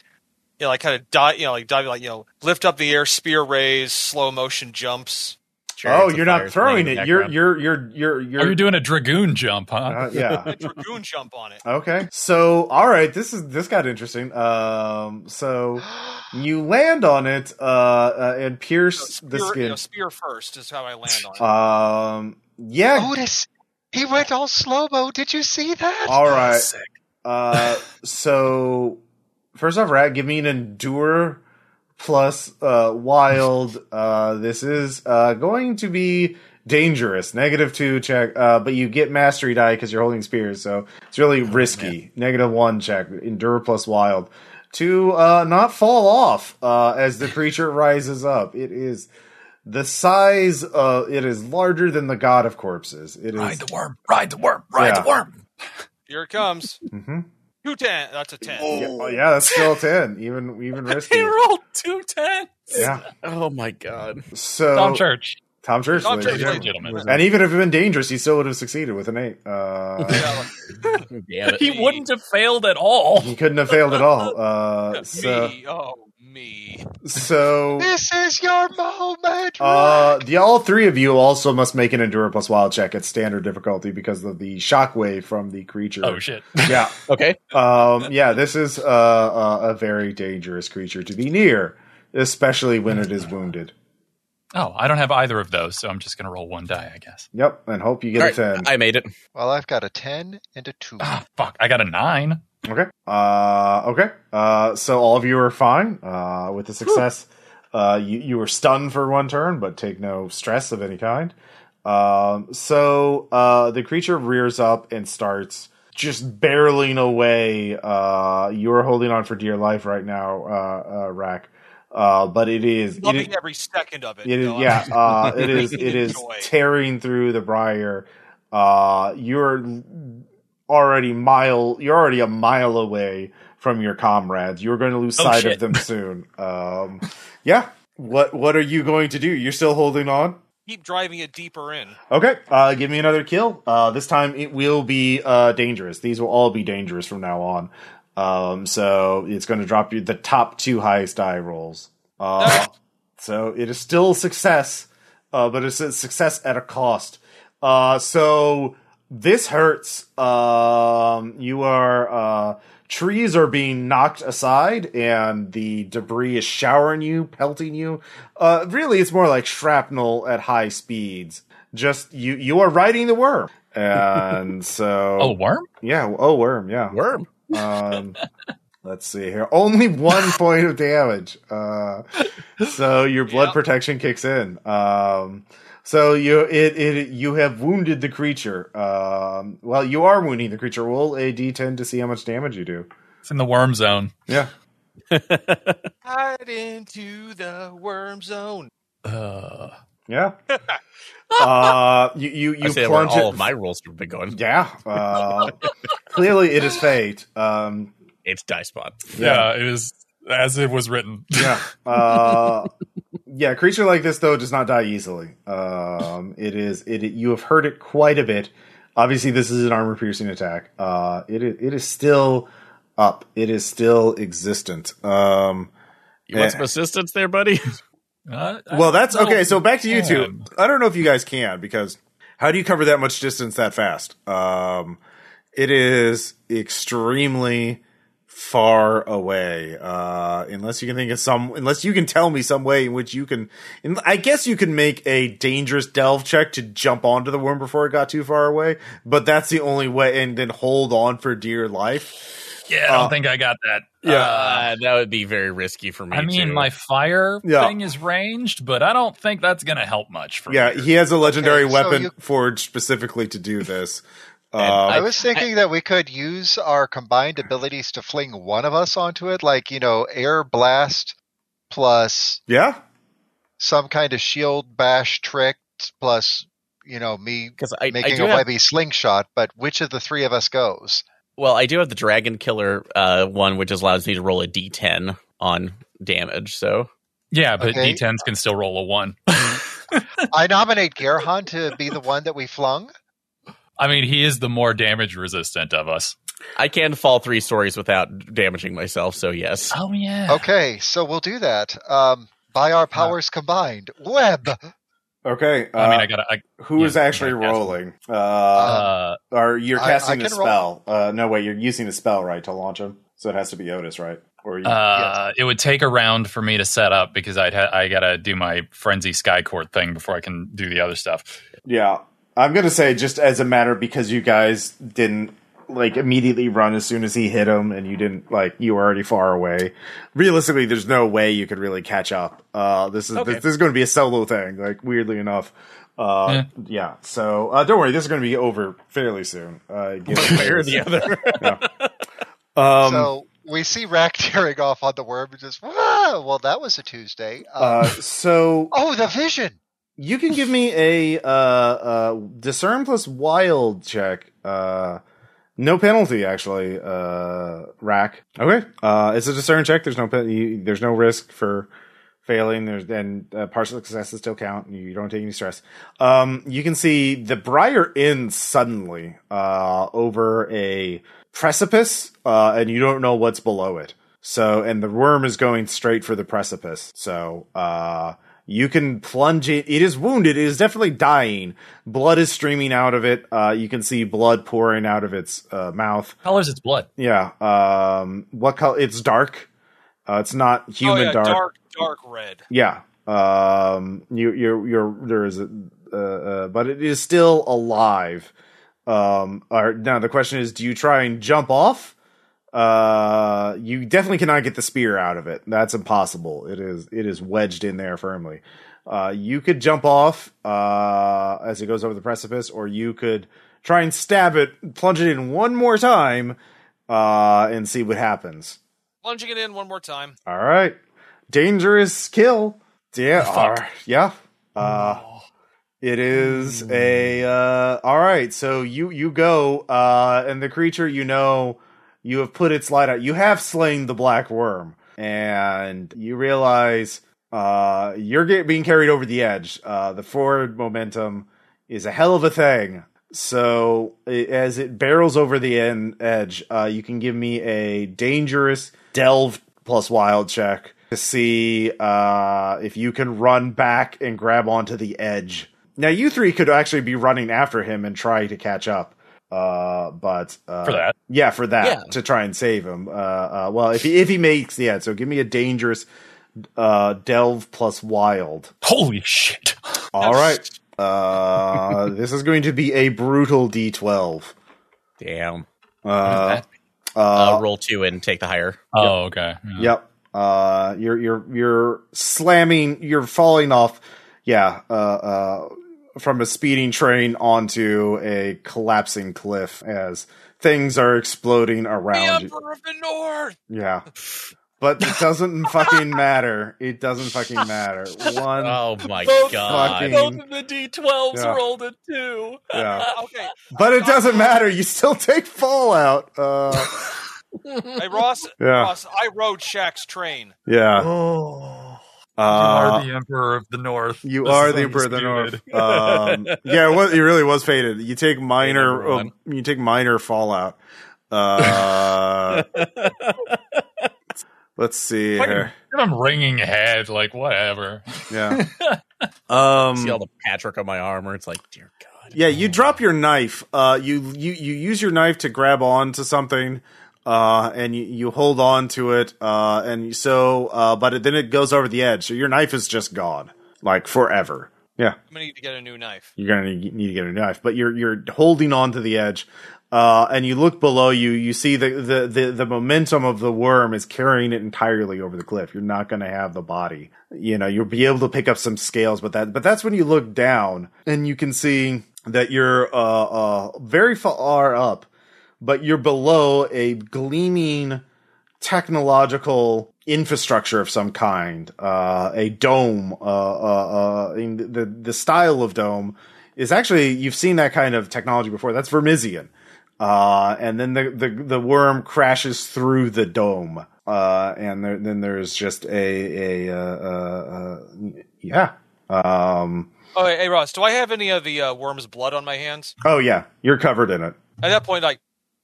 Speaker 4: you know, like kind of dive. You know, like diving. Like you know, lift up the air, spear raise, slow motion jumps.
Speaker 1: oh, you're not throwing it. You're you're you're you're you're.
Speaker 3: Oh, you're doing a dragoon jump, huh?
Speaker 1: uh, yeah.
Speaker 4: A dragoon jump on it.
Speaker 1: Okay. So, all right, this is this got interesting. Um, so you land on it, uh, uh and pierce
Speaker 4: Spear,
Speaker 1: the
Speaker 4: you know,
Speaker 1: skin.
Speaker 4: spear first is how I land on it.
Speaker 1: Um, yeah.
Speaker 5: Otis, he went all slow mo. Did you see that?
Speaker 1: All right.
Speaker 3: Sick.
Speaker 1: Uh, so first off, Rat, give me an endure plus uh wild. Uh this is uh going to be dangerous. Negative two check, uh, but you get mastery die because you're holding spears, so it's really risky. Negative one check, endure plus wild. To uh not fall off uh as the creature rises up. It is the size uh it is larger than the god of corpses. It is
Speaker 3: Ride the worm. Ride the worm. Ride
Speaker 1: Yeah.
Speaker 3: the worm.
Speaker 4: Here it comes.
Speaker 1: Mhm.
Speaker 4: Two ten. That's a ten.
Speaker 1: yeah, oh, yeah, that's still ten, even even risky.
Speaker 3: rolled two tens.
Speaker 1: Yeah.
Speaker 2: Oh my god.
Speaker 1: So
Speaker 3: Tom Church.
Speaker 1: Tom Church,
Speaker 4: Tom
Speaker 1: ladies and
Speaker 4: Church,
Speaker 1: gentlemen.
Speaker 4: ladies
Speaker 3: Gentlemen.
Speaker 1: And even if it had been dangerous, he still would have succeeded with an eight. Uh,
Speaker 4: Yeah, like,
Speaker 2: Damn it.
Speaker 3: He wouldn't have failed at all.
Speaker 1: he couldn't have failed at all. Uh, so,
Speaker 4: me. Oh me.
Speaker 1: so
Speaker 5: This is your moment.
Speaker 1: uh, the all three of you also must make an endure plus wild check at standard difficulty because of the shockwave from the creature.
Speaker 3: Oh shit.
Speaker 1: Yeah,
Speaker 2: Okay.
Speaker 1: um, yeah. This is uh, uh, a very dangerous creature to be near, especially when it is wounded.
Speaker 3: Oh, I don't have either of those, so I'm just gonna roll one die, I guess.
Speaker 1: Yep, and hope you get
Speaker 2: All
Speaker 1: a
Speaker 2: right,
Speaker 1: ten.
Speaker 2: I made it.
Speaker 5: well, I've got a ten and a two.
Speaker 3: Ah, fuck. I got a nine.
Speaker 1: Okay. Uh, okay. Uh, so all of you are fine uh, with the success. Uh, you you were stunned for one turn, but take no stress of any kind. Um, so uh, the creature rears up and starts just barreling away. Uh, you are holding on for dear life right now, uh, uh, Rack. Uh, but it is it is-
Speaker 4: Loving every second of it.
Speaker 1: it
Speaker 4: you
Speaker 1: is,
Speaker 4: know, I'm
Speaker 1: yeah, uh, it is. It is
Speaker 4: Enjoy.
Speaker 1: tearing through the briar. Uh, you're already mile. You're already a mile away from your comrades. You're going to lose
Speaker 3: Oh,
Speaker 1: sight of
Speaker 3: shit.
Speaker 1: them soon. Um, yeah. What What are you going to do? You're still holding on.
Speaker 4: keep driving it deeper in.
Speaker 1: Okay. Uh, give me another kill. Uh, this time it will be uh, dangerous. These will all be dangerous from now on. Um, so it's going to drop you the top two highest die rolls. Uh, so it is still success, uh, but it's a success at a cost. Uh, so this hurts. Um, you are uh, trees are being knocked aside, and the debris is showering you, pelting you. Uh, really, it's more like shrapnel at high speeds. Just you, you are riding the worm, and so
Speaker 3: Oh, worm.
Speaker 1: yeah, oh worm, yeah,
Speaker 2: Worm.
Speaker 1: um, let's see here. Only one point of damage. Uh, so your blood
Speaker 4: Yep.
Speaker 1: protection kicks in. Um, so you it, it you have wounded the creature. Um, well, you are wounding the creature. Roll a d10 to see how much damage you do.
Speaker 3: It's in the worm zone.
Speaker 1: Yeah.
Speaker 4: Hide into the worm zone. Oh,
Speaker 3: Uh,
Speaker 1: Yeah. uh, you you,
Speaker 2: I
Speaker 1: you
Speaker 2: say where
Speaker 1: plunge
Speaker 2: all
Speaker 1: it.
Speaker 2: of my rolls have been going.
Speaker 1: yeah. Uh, clearly, it is fate. Um,
Speaker 2: It's die spot.
Speaker 3: yeah. It was as it was written.
Speaker 1: yeah. Uh, yeah, a creature like this though does not die easily. Um, it is it, it- you have heard it quite a bit. Obviously, this is an armor piercing attack. Uh, it is it is still up. It is still existent. Um,
Speaker 2: You want
Speaker 1: Yeah.
Speaker 2: some assistance there, buddy?
Speaker 3: Uh, I
Speaker 1: well, that's
Speaker 3: don't know.
Speaker 1: okay. So back to you two.
Speaker 3: Man.
Speaker 1: I don't know if you guys can because how do you cover that much distance that fast? Um, it is extremely far away. Uh, unless you can think of some, unless you can tell me some way in which you can, and I guess you can make a dangerous delve check to jump onto the worm before it got too far away. But that's the only way, and then hold on for dear life.
Speaker 3: Yeah, I don't
Speaker 1: Uh,
Speaker 3: think I got that.
Speaker 1: yeah.
Speaker 3: Uh,
Speaker 2: Uh, that would be very risky for me.
Speaker 3: I mean,
Speaker 2: too.
Speaker 3: my fire
Speaker 1: Yeah.
Speaker 3: thing is ranged, but I don't think that's gonna help much for
Speaker 1: Yeah,
Speaker 3: me.
Speaker 1: he has a legendary
Speaker 5: Okay, so
Speaker 1: weapon
Speaker 5: you-
Speaker 1: forged specifically to do this.
Speaker 5: I,
Speaker 1: Uh,
Speaker 5: was thinking that we could use our combined abilities to fling one of us onto it, like you know, air blast plus
Speaker 1: yeah,
Speaker 5: some kind of shield bash trick plus you know me
Speaker 2: because I, I
Speaker 5: making
Speaker 2: do
Speaker 5: a
Speaker 2: have,
Speaker 5: webby slingshot. But which of the three of us goes?
Speaker 2: well, I do have the Dragon Killer uh, one, which allows me to roll a D10 on damage. So
Speaker 3: Yeah, but
Speaker 5: Okay.
Speaker 3: D10s can still roll a one.
Speaker 5: I nominate Gerhan to be the one that we flung.
Speaker 3: I mean, he is the more damage resistant of us.
Speaker 2: I can fall three stories without damaging myself. So yes,
Speaker 3: Oh yeah.
Speaker 5: Okay, so we'll do that. Um, by
Speaker 2: Uh,
Speaker 5: our powers combined, web.
Speaker 1: Okay. Uh,
Speaker 3: I mean, I gotta. I,
Speaker 1: who is
Speaker 3: yeah,
Speaker 1: actually
Speaker 3: I guess.
Speaker 1: rolling? Uh,
Speaker 3: uh,
Speaker 1: or you're
Speaker 5: I- I
Speaker 1: casting a
Speaker 5: can roll.
Speaker 1: spell? Uh, no, wait. You're using a spell, right, to launch him. So it has to be Otis, right? Or you,
Speaker 3: uh, it would take a round for me to set up because I'd ha- I gotta do my frenzy sky court thing before I can do the other stuff.
Speaker 1: yeah. I'm gonna say just as a matter because you guys didn't like immediately run as soon as he hit him, and you didn't like you were already far away. Realistically, there's no way you could really catch up. Uh, this is
Speaker 2: Okay.
Speaker 1: this, this is going to be a solo thing. Like weirdly enough. Uh, yeah. So uh, don't worry. This is going to be over fairly soon. Uh, give it-
Speaker 2: One way or the other.
Speaker 1: Um,
Speaker 5: so we see Rack tearing off on the worm and just, "Whoa, well, that was a Tuesday. Um,
Speaker 1: uh, so
Speaker 5: oh, the vision.
Speaker 1: You can give me a uh, uh, discern plus wild check. Uh, no penalty, actually. Uh, rack. Okay. Uh, it's a discern check. There's no pen- you, there's no risk for failing. There's and uh, partial successes still count. You don't take any stress. Um, you can see the briar ends suddenly uh, over a precipice, uh, and you don't know what's below it. So, and the worm is going straight for the precipice. So, uh, you can plunge it. It is wounded. It is definitely dying. Blood is streaming out of it. Uh, you can see blood pouring out of its uh, mouth.
Speaker 3: Colors its blood.
Speaker 1: Yeah. Um, what color? It's dark. Uh, it's not human
Speaker 4: oh, yeah,
Speaker 1: dark.
Speaker 4: dark, dark red.
Speaker 1: Yeah. Um, you, you're, you're, there is a, uh, uh, but it is still alive. Um, or, now the question is, do you try and jump off? Uh, you definitely cannot get the spear out of it. That's impossible. It is, it is wedged in there firmly. Uh, you could jump off, uh, as it goes over the precipice, or you could try and stab it, plunge it in one more time, uh, and see what happens.
Speaker 4: Plunging it in one more time.
Speaker 1: All right. Dangerous kill. Yeah.
Speaker 3: Fuck.
Speaker 1: all right, Yeah. Uh, it is a uh, all right. So you you go uh, and the creature you know you have put its light out. You have slain the black worm, and you realize uh, you're get, being carried over the edge. Uh, the forward momentum is a hell of a thing. So i- as it barrels over the en- edge, uh, you can give me a dangerous delve plus wild check to see uh, if you can run back and grab onto the edge. Now you three could actually be running after him and try to catch up. Uh, but uh,
Speaker 3: For that.
Speaker 1: yeah, for that
Speaker 2: Yeah.
Speaker 1: to try and save him. Uh, uh, well, if he if he makes yeah, so give me a dangerous uh, delve plus wild.
Speaker 3: Holy shit!
Speaker 1: All right. Uh, this is going to be a brutal D12.
Speaker 2: damn.
Speaker 1: Uh,
Speaker 2: Uh,
Speaker 1: uh,
Speaker 2: roll two and take the higher.
Speaker 3: Oh, okay. Yeah.
Speaker 1: yep. Uh, you're you're you're slamming. You're falling off. Yeah. Uh, uh, from a speeding train onto a collapsing cliff as things are exploding
Speaker 4: The
Speaker 1: around you.
Speaker 4: Emperor of the North.
Speaker 1: Yeah. But it doesn't fucking matter. It doesn't fucking matter. One.
Speaker 2: Oh my
Speaker 4: Both
Speaker 2: god!
Speaker 1: fucking- Both
Speaker 2: of the d12s
Speaker 1: Yeah.
Speaker 2: rolled a two.
Speaker 1: yeah.
Speaker 4: Okay,
Speaker 1: But it doesn't matter. You still take fallout. Uh,
Speaker 4: hey Ross.
Speaker 1: yeah.
Speaker 4: Ross, I rode Shaq's train.
Speaker 1: Yeah.
Speaker 3: Oh, you
Speaker 1: Uh,
Speaker 3: are the emperor of the north.
Speaker 1: you
Speaker 3: This
Speaker 1: are
Speaker 3: is
Speaker 1: the emperor of the north.
Speaker 3: undisputed.
Speaker 1: Um, yeah, it, was, it really was faded. You take minor, oh,
Speaker 2: everyone.
Speaker 1: you take minor fallout. Uh, let's see here.
Speaker 3: I'm wringing head, like whatever.
Speaker 1: Yeah. Um,
Speaker 2: See all the Patrick on my armor. It's like, dear God.
Speaker 1: Yeah, you drop your knife. Uh, you you you use your knife to grab on to something, uh, and you, you hold on to it, uh, and so uh, but it, then it goes over the edge. So your knife is just gone, like forever. Yeah,
Speaker 4: I'm gonna need to get a new knife.
Speaker 1: you're gonna need need to get a knife, but you're you're holding on to the edge, uh, and you look below you. You see the, the the the momentum of the worm is carrying it entirely over the cliff. You're not gonna have the body. You know, you'll be able to pick up some scales, but that but that's when you look down and you can see that you're uh, uh very far up, but you're below a gleaming technological infrastructure of some kind, uh, a dome. Uh, uh, uh, in the the style of dome is actually you've seen that kind of technology before. That's Vermisian, uh, and then the, the the worm crashes through the dome, uh, and there, then there's just a a uh, uh, uh, yeah. Um,
Speaker 4: Oh, hey, hey, Ross, do I have any of the uh, worm's blood on my hands?
Speaker 1: oh yeah, you're covered in it.
Speaker 4: At that point, like,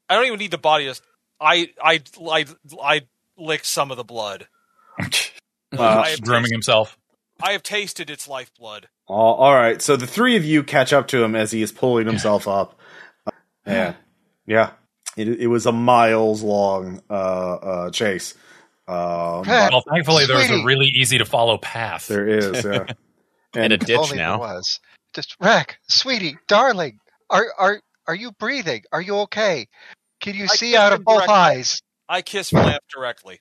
Speaker 4: I don't even need the body. Just I, I, I, I lick some of the blood.
Speaker 1: Uh,
Speaker 4: I, have
Speaker 3: grooming
Speaker 4: tasted,
Speaker 3: himself.
Speaker 4: I have tasted its lifeblood.
Speaker 1: All, all right, so the three of you catch up to him as he is pulling himself up. Uh, yeah, yeah. It, it was a miles long uh, uh, chase. Uh, but
Speaker 3: Well, thankfully, there's a
Speaker 5: Sweetie.
Speaker 3: really easy to follow path.
Speaker 1: there is, yeah.
Speaker 2: in a
Speaker 1: And
Speaker 2: ditch
Speaker 5: Only there
Speaker 2: now.
Speaker 5: was just Rack, sweetie, darling. Are are are you breathing? Are you okay? Can you
Speaker 4: I
Speaker 5: see
Speaker 4: can't
Speaker 5: out of both
Speaker 4: direct-
Speaker 5: eyes?
Speaker 4: I kiss Lamp directly.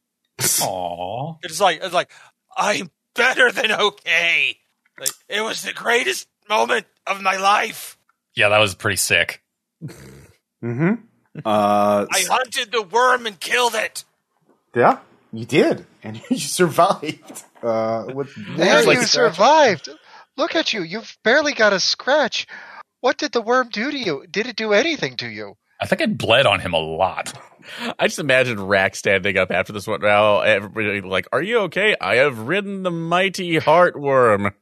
Speaker 3: Oh. Aw.
Speaker 4: It's like it's like I'm better than okay. Like, it was the greatest moment of my life.
Speaker 3: Yeah, that was pretty sick.
Speaker 1: hmm Uh,
Speaker 4: I hunted the worm and killed it.
Speaker 1: yeah, you did, and you survived. Uh, with
Speaker 5: There
Speaker 1: barely
Speaker 5: you
Speaker 1: scratch-
Speaker 5: survived. Look at you. You've barely got a scratch. What did the worm do to you? Did it do anything to you?
Speaker 3: I think it bled on him a lot.
Speaker 2: I just imagine Rack standing up after this one. Now everybody like, "Are you okay? I have ridden the mighty heartworm."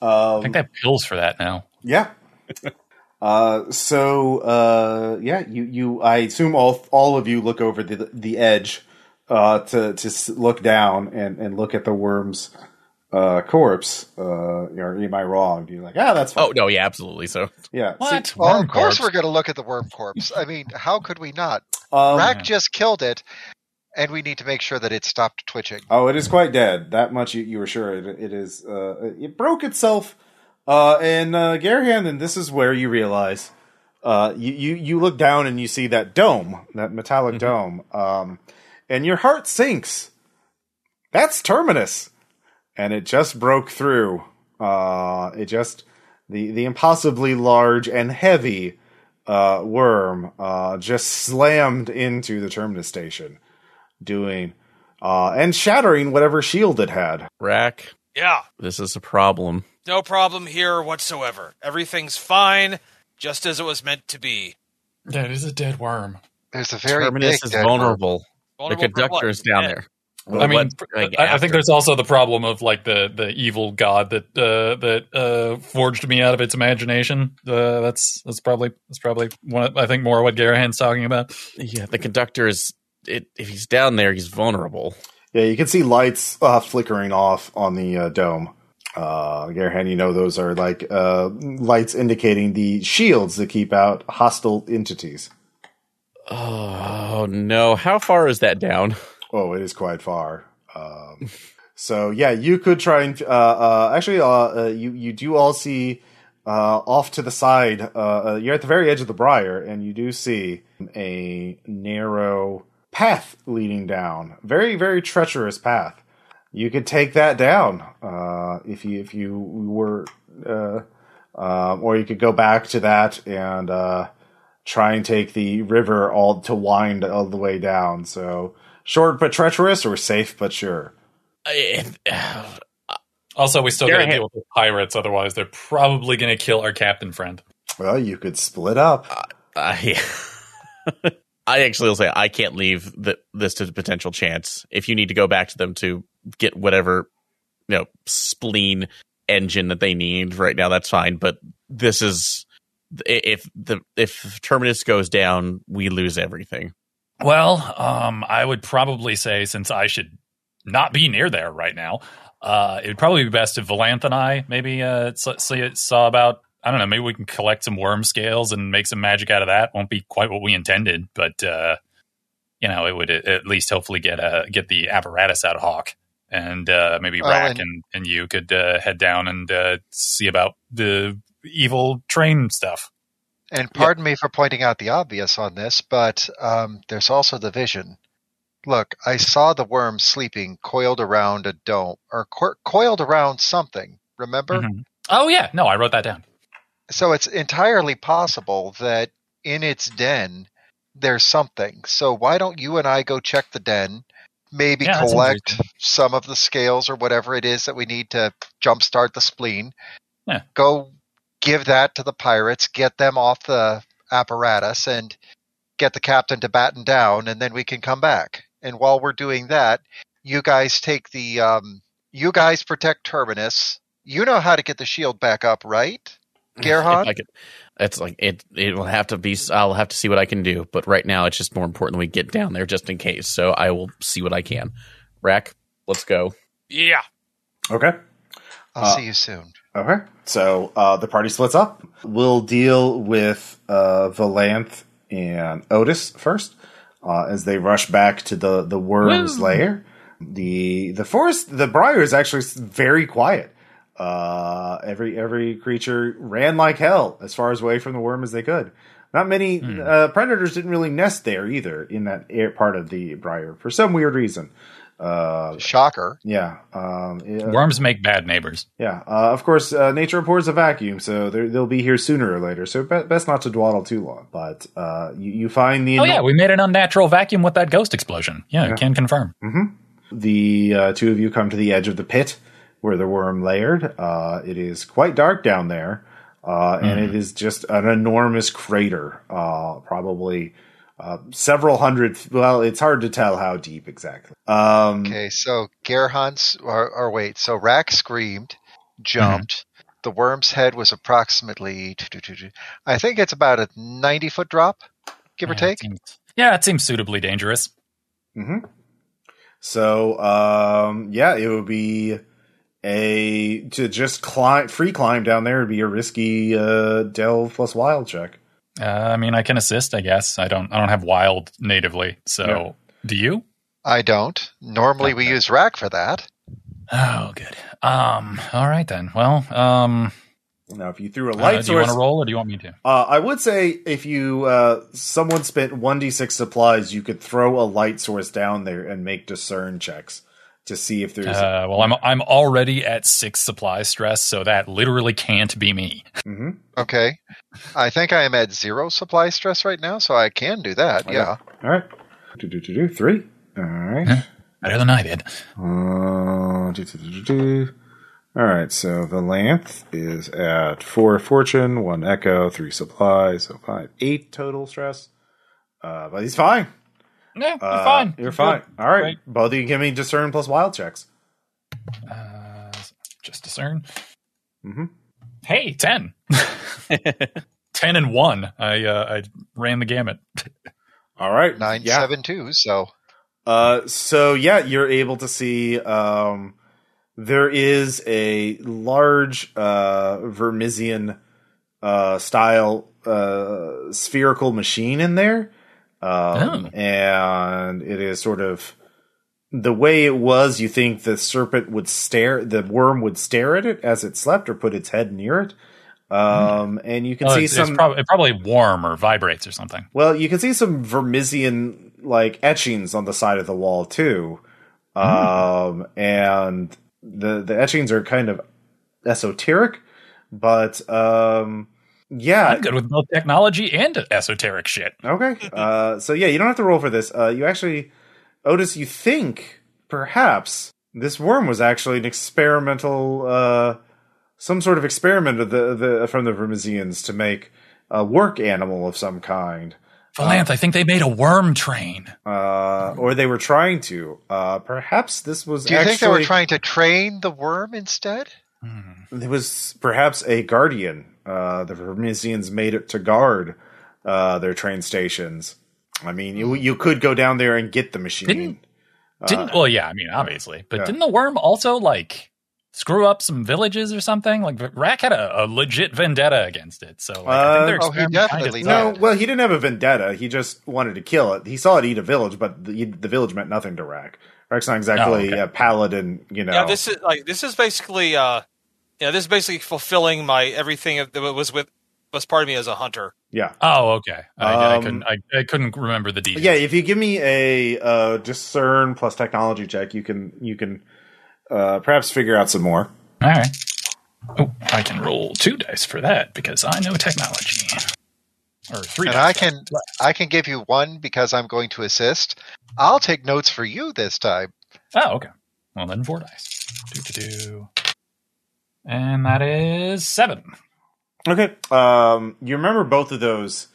Speaker 3: I think
Speaker 1: Um,
Speaker 3: they have pills for that now.
Speaker 1: yeah. Uh, so uh, yeah, you you I assume all all of you look over the the edge uh, to to s- look down and, and look at the worm's uh, corpse. Uh, or am I wrong? You're like, ah, that's fine.
Speaker 2: Oh no, yeah, absolutely. So
Speaker 1: yeah. see-
Speaker 5: Well,
Speaker 3: Worm
Speaker 5: of course
Speaker 3: corpse.
Speaker 5: we're going to look at the worm corpse. I mean, how could we not?
Speaker 2: Oh,
Speaker 1: um,
Speaker 5: Rack just killed it, and we need to make sure that it stopped twitching.
Speaker 1: Oh, it is quite dead. That much you, you were sure. It, it is. Uh, it broke itself. Uh, and uh, Garahan, and this is where you realize. Uh, you, you you look down and you see that dome, that metallic dome, um, and your heart sinks. That's terminus, and it just broke through. Uh, it just the the impossibly large and heavy uh, worm uh, just slammed into the terminus station, doing uh, and shattering whatever shield it had.
Speaker 2: Rack,
Speaker 4: Yeah,
Speaker 2: this is a problem.
Speaker 4: no problem here whatsoever. Everything's fine, just as it was meant to be.
Speaker 3: That is a dead worm.
Speaker 5: There's a very
Speaker 2: Terminus
Speaker 5: big
Speaker 2: is
Speaker 5: dead worm.
Speaker 2: vulnerable. the
Speaker 4: Vulnerable for what?
Speaker 2: conductor is down
Speaker 4: Eh,
Speaker 2: there.
Speaker 3: I
Speaker 2: Well,
Speaker 3: mean,
Speaker 2: what- like,
Speaker 3: I, I think
Speaker 2: after.
Speaker 3: there's also the problem of like the the evil god that uh, that uh, forged me out of its imagination. Uh, that's that's probably that's probably one. Of, I think more what Garahan's talking about.
Speaker 2: Yeah, the conductor is. It, if he's down there, he's vulnerable.
Speaker 1: Yeah, you can see lights uh, flickering off on the uh, dome. Uh, Gerhan, you know those are like uh, lights indicating the shields that keep out hostile entities.
Speaker 2: Oh no! How far is that down?
Speaker 1: Oh, it is quite far. Um, so yeah, you could try and uh, uh, actually, uh, uh, you you do all see uh, off to the side. Uh, uh, you're at the very edge of the briar, and you do see a narrow path leading down. Very very treacherous path. You could take that down uh, if you if you were, uh, um, or you could go back to that and uh, try and take the river all to wind all the way down. So short but treacherous, or safe but sure.
Speaker 2: I,
Speaker 3: Also, we still got to
Speaker 2: Garahan-
Speaker 3: deal with the pirates. Otherwise, they're probably going to kill our captain friend.
Speaker 1: Well, you could split up.
Speaker 2: I, I actually will say I can't leave the, this to the potential chance. If you need to go back to them to get whatever you know spleen engine that they need right now, that's fine. But this is i- if the if terminus goes down, we lose everything.
Speaker 3: Well, um, I would probably say since I should not be near there right now, uh, it would probably be best if Valanth and I maybe uh, s- see- saw about. I don't know. Maybe we can collect some worm scales and make some magic out of that. Won't be quite what we intended, but uh, you know, it would a- at least hopefully get uh, get the apparatus out of Hawk, and uh, maybe
Speaker 5: Well,
Speaker 3: Rack
Speaker 5: and-
Speaker 3: and, and you could uh, head down and uh, see about the evil train stuff.
Speaker 5: And pardon me for pointing out the obvious on this, but um, there's also the vision. Look, I saw the worm sleeping coiled around a dome or co- coiled around something. Remember?
Speaker 2: Mm-hmm.
Speaker 3: Mhm. Oh yeah, no, I wrote that down.
Speaker 5: So it's entirely possible that in its den there's something. So why don't you and I go check the den, maybe
Speaker 3: Yeah, that sounds
Speaker 5: collect
Speaker 3: reasonable.
Speaker 5: some of the scales or whatever it is that we need to jumpstart the spleen.
Speaker 3: Yeah.
Speaker 5: Go give that to the pirates, get them off the apparatus, and get the captain to batten down, and then we can come back. And while we're doing that, you guys take the. Um, you guys protect Terminus. You know how to get the shield back up, right?
Speaker 2: If
Speaker 5: Gerhard?
Speaker 2: I could, it's like it. It will have to be. I'll have to see what I can do. But right now, it's just more important we get down there just in case. So I will see what I can. Rack, let's go.
Speaker 4: Yeah.
Speaker 1: Okay.
Speaker 5: I'll
Speaker 1: Uh,
Speaker 5: see you soon.
Speaker 1: Okay. So uh, the party splits up. We'll deal with uh, Valanth and Otis first uh, as they rush back to the the worm's
Speaker 3: Woo.
Speaker 1: lair. The the forest the briar is actually s- very quiet. Uh, every every creature ran like hell as far as away from the worm as they could. Not many uh, predators didn't really nest there either in that air part of the briar for some weird reason. Uh,
Speaker 5: Shocker.
Speaker 1: yeah. Um, yeah.
Speaker 3: Worms make bad neighbors.
Speaker 1: Yeah, uh, of course, uh, nature abhors a vacuum, so they're- they'll be here sooner or later. So be- best not to dawdle too long. But uh, you, you find the
Speaker 3: Oh yeah, we made an unnatural vacuum with that ghost explosion. Yeah, can confirm.
Speaker 1: the uh, two of you come to the edge of the pit where the worm layered. Uh, it is quite dark down there, uh, and
Speaker 3: Mm-hmm.
Speaker 1: it is just an enormous crater, uh, probably uh, several hundred. Well, it's hard to tell how deep exactly. Um,
Speaker 5: Okay, so Gerhans, or, or wait, so Rack screamed, jumped. The worm's head was approximately, I think it's about a 90 foot drop, give or
Speaker 3: Yeah,
Speaker 5: take.
Speaker 3: It seems, yeah, it seems suitably dangerous.
Speaker 1: hmm So um, yeah, it would be a to just climb free climb down there would be a risky uh, delve plus wild check.
Speaker 3: Uh, I mean, I can assist, I guess. I don't. I don't have wild natively. So,
Speaker 1: Yeah.
Speaker 3: do you?
Speaker 5: I don't. Normally we use Rack for that.
Speaker 3: Oh, good. Um. All right then. Well. Um.
Speaker 1: Now, if you threw a
Speaker 3: uh,
Speaker 1: light
Speaker 3: do you want
Speaker 1: source,
Speaker 3: to roll, or do you want me to?
Speaker 1: uh, I would say if you uh, someone spent one d six supplies, you could throw a light source down there and make discern checks to see if there's.
Speaker 3: Uh, well, I'm I'm already at six supply stress, so that literally can't be me.
Speaker 1: Mhm.
Speaker 5: Okay. I think I am at zero supply stress right now, so I can do that. Yeah.
Speaker 1: All right, do do do do three. All right.
Speaker 3: Better than I did.
Speaker 1: Uh, do, do, do, do, do. All right, so Valanth is at four fortune, one echo, three supply, so five, eight total stress. Uh, but he's fine.
Speaker 3: No, you're
Speaker 1: Uh,
Speaker 3: fine.
Speaker 1: You're fine.
Speaker 3: good.
Speaker 1: All right.
Speaker 3: Great.
Speaker 1: Both of you give me discern plus wild checks.
Speaker 3: Uh, just discern.
Speaker 1: Mhm.
Speaker 3: Hey, ten. ten and one. I uh, I ran the gamut.
Speaker 1: All right.
Speaker 5: Nine,
Speaker 1: yeah.
Speaker 5: seven, two. So
Speaker 1: Uh, so yeah, you're able to see um, there is a large uh, Vermisian uh, style uh, spherical machine in there,
Speaker 3: Oh.
Speaker 1: um, and it is sort of the way it was. You think the serpent would stare, the worm would stare at it as it slept, or put its head near it. Um, and you can
Speaker 3: Hmm. Oh,
Speaker 1: see
Speaker 3: it's, it's
Speaker 1: some.
Speaker 3: prob- it probably warm or vibrates or something.
Speaker 1: Well, you can see some Vermisian like etchings on the side of the wall too, um, and the the etchings are kind of esoteric, but um, yeah,
Speaker 3: I'm good with both technology and esoteric shit.
Speaker 1: okay. Uh, so yeah, you don't have to roll for this. Uh, you actually, Otis, you think perhaps this worm was actually an experimental, uh, some sort of experiment of the, the from the Vermisians to make a work animal of some kind.
Speaker 3: Valanth, I think they made a worm train.
Speaker 1: uh, or they were trying to. Uh, perhaps this was
Speaker 5: do you
Speaker 1: actually
Speaker 5: think they were trying to train the worm instead?
Speaker 1: it was perhaps a guardian. Uh, the Vermisians made it to guard uh, their train stations. I mean, you, you could go down there and get the machine.
Speaker 3: Didn't- Didn't well, yeah, I mean, obviously, but
Speaker 1: uh, yeah.
Speaker 3: didn't the worm also like screw up some villages or something? Like Rack had a, a legit vendetta against it, so like, I
Speaker 1: Uh,
Speaker 3: think their
Speaker 5: Oh, he
Speaker 3: experiment kinda
Speaker 5: definitely
Speaker 3: sucked.
Speaker 1: no,
Speaker 5: died.
Speaker 1: well, he didn't have a vendetta. He just wanted to kill it. He saw it eat a village, but the, the village meant nothing to Rack. Rack's not exactly
Speaker 3: Oh, okay.
Speaker 1: a paladin, you know.
Speaker 4: Yeah, this is like this is basically uh yeah, this is basically fulfilling my everything that was with was part of me as a hunter.
Speaker 1: yeah.
Speaker 3: Oh, okay. I, I
Speaker 1: Um,
Speaker 3: couldn't. I, I couldn't remember the details.
Speaker 1: yeah if you give me a uh, discern plus technology check you can you can uh, perhaps figure out some more
Speaker 3: All right. Oh, I can roll two dice for that because I know technology. or three.
Speaker 5: and
Speaker 3: dice die.
Speaker 5: I can I can give you one because I'm going to assist. I'll take notes for you this time.
Speaker 3: Oh, okay. Well, then four dice. Do do do. And that is seven.
Speaker 1: Okay. Um, you remember both of those.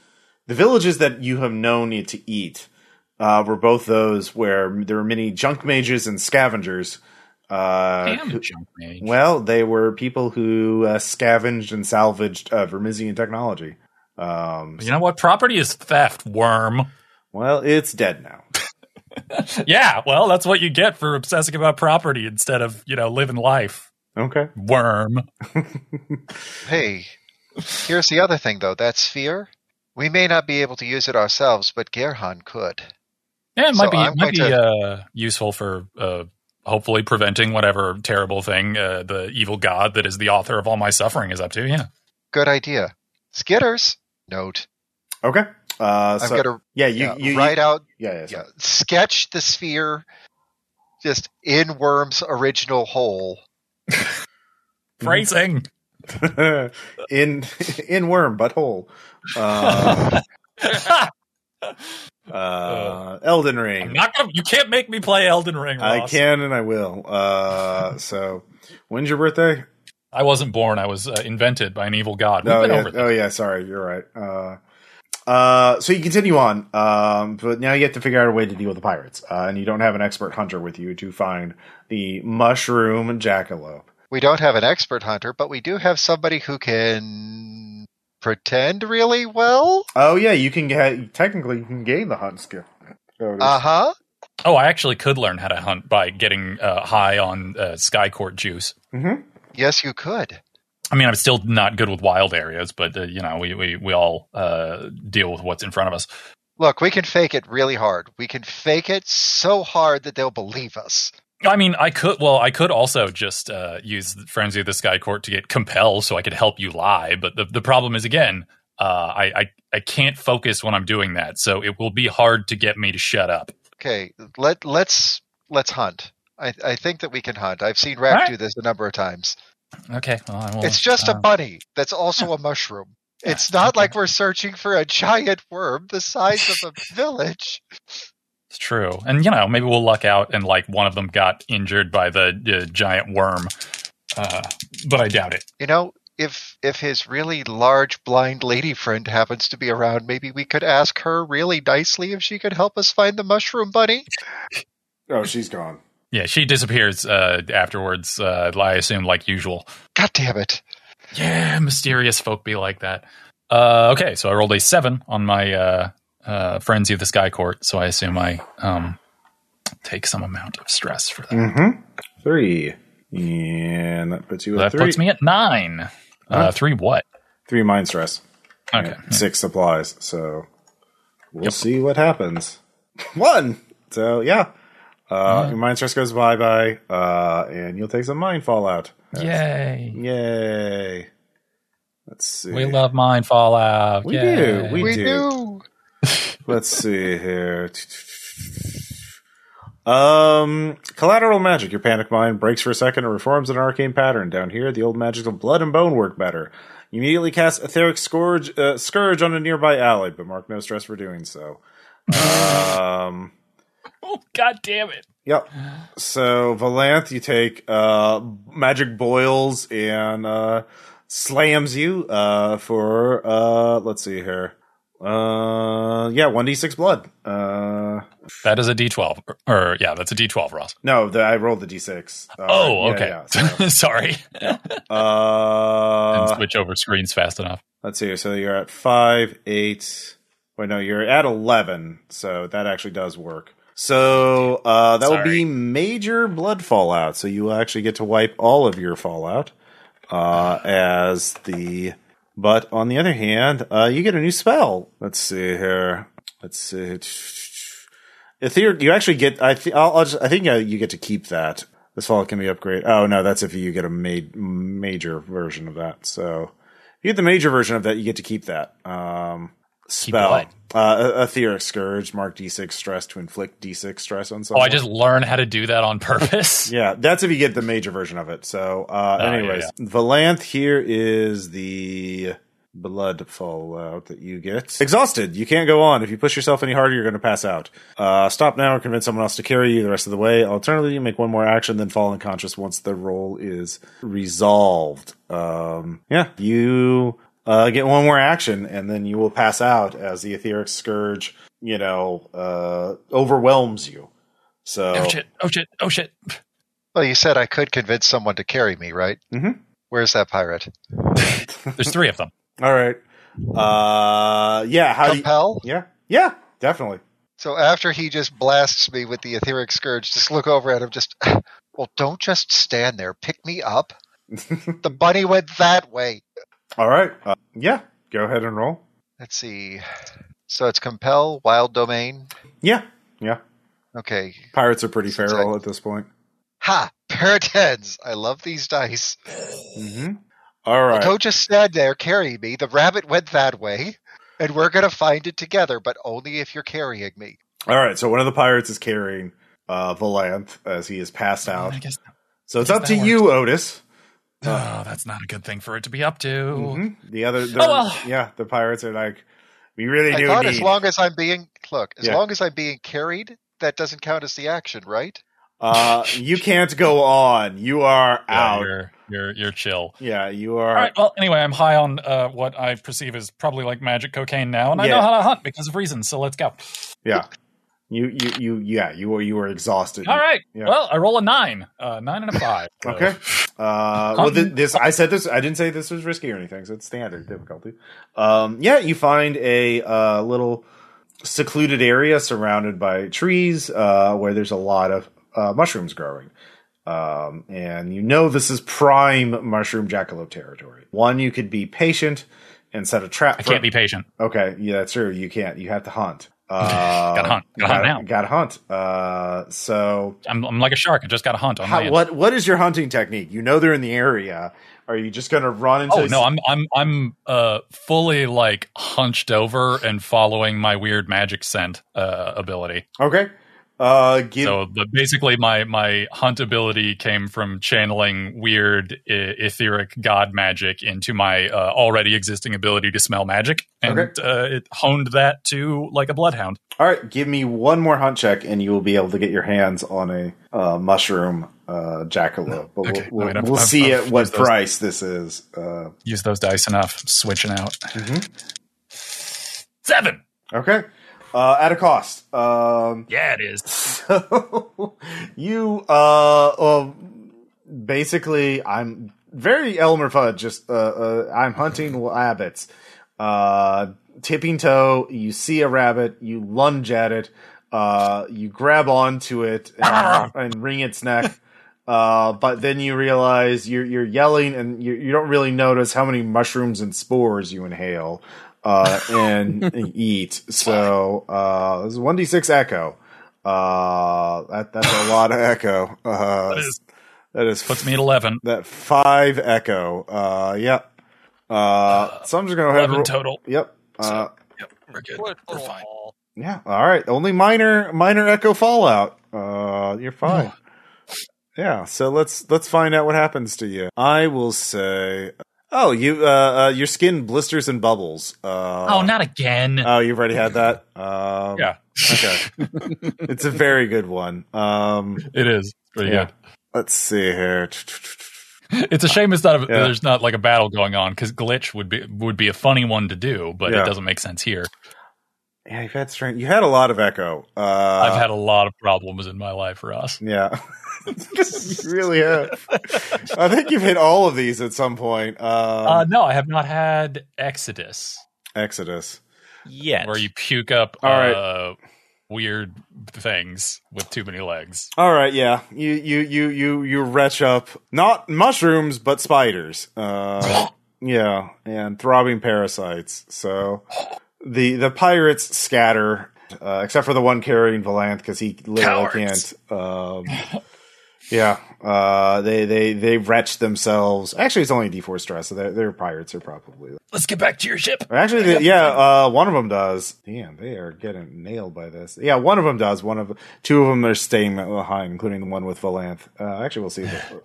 Speaker 1: The villages that you have known it to eat uh, were both those where there were many junk mages and scavengers. Uh,
Speaker 3: Damn,
Speaker 1: who-
Speaker 3: junk mage.
Speaker 1: well, they were people who uh, scavenged and salvaged uh, Vermisian technology. Um,
Speaker 3: you know what? Property is theft, worm.
Speaker 1: well, it's dead now.
Speaker 3: Yeah, well, that's what you get for obsessing about property instead of, you know, living life.
Speaker 1: Okay.
Speaker 3: Worm.
Speaker 5: Hey, here's the other thing though. That sphere, we may not be able to use it ourselves, but Gerhan could.
Speaker 3: Yeah, it might
Speaker 5: So
Speaker 3: be
Speaker 5: I'm
Speaker 3: it might be
Speaker 5: going
Speaker 3: uh, useful for uh, hopefully preventing whatever terrible thing uh, the evil god that is the author of all my suffering is up to. Yeah.
Speaker 5: Good idea. Skitters. Note.
Speaker 1: Okay. Uh,
Speaker 5: I'm
Speaker 1: so,
Speaker 5: gonna
Speaker 1: yeah, you,
Speaker 5: yeah,
Speaker 1: you, you-
Speaker 5: write out.
Speaker 1: yeah, yeah,
Speaker 5: Yeah, sketch the sphere, just in Worm's original hole.
Speaker 3: Mm-hmm. Phrasing.
Speaker 1: sorry. in in worm butthole. Uh, uh, Elden Ring.
Speaker 3: I'm not gonna you can't make me play Elden Ring,
Speaker 1: I
Speaker 3: Ross.
Speaker 1: can and I will. Uh, so, when's your birthday?
Speaker 3: I wasn't born, I was uh, invented by an evil god. We've
Speaker 1: Oh
Speaker 3: been
Speaker 1: yeah,
Speaker 3: over that.
Speaker 1: oh yeah. Sorry, you're right. Uh, uh, so you continue on, um, but now you have to figure out a way to deal with the pirates, uh, and you don't have an expert hunter with you to find the mushroom jackalope.
Speaker 5: We don't have an expert hunter, but we do have somebody who can pretend really well.
Speaker 1: Oh yeah, you can get technically you can gain the hunt skill. Oh, it is.
Speaker 5: Uh huh.
Speaker 3: Oh, I actually could learn how to hunt by getting uh, high on uh, sky court juice.
Speaker 5: Yes, you could.
Speaker 3: I mean, I'm still not good with wild areas, but uh, you know, we we we all uh, deal with what's in front of us.
Speaker 5: Look, we can fake it really hard. We can fake it so hard that they'll believe us.
Speaker 3: I mean, I could well, I could also just uh, use the frenzy of the sky court to get compel, so I could help you lie. But the the problem is again, uh, I, I I can't focus when I'm doing that, so it will be hard to get me to shut up.
Speaker 5: Okay, let let's let's hunt. I, I think that we can hunt. I've seen Rack
Speaker 3: All right.
Speaker 5: do this a number of times.
Speaker 3: Okay, well, I
Speaker 1: Oh,
Speaker 3: will,
Speaker 5: it's just
Speaker 3: uh,
Speaker 5: a bunny that's also a mushroom. It's not like we're searching for a giant worm the size of a village.
Speaker 3: It's true, and you know, maybe we'll luck out and like one of them got injured by the uh, giant worm, uh, but I doubt it.
Speaker 5: You know, if if his really large blind lady friend happens to be around, maybe we could ask her really nicely if she could help us find the mushroom bunny.
Speaker 1: oh she's gone.
Speaker 3: Yeah, she disappears uh, afterwards. Uh, I assume, like usual.
Speaker 5: God damn it.
Speaker 3: Yeah, mysterious folk be like that. Uh, okay, so I rolled a seven on my uh, uh, frenzy of the sky court, so I assume I um, take some amount of stress for that.
Speaker 1: Mm-hmm. Three, and that puts you
Speaker 3: that
Speaker 1: at three.
Speaker 3: puts me at nine. Uh, three what?
Speaker 1: three mind stress.
Speaker 3: Okay,
Speaker 1: Yeah, six supplies. So we'll see what happens. One. So yeah. Uh, Your mind stress goes bye bye, uh, and you'll take some mind fallout.
Speaker 3: yay!
Speaker 1: Yay! Let's see.
Speaker 3: We love mine fallout.
Speaker 1: We
Speaker 3: Yay.
Speaker 1: do, we-
Speaker 5: We
Speaker 1: do.
Speaker 5: do.
Speaker 1: Let's see here. Um, collateral magic. Your panic mind breaks for a second and reforms an arcane pattern. Down here, the old magics of blood and bone work better. You immediately cast etheric scourge, uh, scourge on a nearby ally, but mark no stress for doing so. um,
Speaker 3: oh, God damn it!
Speaker 1: yep. So Valanth, you take uh magic boils and uh slams you uh for uh let's see here. Uh, yeah, one d six blood. Uh.
Speaker 3: That is a D twelve, or, or, yeah, that's a D twelve, Ross.
Speaker 1: No, the, I rolled the d6. Uh,
Speaker 3: oh,
Speaker 1: yeah,
Speaker 3: okay.
Speaker 1: yeah, so,
Speaker 3: Sorry,
Speaker 1: uh,
Speaker 3: Didn't switch over screens fast enough.
Speaker 1: let's see. here. So you're at five, eight. Wait, no, you're at eleven. So that actually does work. So uh, that will be
Speaker 2: Sorry.
Speaker 1: major blood fallout. So you will actually get to wipe all of your fallout. Uh, as the but on the other hand, uh, you get a new spell. Let's see here. Let's see. Ether, you actually get. I th- I'll, I'll just, I think uh, you get to keep that. This fall can be upgraded. Oh no, that's if you get a ma- major version of that. So if you get the major version of that, you get to keep that um, spell.
Speaker 3: what?
Speaker 1: Uh, Etheric Scourge, mark D6 stress to inflict D6 stress on
Speaker 3: Oh,
Speaker 1: someone.
Speaker 3: I just learn how to do that on purpose.
Speaker 1: Yeah, that's if you get the major version of it. So, uh,
Speaker 3: Oh, yeah,
Speaker 1: anyways, Valanth here is the blood fallout that you get. Exhausted. You can't go on. If you push yourself any harder, you're going to pass out. Uh, stop now or convince someone else to carry you the rest of the way. Alternatively, you make one more action, then fall unconscious once the roll is resolved. Um, yeah, you uh, get one more action, and then you will pass out as the etheric scourge, you know, uh, overwhelms you. So
Speaker 3: Oh shit! Oh shit! Oh shit!
Speaker 5: Well, you said I could convince someone to carry me, right?
Speaker 1: Mhm.
Speaker 5: Where's that pirate?
Speaker 3: There's three of them.
Speaker 1: All right. Uh, yeah. How do you,
Speaker 5: Compel.
Speaker 1: yeah. Yeah. Definitely.
Speaker 5: So after he just blasts me with the etheric scourge, just look over at him. Just well, don't just stand there. Pick me up. the bunny went that way.
Speaker 1: All right. Uh, yeah. Go ahead and roll.
Speaker 5: Let's see. So it's compel wild domain.
Speaker 1: Yeah. Yeah.
Speaker 5: Okay.
Speaker 1: Pirates are pretty
Speaker 5: Sounds
Speaker 1: feral
Speaker 5: like-
Speaker 1: at this point.
Speaker 5: Ha! Pair of tens. I love these dice.
Speaker 1: Mm-hmm. All right.
Speaker 5: Don't just stand there. Carry me. The rabbit went that way, and we're gonna find it together, but only if you're carrying me.
Speaker 1: All right. So one of the pirates is carrying uh, Valanth as he is passed out.
Speaker 3: I guess.
Speaker 1: So it's
Speaker 3: guess
Speaker 1: up to
Speaker 3: that
Speaker 1: you, Otis.
Speaker 3: Oh, that's not a good thing for it to be up to.
Speaker 1: Mhm. The other, the,
Speaker 3: well.
Speaker 1: yeah, the pirates are like, we really
Speaker 5: I
Speaker 1: do
Speaker 5: thought
Speaker 1: need.
Speaker 5: as long as I'm being look, as
Speaker 1: Yeah.
Speaker 5: long as I'm being carried, that doesn't count as the action, right?
Speaker 1: uh, you can't go on. You are
Speaker 3: Yeah,
Speaker 1: out.
Speaker 3: You're, you're you're chill.
Speaker 1: Yeah, you are.
Speaker 3: All right. Well, anyway, I'm high on uh, what I perceive as probably like magic cocaine now, and I
Speaker 1: Yeah.
Speaker 3: know how to hunt because of reasons. So let's go.
Speaker 1: Yeah, you, you, you, yeah, you are. You are exhausted.
Speaker 3: All right.
Speaker 1: Yeah.
Speaker 3: Well, I roll a nine, uh, nine and a five. so-
Speaker 1: Okay. Uh, well, th- this I said this. I didn't say this was risky or anything. So it's standard difficulty. Um, yeah, you find a uh, little secluded area surrounded by trees uh, where there's a lot of uh, mushrooms growing. Um, and you know this is prime mushroom jackalope territory. One, you could be patient and set a trap.
Speaker 3: I
Speaker 1: for-
Speaker 3: can't be patient.
Speaker 1: Okay, yeah, that's true. You can't. You have to hunt. Uh,
Speaker 3: Gotta hunt. Gotta hunt now.
Speaker 1: Gotta hunt. Uh, so
Speaker 3: I'm, I'm like a shark. I just got to hunt on
Speaker 1: how,
Speaker 3: land.
Speaker 1: what what is your hunting technique? You know they're in the area. Are you just going to run into?
Speaker 3: oh no, I'm I'm I'm uh, fully like hunched over and following my weird magic scent uh, ability.
Speaker 1: okay. Uh, give,
Speaker 3: So the, basically, my my hunt ability came from channeling weird e- etheric god magic into my uh, already existing ability to smell magic, and
Speaker 1: Okay.
Speaker 3: uh, it honed that to like a bloodhound.
Speaker 1: all right, give me one more hunt check, and you will be able to get your hands on a uh, mushroom uh, jackalope. But
Speaker 3: Okay,
Speaker 1: we'll, we'll,
Speaker 3: wait, I've-
Speaker 1: we'll
Speaker 3: I've-
Speaker 1: see
Speaker 3: I've
Speaker 1: at what
Speaker 3: used those.
Speaker 1: price this is. Uh, mm-hmm.
Speaker 3: Use those dice enough. I'm switching out. Seven.
Speaker 1: okay, uh, at a cost. Um,
Speaker 3: Yeah, it is.
Speaker 1: So you uh um, basically I'm very Elmer Fudd just uh, uh I'm hunting rabbits. Uh tipping toe, you see a rabbit, you lunge at it, uh you grab onto it and, and wring its neck. Uh, but then you realize you're you're yelling, and you you don't really notice how many mushrooms and spores you inhale uh, and eat. So uh, this is one d six echo. Uh, that that's a lot of echo. Uh,
Speaker 3: That is-
Speaker 1: that is
Speaker 3: Puts me at eleven.
Speaker 1: that five echo. Uh, yep. Uh, so I'm just gonna go ahead.
Speaker 3: Eleven
Speaker 1: And roll.
Speaker 3: total.
Speaker 1: Yep. Uh,
Speaker 3: Yep, we're good.
Speaker 4: What?
Speaker 3: We're fine.
Speaker 4: Aw.
Speaker 1: yeah. All right. Only minor minor echo fallout. Uh, you're fine. Yeah, so let's let's find out what happens to you. I will say, oh, you uh, uh your skin blisters and bubbles. Uh,
Speaker 3: Oh, not again.
Speaker 1: Oh, you've already had that. Um,
Speaker 3: yeah,
Speaker 1: Okay. it's a very good one. Um,
Speaker 3: it is. Pretty
Speaker 1: Yeah.
Speaker 3: good.
Speaker 1: let's see here.
Speaker 3: It's a shame it's not a,
Speaker 1: Yeah.
Speaker 3: there's not like a battle going on because glitch would be would be a funny one to do, but
Speaker 1: Yeah.
Speaker 3: it doesn't make sense here.
Speaker 1: Yeah, you've had strength. You had a lot of echo. Uh,
Speaker 3: I've had a lot of problems in my life, Ross.
Speaker 1: Yeah. you really have. I think you've hit all of these at some point. Um,
Speaker 3: uh, no, I have not had Exodus,
Speaker 1: Exodus.
Speaker 2: Yet.
Speaker 3: where you puke up
Speaker 1: All right.
Speaker 3: uh, weird things with too many legs.
Speaker 1: All right, yeah. You you you you you retch up not mushrooms but spiders. Uh, yeah, and throbbing parasites. So the the pirates scatter, uh, except for the one carrying Valanth because he literally
Speaker 3: Cowards.
Speaker 1: can't. Um, yeah, uh, they they they retch themselves. Actually, it's only D four stress, so they're, they're pirates. They're probably
Speaker 3: Let's get back to your ship.
Speaker 1: Actually, the, yeah, uh, one of them does. Damn, they are getting nailed by this. Yeah, one of them does. One of two of them are staying behind, including the one with Valanth. Uh, actually, we'll see. The,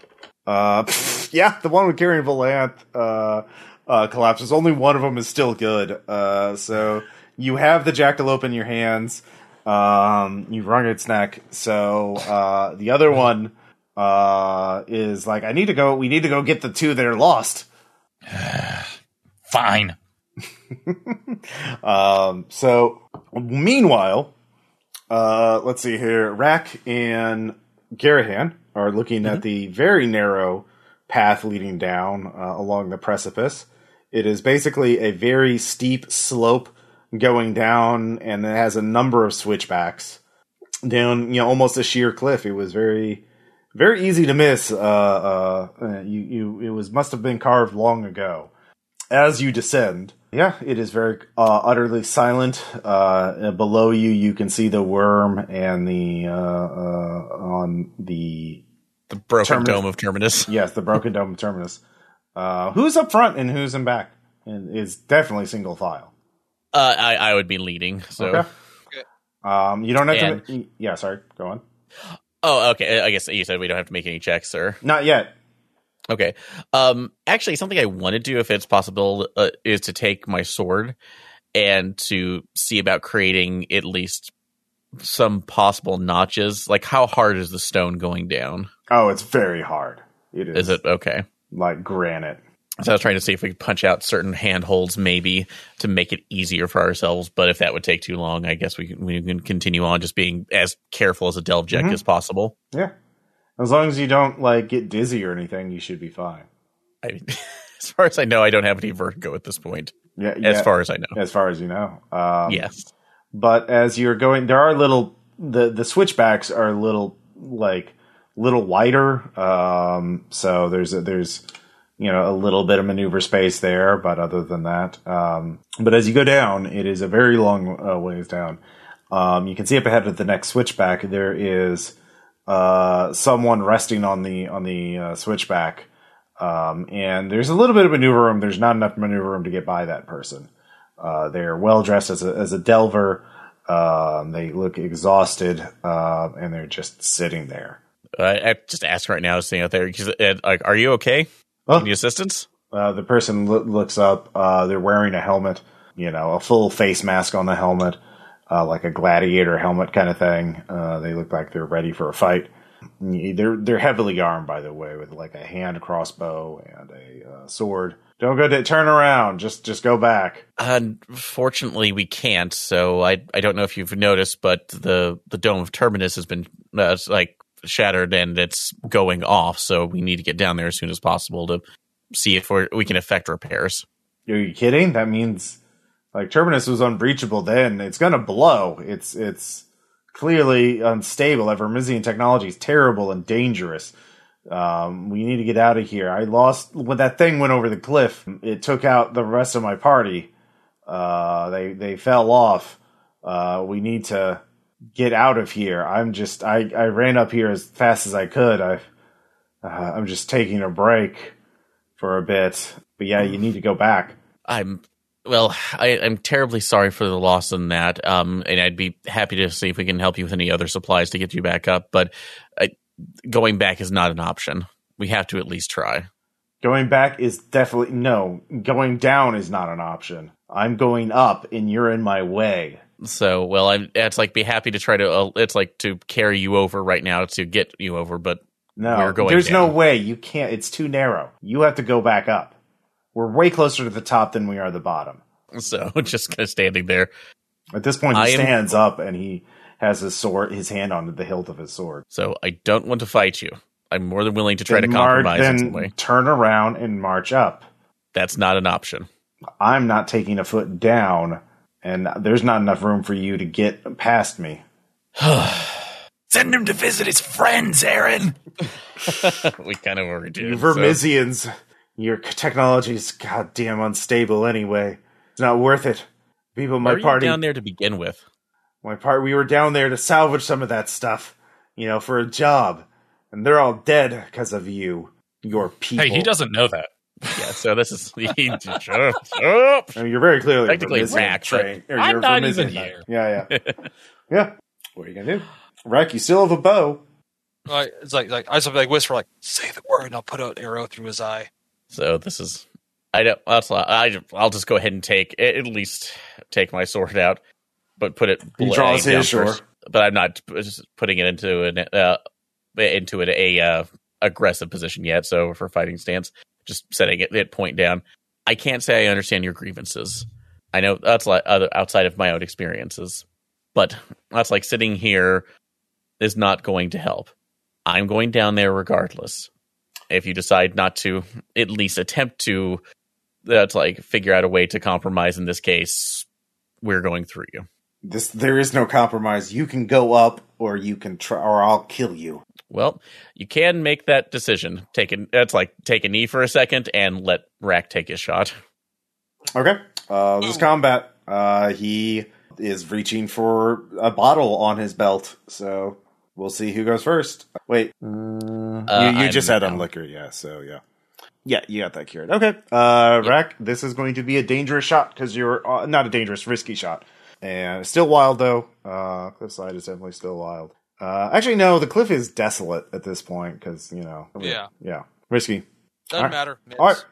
Speaker 1: uh, yeah, the one with carrying Valanth uh, uh, collapses. Only one of them is still good. Uh, so you have the jackalope in your hands. Um, you wrung its neck. So uh, the other one uh, is like, I need to go. We need to go get the two that are lost.
Speaker 3: Fine.
Speaker 1: Um, so meanwhile, uh, let's see here. Rack and Garahan are looking at the very narrow path leading down uh, along the precipice. It is basically a very steep slope going down, and it has a number of switchbacks down. You know, almost a sheer cliff. It was very, very easy to miss. Uh, uh, uh, you, you, it was must have been carved long ago as you descend. Yeah, it is very uh, utterly silent. Uh, below you, you can see the worm and the uh, uh, on the
Speaker 2: The broken
Speaker 1: Terminus.
Speaker 2: dome of Terminus.
Speaker 1: yes, the broken dome terminus. Uh, who's up front and who's in back? And it's definitely single file.
Speaker 2: Uh, I, I would be leading. So.
Speaker 1: Okay. Um, you don't have
Speaker 2: And-
Speaker 1: to. ma- Yeah, sorry. Go on.
Speaker 2: Oh, okay. I guess you said we don't have to make any checks, sir.
Speaker 1: Not yet.
Speaker 2: Okay. Um, actually, something I want to do, if it's possible, uh, is to take my sword and to see about creating at least some possible notches. Like, how hard is the stone going down?
Speaker 1: Oh, it's very hard. It is,
Speaker 2: Is it okay?
Speaker 1: like granite.
Speaker 2: So I was trying to see if we could punch out certain handholds, maybe to make it easier for ourselves. But if that would take too long, I guess we can, we can continue on just being as careful as a delve check
Speaker 1: Mhm.
Speaker 2: as possible.
Speaker 1: Yeah. As long as you don't like get dizzy or anything, you should be fine.
Speaker 2: I mean, as far as I know, I don't have any vertigo at this point.
Speaker 1: Yeah.
Speaker 2: As
Speaker 1: yeah,
Speaker 2: far as I know,
Speaker 1: as far as you know. Um,
Speaker 2: yes.
Speaker 1: but as you're going there are little the the switchbacks are a little like little wider um so there's a, there's you know a little bit of maneuver space there but other than that um but as you go down it is a very long uh, ways down um you can see up ahead of the next switchback there is uh someone resting on the on the uh, switchback um and there's a little bit of maneuver room there's not enough maneuver room to get by that person uh, they're well dressed as a, as a delver. Um, they look exhausted, uh, and they're just sitting there.
Speaker 2: Uh, I I'm just asking right now, sitting out there, 'cause, uh, like, are you okay?
Speaker 1: Oh.
Speaker 2: Any assistance?
Speaker 1: Uh, the person loo- looks up. Uh, they're wearing a helmet, you know, a full face mask on the helmet, uh, like a gladiator helmet kind of thing. Uh, they look like they're ready for a fight. They're they're heavily armed, by the way, with like a hand crossbow and a uh, sword. Don't go to turn around. Just just go back.
Speaker 2: Unfortunately, Uh, we can't. So I I don't know if you've noticed, but the the dome of Terminus has been uh, it's, like shattered and it's going off. So we need to get down there as soon as possible to see if we're, we can effect repairs.
Speaker 1: Are you kidding? That means like Terminus was unbreachable then. It's gonna blow. It's it's clearly unstable. Evermizian technology is terrible and dangerous. Um, we need to get out of here. I lost when that thing went over the cliff. It took out the rest of my party. Uh, they they fell off. Uh, we need to get out of here. I'm just I I ran up here as fast as I could. I uh, I'm just taking a break for a bit. But yeah, you need to go back.
Speaker 2: I'm well. I, I'm terribly sorry for the loss in that. Um, and I'd be happy to see if we can help you with any other supplies to get you back up. But I, going back is not an option. We have to at least try.
Speaker 1: Going back is definitely no. Going down is not an option. I'm going up, and you're in my way.
Speaker 2: So, well, I'm. It's like be happy to try to. Uh, it's like to carry you over right now to get you over. But
Speaker 1: No,
Speaker 2: We're going
Speaker 1: there's no
Speaker 2: down.
Speaker 1: way. You can't. It's too narrow. You have to go back up. We're way closer to the top than we are the bottom.
Speaker 2: so just kind of standing there.
Speaker 1: At this point, he
Speaker 2: I am-
Speaker 1: stands up and he has his sword, his hand on the hilt of his sword.
Speaker 2: So I don't want to fight you. I'm more than willing to try to
Speaker 1: Then mar-
Speaker 2: compromise in some
Speaker 1: then
Speaker 2: way.
Speaker 1: turn around and march up.
Speaker 2: That's not an option.
Speaker 1: I'm not taking a foot down, and there's not enough room for you to get past me.
Speaker 3: Send him to visit his friends, Aaron.
Speaker 2: we kind of already
Speaker 1: You
Speaker 2: did. so-
Speaker 1: Vermisians, your technology is goddamn unstable anyway. It's not worth it. People,
Speaker 2: Why
Speaker 1: my
Speaker 2: were you
Speaker 1: party,
Speaker 2: down there to begin with.
Speaker 1: my part, we were down there to salvage some of that stuff, you know, for a job, and they're all dead because of you, your people.
Speaker 3: Hey, he doesn't know that.
Speaker 2: Yeah, so this is shut up, shut up.
Speaker 1: I mean, you're very clearly
Speaker 2: Technically
Speaker 1: Vermisian
Speaker 2: Rack, but
Speaker 1: trained- or
Speaker 3: I'm
Speaker 1: you're
Speaker 3: not
Speaker 1: Vermisian
Speaker 3: even
Speaker 1: trained.
Speaker 3: here.
Speaker 1: Yeah, yeah, yeah. What are you gonna do, Rack? You still have a bow.
Speaker 4: Like, it's like, like I just like whisper, like say the word, and I'll put an arrow through his eye.
Speaker 2: So this is I don't. That's. a lot. I. I'll just go ahead and take at least take my sword out, but put it.
Speaker 1: He draws
Speaker 2: down
Speaker 1: his, sure.
Speaker 2: first. But I'm not just putting it into an uh, into an a uh, aggressive position yet. So for fighting stance, just setting it, it point down. I can't say I understand your grievances. I know that's like other outside of my own experiences, but that's like sitting here is not going to help. I'm going down there regardless. If you decide not to at least attempt to that's like figure out a way to compromise in this case, we're going through you.
Speaker 1: This there is no compromise. You can go up, or you can try, or I'll kill you.
Speaker 2: Well, you can make that decision. Take an that's like take a knee for a second and let Rack take his shot.
Speaker 1: Okay. Uh, this is combat. Uh, he is reaching for a bottle on his belt, so we'll see who goes first. Wait,
Speaker 2: Uh,
Speaker 1: you, you
Speaker 2: I'm
Speaker 1: just had on
Speaker 2: down.
Speaker 1: liquor, yeah. So yeah, yeah, you got that cured. Okay, uh, Rack, this is going to be a dangerous shot because you're uh, not a dangerous, risky shot, and it's still wild though. Uh, cliffside is definitely still wild. Uh, actually, no, the cliff is desolate at this point because you know,
Speaker 4: Yeah.
Speaker 1: yeah, risky.
Speaker 4: Doesn't
Speaker 1: All right.
Speaker 4: matter. Miss.
Speaker 1: All right.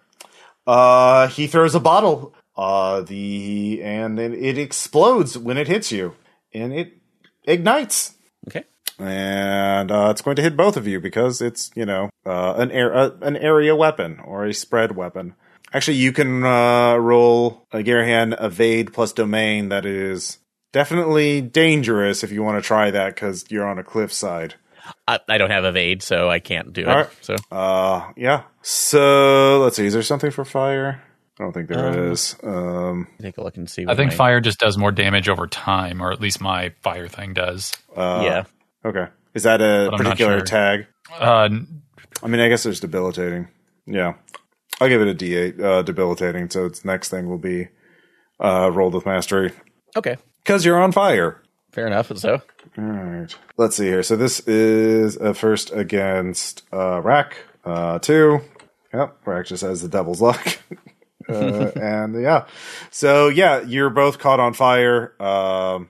Speaker 1: Uh, he throws a bottle. Uh, the and then it explodes when it hits you, and it ignites.
Speaker 2: Okay.
Speaker 1: And uh, it's going to hit both of you because it's you know uh, an air uh, an area weapon or a spread weapon. Actually, you can uh, roll a Garahan evade plus domain. That is definitely dangerous if you want to try that because you're on a cliffside.
Speaker 2: I, I don't have evade, so I can't do it.
Speaker 1: All right.
Speaker 2: So
Speaker 1: Uh, yeah. So let's see. Is there something for fire? I don't think
Speaker 2: Um,
Speaker 1: there is. Um,
Speaker 2: take a look and see.
Speaker 3: I
Speaker 2: what
Speaker 3: think
Speaker 2: my-
Speaker 3: fire just does more damage over time, or at least my fire thing does.
Speaker 1: uh,
Speaker 2: yeah,
Speaker 1: Okay. Is that a
Speaker 3: But I'm not
Speaker 1: particular
Speaker 3: sure.
Speaker 1: tag?
Speaker 3: Uh, n-
Speaker 1: I mean, I guess there's debilitating. Yeah. I'll give it a D8, uh, debilitating. So its next thing will be uh, rolled with mastery
Speaker 2: okay,
Speaker 1: because you're on fire.
Speaker 2: fair enough. So
Speaker 1: All right. Let's see here. So this is a first against uh, Rack. Uh, two. Yep. Rack just has the devil's luck. uh, and yeah. So yeah, you're both caught on fire. Um,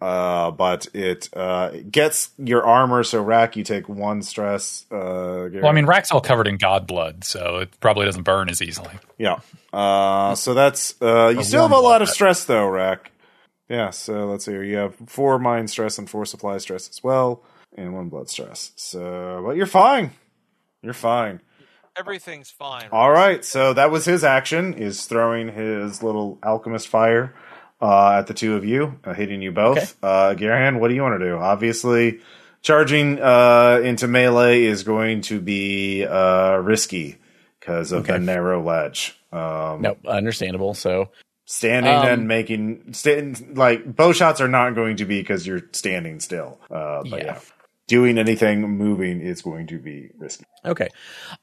Speaker 1: uh, but it uh, gets your armor. So Rack, you take one stress. Uh,
Speaker 3: well, I mean, Rack's all covered in god blood, so it probably doesn't burn as easily.
Speaker 1: yeah. Uh, so that's uh, you
Speaker 3: A
Speaker 1: still have
Speaker 3: warm
Speaker 1: a lot
Speaker 3: blood.
Speaker 1: of stress though, Rack. Yeah. So let's see. here. You have four mind stress and four supply stress as well, and one blood stress. So, but you're fine. You're fine.
Speaker 4: Everything's fine.
Speaker 1: All right. So that was his action: is throwing his little alchemist fire uh, at the two of you, uh, hitting you both.
Speaker 2: Okay.
Speaker 1: Uh, Garahan, what do you want to do? Obviously, charging uh, into melee is going to be uh, risky because of the
Speaker 2: Okay.
Speaker 1: narrow ledge. Um,
Speaker 2: no, understandable. So
Speaker 1: standing
Speaker 2: Um,
Speaker 1: and making stand, like bow shots are not going to be because you're standing still. Uh, but yeah.
Speaker 2: Yeah.
Speaker 1: doing anything moving is going to be risky.
Speaker 2: okay,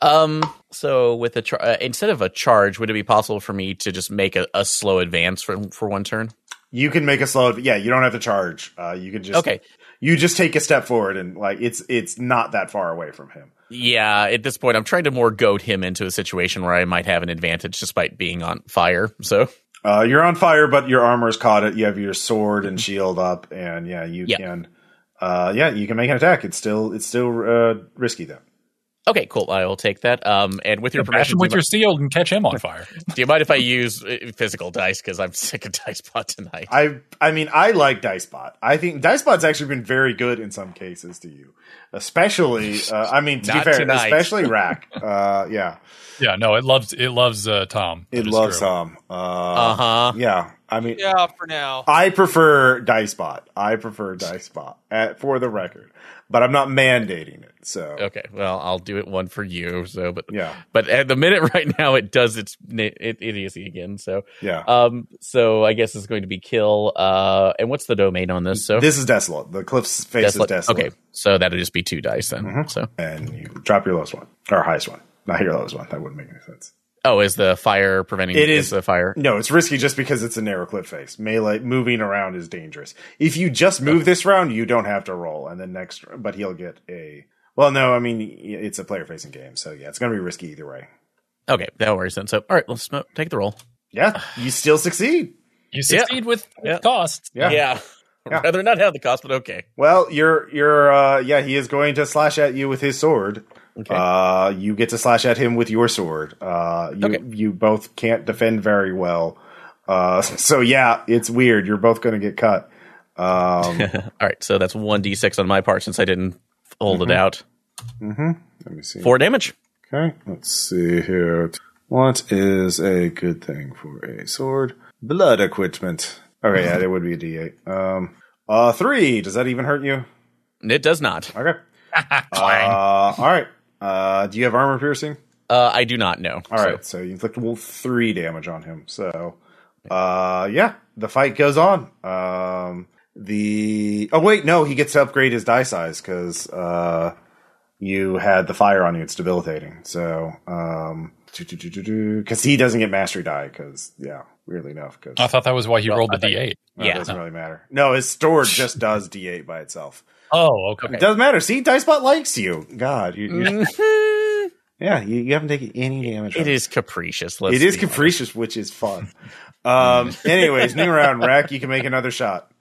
Speaker 2: um, so with a char- uh, instead of a charge, would it be possible for me to just make a, a slow advance for for one turn?
Speaker 1: You can make a slow. Yeah, you don't have to charge. Uh, you can just
Speaker 2: Okay,
Speaker 1: You just take a step forward and like it's it's not that far away from him.
Speaker 2: yeah. At this point, I'm trying to more goad him into a situation where I might have an advantage despite being on fire. So
Speaker 1: Uh, you're on fire, but your armor's caught. It. You have your sword and shield up, and yeah, you
Speaker 2: Mm-hmm. Yeah.
Speaker 1: can. Uh, yeah, you can make an attack. It's still it's still uh, risky though.
Speaker 2: okay, cool. I will take that. Um, and with your
Speaker 3: Bash
Speaker 2: permission, do
Speaker 3: him
Speaker 2: you
Speaker 3: with
Speaker 2: mi-
Speaker 3: your shield and catch him on fire.
Speaker 2: do you mind if I use uh, physical dice because I'm sick of dice pot tonight?
Speaker 1: I I mean I like Dicebot. I think Dicebot's actually been very good in some cases to you, especially uh, I mean to be
Speaker 2: Not
Speaker 1: fair,
Speaker 2: tonight.
Speaker 1: especially Rack. Uh, yeah,
Speaker 3: Yeah, no, it loves it loves uh, Tom.
Speaker 1: it
Speaker 3: That is
Speaker 1: loves
Speaker 3: true.
Speaker 1: some. Uh,
Speaker 2: Uh huh.
Speaker 1: Yeah, I mean
Speaker 4: Yeah, for now.
Speaker 1: I prefer Dicebot. I prefer Dicebot at, for the record, but I'm not mandating it. So
Speaker 2: Okay. Well, I'll do it one for you. So, but
Speaker 1: yeah,
Speaker 2: but at the minute right now, it does its na- it, idiocy again. So,
Speaker 1: yeah.
Speaker 2: um, so I guess it's going to be kill. Uh, and what's the domain on this? So
Speaker 1: this is desolate. The cliff's face
Speaker 2: Desolate.
Speaker 1: is desolate. Mm-hmm.
Speaker 2: Okay, so that'll just be two dice then. So,
Speaker 1: and you drop your lowest one or highest one, not your lowest one. That wouldn't make any sense.
Speaker 2: oh, is the fire preventing?
Speaker 1: It is-
Speaker 2: the fire.
Speaker 1: No, it's risky just because it's a narrow cliff face. Melee moving around is dangerous. If you just move this round, you don't have to roll, and then next, but he'll get a. Well, no, I mean it's a player facing game, so yeah, it's going to be risky either way.
Speaker 2: Okay, that worries then. So, all right, let's mo- take the roll.
Speaker 1: Yeah, you still succeed.
Speaker 3: You succeed with, with
Speaker 2: Yeah.
Speaker 3: costs.
Speaker 1: Yeah. Yeah.
Speaker 2: rather not have the cost, but okay.
Speaker 1: Well, you're you're uh yeah, he is going to slash at you with his sword.
Speaker 2: Okay.
Speaker 1: Uh, you get to slash at him with your sword. Uh, you
Speaker 2: Okay.
Speaker 1: you both can't defend very well. Uh, so yeah, it's weird. You're both going to get cut. Um,
Speaker 2: All right, so that's one d6 on my part since I didn't hold
Speaker 1: Mm-hmm.
Speaker 2: it out.
Speaker 1: let me see.
Speaker 2: Four damage.
Speaker 1: Okay, let's see here. What is a good thing for a sword? Blood equipment. Okay, yeah, that would be a D8. Um, uh, three. Does that even hurt you?
Speaker 2: It does not.
Speaker 1: Okay.
Speaker 3: Clang.
Speaker 1: Uh, all right. Uh, do you have armor piercing?
Speaker 2: Uh, I do not know.
Speaker 1: All right, so you inflict well, three damage on him. So, uh, yeah, the fight goes on. Um, the oh wait, no, he gets to upgrade his die size because uh, you had the fire on you. It's debilitating. So, um, because he doesn't get mastery die. Because yeah, weirdly enough, because
Speaker 3: I thought that was why he
Speaker 2: Well,
Speaker 3: rolled
Speaker 2: I
Speaker 3: the
Speaker 2: thought-
Speaker 3: d8.
Speaker 2: yeah.
Speaker 1: it doesn't really matter. No, his sword just does d8 by itself.
Speaker 3: Oh, okay.
Speaker 1: It doesn't matter. See, Dicebot likes you. God, you, you-
Speaker 2: Mhm.
Speaker 1: yeah, you, you haven't taken any damage. from
Speaker 2: it is capricious. Let's
Speaker 1: it is
Speaker 2: be-
Speaker 1: capricious, which is fun. Um, anyways, new round, Rack. You can make another shot.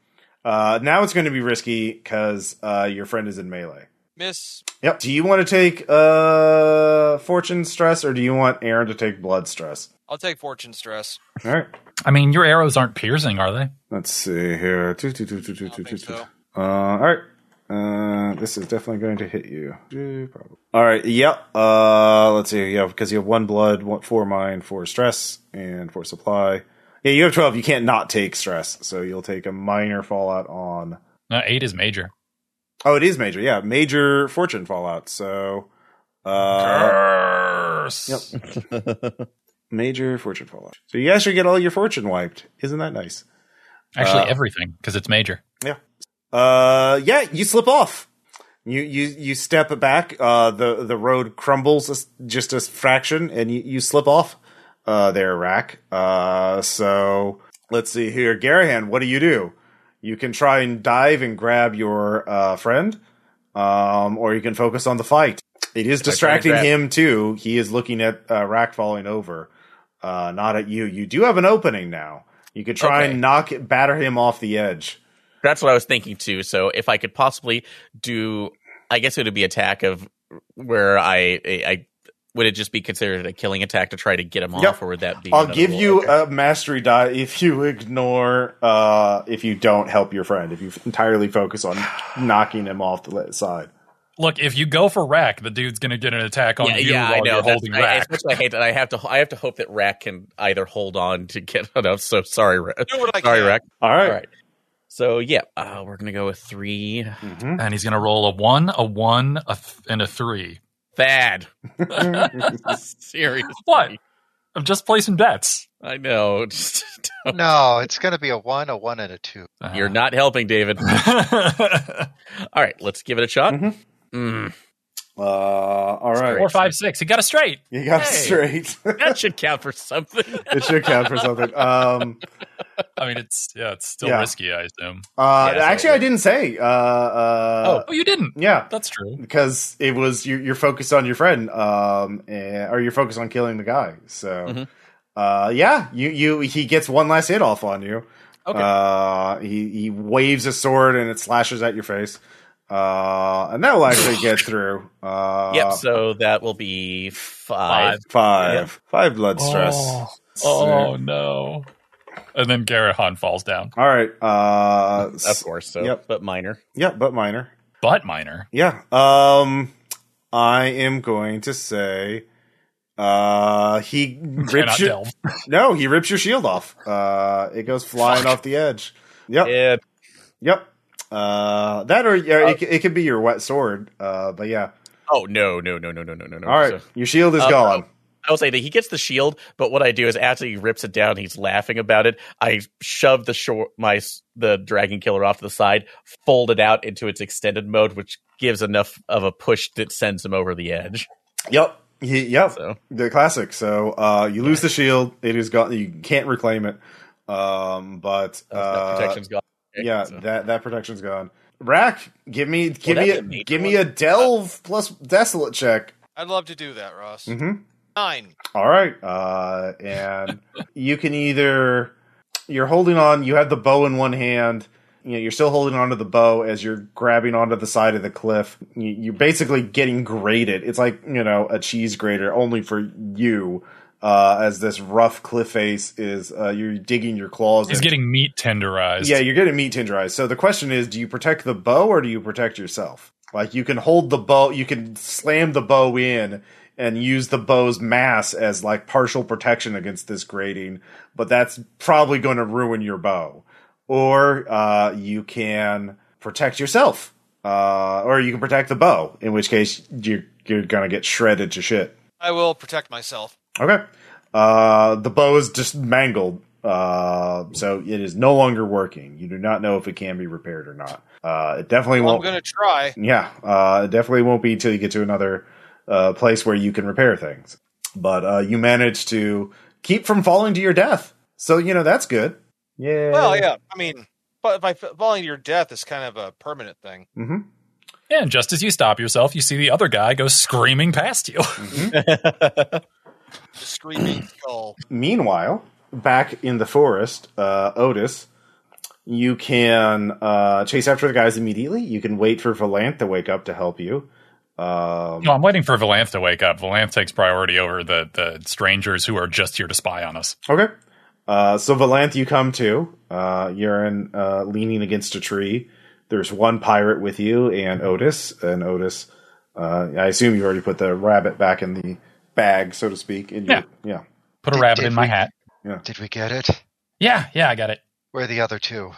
Speaker 1: Uh, now it's going to be risky because uh, your friend is in melee.
Speaker 4: Miss.
Speaker 1: Yep. Do you want to take uh, fortune stress, or do you want Aaron to take blood stress?
Speaker 4: I'll take fortune stress.
Speaker 1: All right.
Speaker 3: I mean, your arrows aren't piercing, are they?
Speaker 1: Let's see here. Do, do, do, do, do,
Speaker 4: I don't
Speaker 1: do,
Speaker 4: think
Speaker 1: do, do.
Speaker 4: so.
Speaker 1: Uh, all right. Uh, this is definitely going to hit you. Eh, Probably. All right. Yep. Uh, let's see. Yeah, because you have one blood, one, four mine, four stress, and four supply. Yeah, you have twelve. You can't not take stress, so you'll take a minor fallout on.
Speaker 3: No, eight is major.
Speaker 1: Oh, it is major. Yeah, major fortune fallout. So, uh,
Speaker 3: Curse.
Speaker 1: yep. major fortune fallout. So you actually get all your fortune wiped. Isn't that nice?
Speaker 3: Actually,
Speaker 1: Uh,
Speaker 3: everything because it's major.
Speaker 1: Uh, yeah, you slip off. You you you step back. Uh, the the road crumbles as- just a fraction, and you, you slip off. Uh, there, Rack. Uh, so let's see here, Garahan. What do you do? You can try and dive and grab your uh, friend, um, or you can focus on the fight. It is distracting
Speaker 2: grab-
Speaker 1: him too. He is looking at uh, Rack falling over, uh, not at you. You do have an opening now. You could try
Speaker 2: Okay.
Speaker 1: and knock batter him off the edge.
Speaker 2: That's what I was thinking too. So if I could possibly do, I guess it would be attack of where I, I, I- would it just be considered a killing attack to try to get him
Speaker 1: Yep.
Speaker 2: off, or would that be?
Speaker 1: I'll
Speaker 2: another
Speaker 1: give
Speaker 2: roll?
Speaker 1: you
Speaker 2: Okay.
Speaker 1: a mastery die if you ignore, uh, if you don't help your friend, if you entirely focus on knocking him off the le- side.
Speaker 3: Look, if you go for rack, the dude's gonna get an attack on
Speaker 2: yeah,
Speaker 3: you
Speaker 2: yeah,
Speaker 3: while
Speaker 2: I know.
Speaker 3: you're
Speaker 2: That's-
Speaker 3: holding
Speaker 2: I,
Speaker 3: rack.
Speaker 2: That's what I hate that I have to. I have to hope that Rack can either hold on to get enough. So sorry, Rack.
Speaker 4: Do what I
Speaker 2: Sorry,
Speaker 4: can.
Speaker 2: Rack.
Speaker 1: All right.
Speaker 2: All right. So yeah, uh, we're gonna go with three.
Speaker 1: Mhm.
Speaker 3: and he's gonna roll a one, a one, a th- and a three.
Speaker 2: Thad.
Speaker 1: Mm-hmm.
Speaker 2: Seriously.
Speaker 3: What? I'm just placing bets.
Speaker 2: I know. Just don't-
Speaker 5: No, it's going to be a one, a one, and a two.
Speaker 3: Uh,
Speaker 2: You're not helping, David. All right, let's give it a shot.
Speaker 1: Mhm.
Speaker 2: Mm,
Speaker 1: Uh, all right.
Speaker 3: Uh, Four, five, six. He got a straight.
Speaker 1: You got it
Speaker 3: Hey.
Speaker 1: straight.
Speaker 2: that should count for something.
Speaker 1: it should count for something. Um,
Speaker 3: I mean, it's yeah, it's still
Speaker 1: Yeah.
Speaker 3: risky, I assume.
Speaker 1: uh,
Speaker 2: Yeah,
Speaker 1: actually,
Speaker 2: so-
Speaker 1: I didn't say. Uh, uh,
Speaker 3: oh, you didn't.
Speaker 1: yeah,
Speaker 3: That's true.
Speaker 1: because it was you, you're focused on your friend, um, and, or you're focused on killing the guy. So,
Speaker 2: Mhm.
Speaker 1: uh, yeah, you you he gets one last hit off on you.
Speaker 2: Okay.
Speaker 1: Uh, he he waves a sword and it slashes at your face. Uh, and that'll actually get through. Uh,
Speaker 2: yep. So that will be five.
Speaker 3: Five.
Speaker 1: five five blood stress.
Speaker 3: Oh,
Speaker 1: So-
Speaker 3: oh, no. And then Garahan falls down.
Speaker 1: all right. Uh, s-
Speaker 2: Of course. So,
Speaker 1: Yep.
Speaker 2: but minor.
Speaker 1: yeah, but minor.
Speaker 3: But minor.
Speaker 1: Yeah. Um, I am going to say, uh, he rips
Speaker 3: Cannot
Speaker 1: your,
Speaker 3: delve.
Speaker 1: no, he rips your shield off. Uh, it goes flying off the edge. Yep.
Speaker 2: Yeah.
Speaker 1: Yep. Uh, that or yeah, it, c- it could be your wet sword. Uh, but yeah.
Speaker 2: Oh no no no no no no no no.
Speaker 1: All right,
Speaker 2: So
Speaker 1: your shield is
Speaker 2: Uh,
Speaker 1: gone.
Speaker 2: I will say that he gets the shield, but what I do is after he rips it down, he's laughing about it. I shove the short my s- the dragon killer off to the side, fold it out into its extended mode, which gives enough of a push that sends him over the edge.
Speaker 1: Yep. He, yep.
Speaker 2: So
Speaker 1: The classic. So uh, you lose the shield. It is gone. You can't reclaim it. Um, but
Speaker 2: Oh, that that
Speaker 1: uh,
Speaker 2: protection's gone. Okay,
Speaker 1: yeah,
Speaker 2: so-
Speaker 1: that that protection's gone. Rack, give me give
Speaker 2: that'd
Speaker 1: me
Speaker 2: be
Speaker 1: a
Speaker 2: a major
Speaker 1: give me a
Speaker 2: one. Uh,
Speaker 1: delve plus desolate check.
Speaker 4: I'd love to do that, Ross.
Speaker 1: hmm
Speaker 4: Nine.
Speaker 1: All right. Uh, and you can either you're holding on. You have the bow in one hand. you know, you're still holding onto the bow as you're grabbing onto the side of the cliff. You- You're basically getting grated. It's like, you know, a cheese grater only for you, uh, as this rough cliff face is, uh, you're digging your claws.
Speaker 3: He's
Speaker 1: in.
Speaker 3: getting meat tenderized.
Speaker 1: yeah, you're getting meat tenderized. So the question is, do you protect the bow or do you protect yourself? Like you can hold the bow, you can slam the bow in and use the bow's mass as like partial protection against this grating, but that's probably going to ruin your bow. Or uh, you can protect yourself, uh, or you can protect the bow. In which case, you're you're gonna get shredded to shit.
Speaker 4: I will protect myself.
Speaker 1: Okay. Uh, the bow is just mangled. Uh, so it is no longer working. You do not know if it can be repaired or not. Uh, it definitely
Speaker 4: Well, I'm
Speaker 1: won't.
Speaker 4: going to try.
Speaker 1: yeah. Uh, it definitely won't be until you get to another, uh, place where you can repair things. But, uh, you managed to keep from falling to your death. So, you know, that's good. Yeah.
Speaker 4: Well, yeah. I mean, but by f- falling to your death is kind of a permanent thing.
Speaker 3: Yeah, and just as you stop yourself, you see the other guy go screaming past you.
Speaker 4: The screaming skull.
Speaker 1: Meanwhile, back in the forest, uh, Otis, you can uh, chase after the guys immediately. You can wait for Valant to wake up to help you. Um,
Speaker 3: no, I'm waiting for Valanth to wake up. Valanth takes priority over the, the strangers who are just here to spy on us.
Speaker 1: Okay. Uh, so Valanth, you come to. Uh, you're in, uh, leaning against a tree. There's one pirate with you and Otis. And Otis, uh, I assume you already put the rabbit back in the bag, so to speak. In your, yeah.
Speaker 3: Put a
Speaker 5: Did-
Speaker 3: rabbit
Speaker 5: did
Speaker 3: in my
Speaker 5: we-
Speaker 3: hat.
Speaker 5: Did we get it?
Speaker 3: Yeah, yeah, I got it.
Speaker 5: Where are the other two?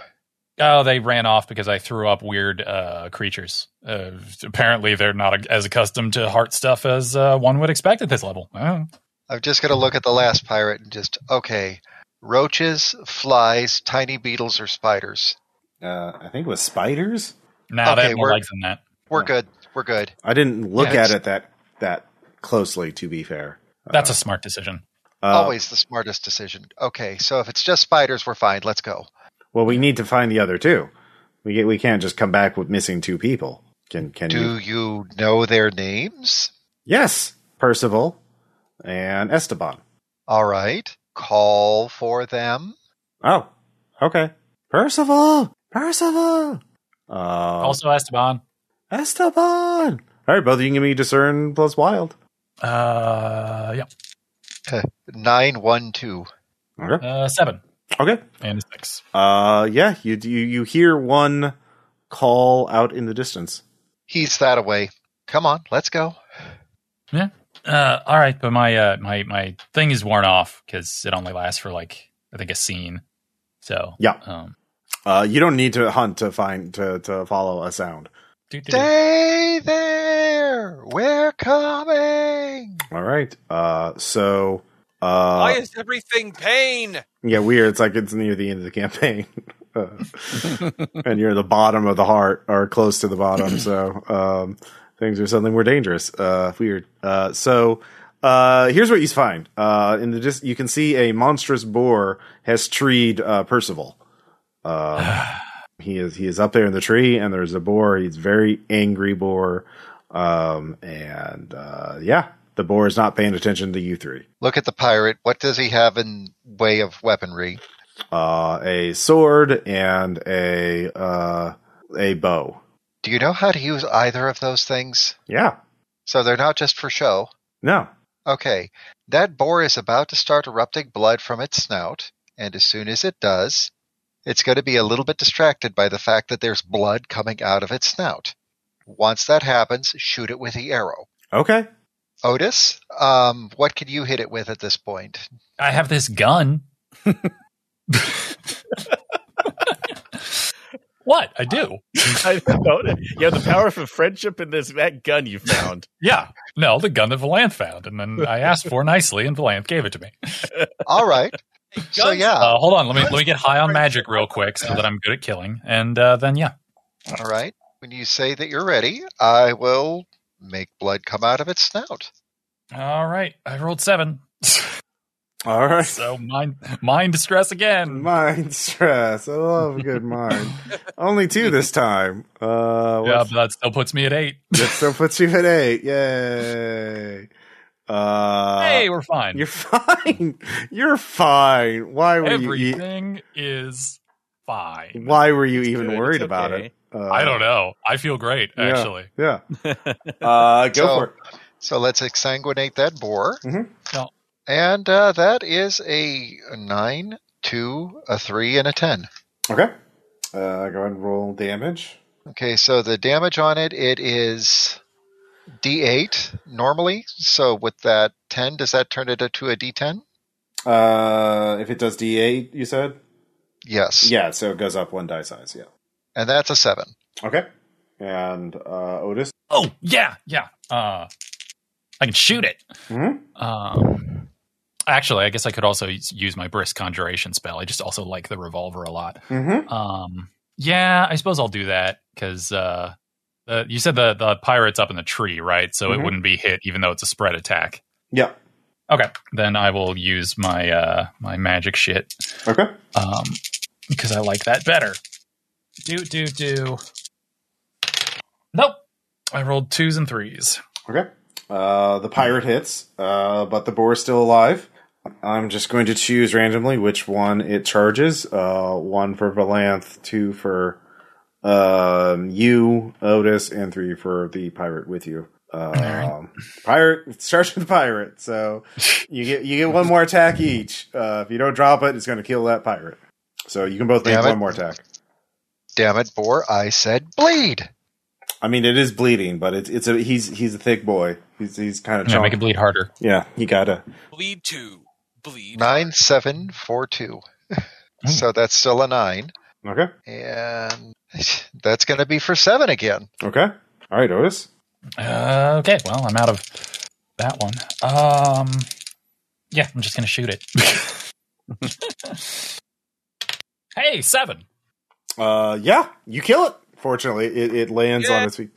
Speaker 3: Oh, they ran off because I threw up weird uh, creatures. Uh, apparently, they're not as accustomed to heart stuff as uh, one would expect at this level. Oh.
Speaker 5: I'm just going to look at the last pirate and just, okay, roaches, flies, tiny beetles, or spiders.
Speaker 1: Uh, I think it was spiders.
Speaker 3: No,
Speaker 5: Okay,
Speaker 3: they have more
Speaker 5: we're-
Speaker 3: legs than that.
Speaker 5: We're good. We're good.
Speaker 1: I didn't look
Speaker 5: Yeah,
Speaker 1: at
Speaker 5: it's-
Speaker 1: it that that closely. To be fair,
Speaker 3: That's a smart decision.
Speaker 1: Uh,
Speaker 5: Always the smartest decision. Okay, so if it's just spiders, we're fine. Let's go.
Speaker 1: Well, we need to find the other two. We get, we can't just come back with missing two people. Can can you?
Speaker 5: Do you know their names?
Speaker 1: Yes, Percival and Esteban.
Speaker 5: All right. Call for them.
Speaker 1: Oh, okay. Percival, Percival. Uh,
Speaker 3: also, Esteban.
Speaker 1: Esteban. All right, both of you can give me discern plus wild.
Speaker 3: Uh, yeah,
Speaker 5: 912.
Speaker 1: Okay.
Speaker 3: uh, seven
Speaker 1: Okay.
Speaker 3: and a six.
Speaker 1: Uh, yeah. You you you hear one call out in the distance.
Speaker 5: He's that away. Come on, let's go.
Speaker 3: Uh, all right, but my uh, my my thing is worn off because it only lasts for like I think a scene. So
Speaker 1: Yeah.
Speaker 3: um,
Speaker 1: Uh, you don't need to hunt to find to to follow a sound.
Speaker 3: doo-doo-doo.
Speaker 5: Stay there. We're coming.
Speaker 1: All right. Uh, so. Uh,
Speaker 4: Why is everything pain?
Speaker 1: Yeah, weird. It's like it's near the end of the campaign, uh, and you're the bottom of the heart, or close to the bottom. So um, things are suddenly more dangerous. Uh, weird. Uh, so uh, here's what you find. Uh, in the dis- you can see a monstrous boar has treed uh, Percival. Uh, he is he is up there in the tree, and there's a boar. He's a very angry boar, um, and uh, yeah, the boar is not paying attention to you three.
Speaker 5: Look at the pirate. What does he have in way of weaponry?
Speaker 1: uh, a sword and a uh, a bow.
Speaker 5: Do you know how to use either of those things?
Speaker 1: Yeah.
Speaker 5: So they're not just for show.
Speaker 1: No.
Speaker 5: Okay, that boar is about to start erupting blood from its snout, and as soon as it does, it's going to be a little bit distracted by the fact that there's blood coming out of its snout. Once that happens, shoot it with the arrow.
Speaker 1: Okay.
Speaker 5: Otis, um, what can you hit it with at this point?
Speaker 3: I have this gun. what I do?
Speaker 2: I don't. You have the power of friendship in this that gun you found.
Speaker 3: Yeah. No, the gun that Valanth found, and then I asked for nicely, and Valanth gave it to me.
Speaker 5: All right. so yeah,
Speaker 3: Uh, hold on, let me let me get high on magic real quick so that I'm good at killing, and uh, then yeah,
Speaker 5: all right. When you say that you're ready, I will make blood come out of its snout.
Speaker 3: all right, I rolled seven,
Speaker 1: All right.
Speaker 3: so mind mind distress again.
Speaker 1: Mind stress. I love a good mind. Only two this time. Uh,
Speaker 3: Yeah,
Speaker 1: yeah,
Speaker 3: but that still puts me at eight.
Speaker 1: that still puts you at eight. Yay. Uh,
Speaker 3: hey, we're fine.
Speaker 1: you're fine. You're fine. Why were you? e-,
Speaker 3: Everything is fine.
Speaker 1: Why were you even
Speaker 2: good,
Speaker 1: worried
Speaker 2: it's
Speaker 1: about
Speaker 2: okay.
Speaker 1: it? Uh,
Speaker 3: I don't know. I feel great
Speaker 1: yeah.
Speaker 3: actually.
Speaker 1: Yeah. Uh, go
Speaker 5: So-
Speaker 1: for it.
Speaker 5: So let's exsanguinate that boar.
Speaker 1: Mhm.
Speaker 3: Yeah.
Speaker 5: And uh, that is a nine, two, a three, and a ten.
Speaker 1: Okay. Uh, go ahead and roll damage.
Speaker 5: Okay, so the damage on it it is D8 normally. So with that ten, does that turn it to a D10?
Speaker 1: Uh, if it does D8, you said?
Speaker 5: Yes.
Speaker 1: Yeah, so it goes up one die size. Yeah.
Speaker 5: And that's a seven.
Speaker 1: Okay. And uh, Otis?
Speaker 3: Oh yeah, yeah. Uh, I can shoot it.
Speaker 1: Mhm.
Speaker 3: Um, actually, I guess I could also use use my brisk conjuration spell. I just also like the revolver a lot.
Speaker 1: Mm-hmm.
Speaker 3: Um, yeah, I suppose I'll do that because uh, the, you said the the pirate's up in the tree, right? So
Speaker 1: Mhm.
Speaker 3: it wouldn't be hit, even though it's a spread attack.
Speaker 1: Yeah.
Speaker 3: Okay, then I will use my uh, my magic shit
Speaker 1: Okay.
Speaker 3: um, because I like that better. Do do do. Nope, I rolled twos and threes.
Speaker 1: Okay. Uh, the pirate hits, uh, but the boar is still alive. I'm just going to choose randomly which one it charges. Uh, one for Valanth, two for um, you, Otis, and three for the pirate with you. Um, pirate it starts with the pirate, so you get you get one more attack each. Uh, if you don't drop it, it's going to kill that pirate. So you can both make
Speaker 5: Damn it.
Speaker 1: one more attack.
Speaker 5: Damn it, boar! I said bleed.
Speaker 1: I mean, it is bleeding, but it's it's a he's he's a thick boy. He's he's kind of
Speaker 3: Yeah, make it bleed harder.
Speaker 1: yeah. He gotta
Speaker 4: Bleed two. Bleed.
Speaker 5: Nine seven four two. so that's still a nine,
Speaker 1: okay.
Speaker 5: and that's going to be for seven again.
Speaker 1: Okay. All right, Otis.
Speaker 3: Uh, okay, well, I'm out of that one. Um, yeah, I'm just gonna shoot it. hey, seven.
Speaker 1: Uh, yeah, you kill it. Fortunately, it, it lands on its feet.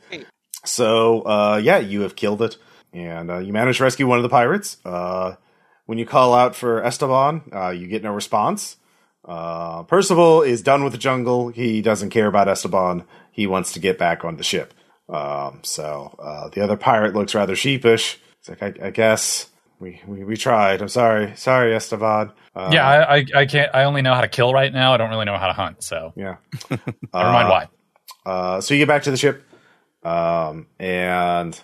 Speaker 1: So, uh, yeah, you have killed it, and uh, you manage to rescue one of the pirates. Uh, when you call out for Esteban, uh, you get no response. Uh, Percival is done with the jungle. He doesn't care about Esteban. He wants to get back on the ship. Um, so uh, the other pirate looks rather sheepish. It's like, I, I guess we, we we tried. I'm sorry, sorry, Esteban. Uh,
Speaker 3: yeah, I, I, I can't. I only know how to kill right now. I don't really know how to hunt, so
Speaker 1: yeah.
Speaker 3: never mind why.
Speaker 1: Uh, so you get back to the ship, um, and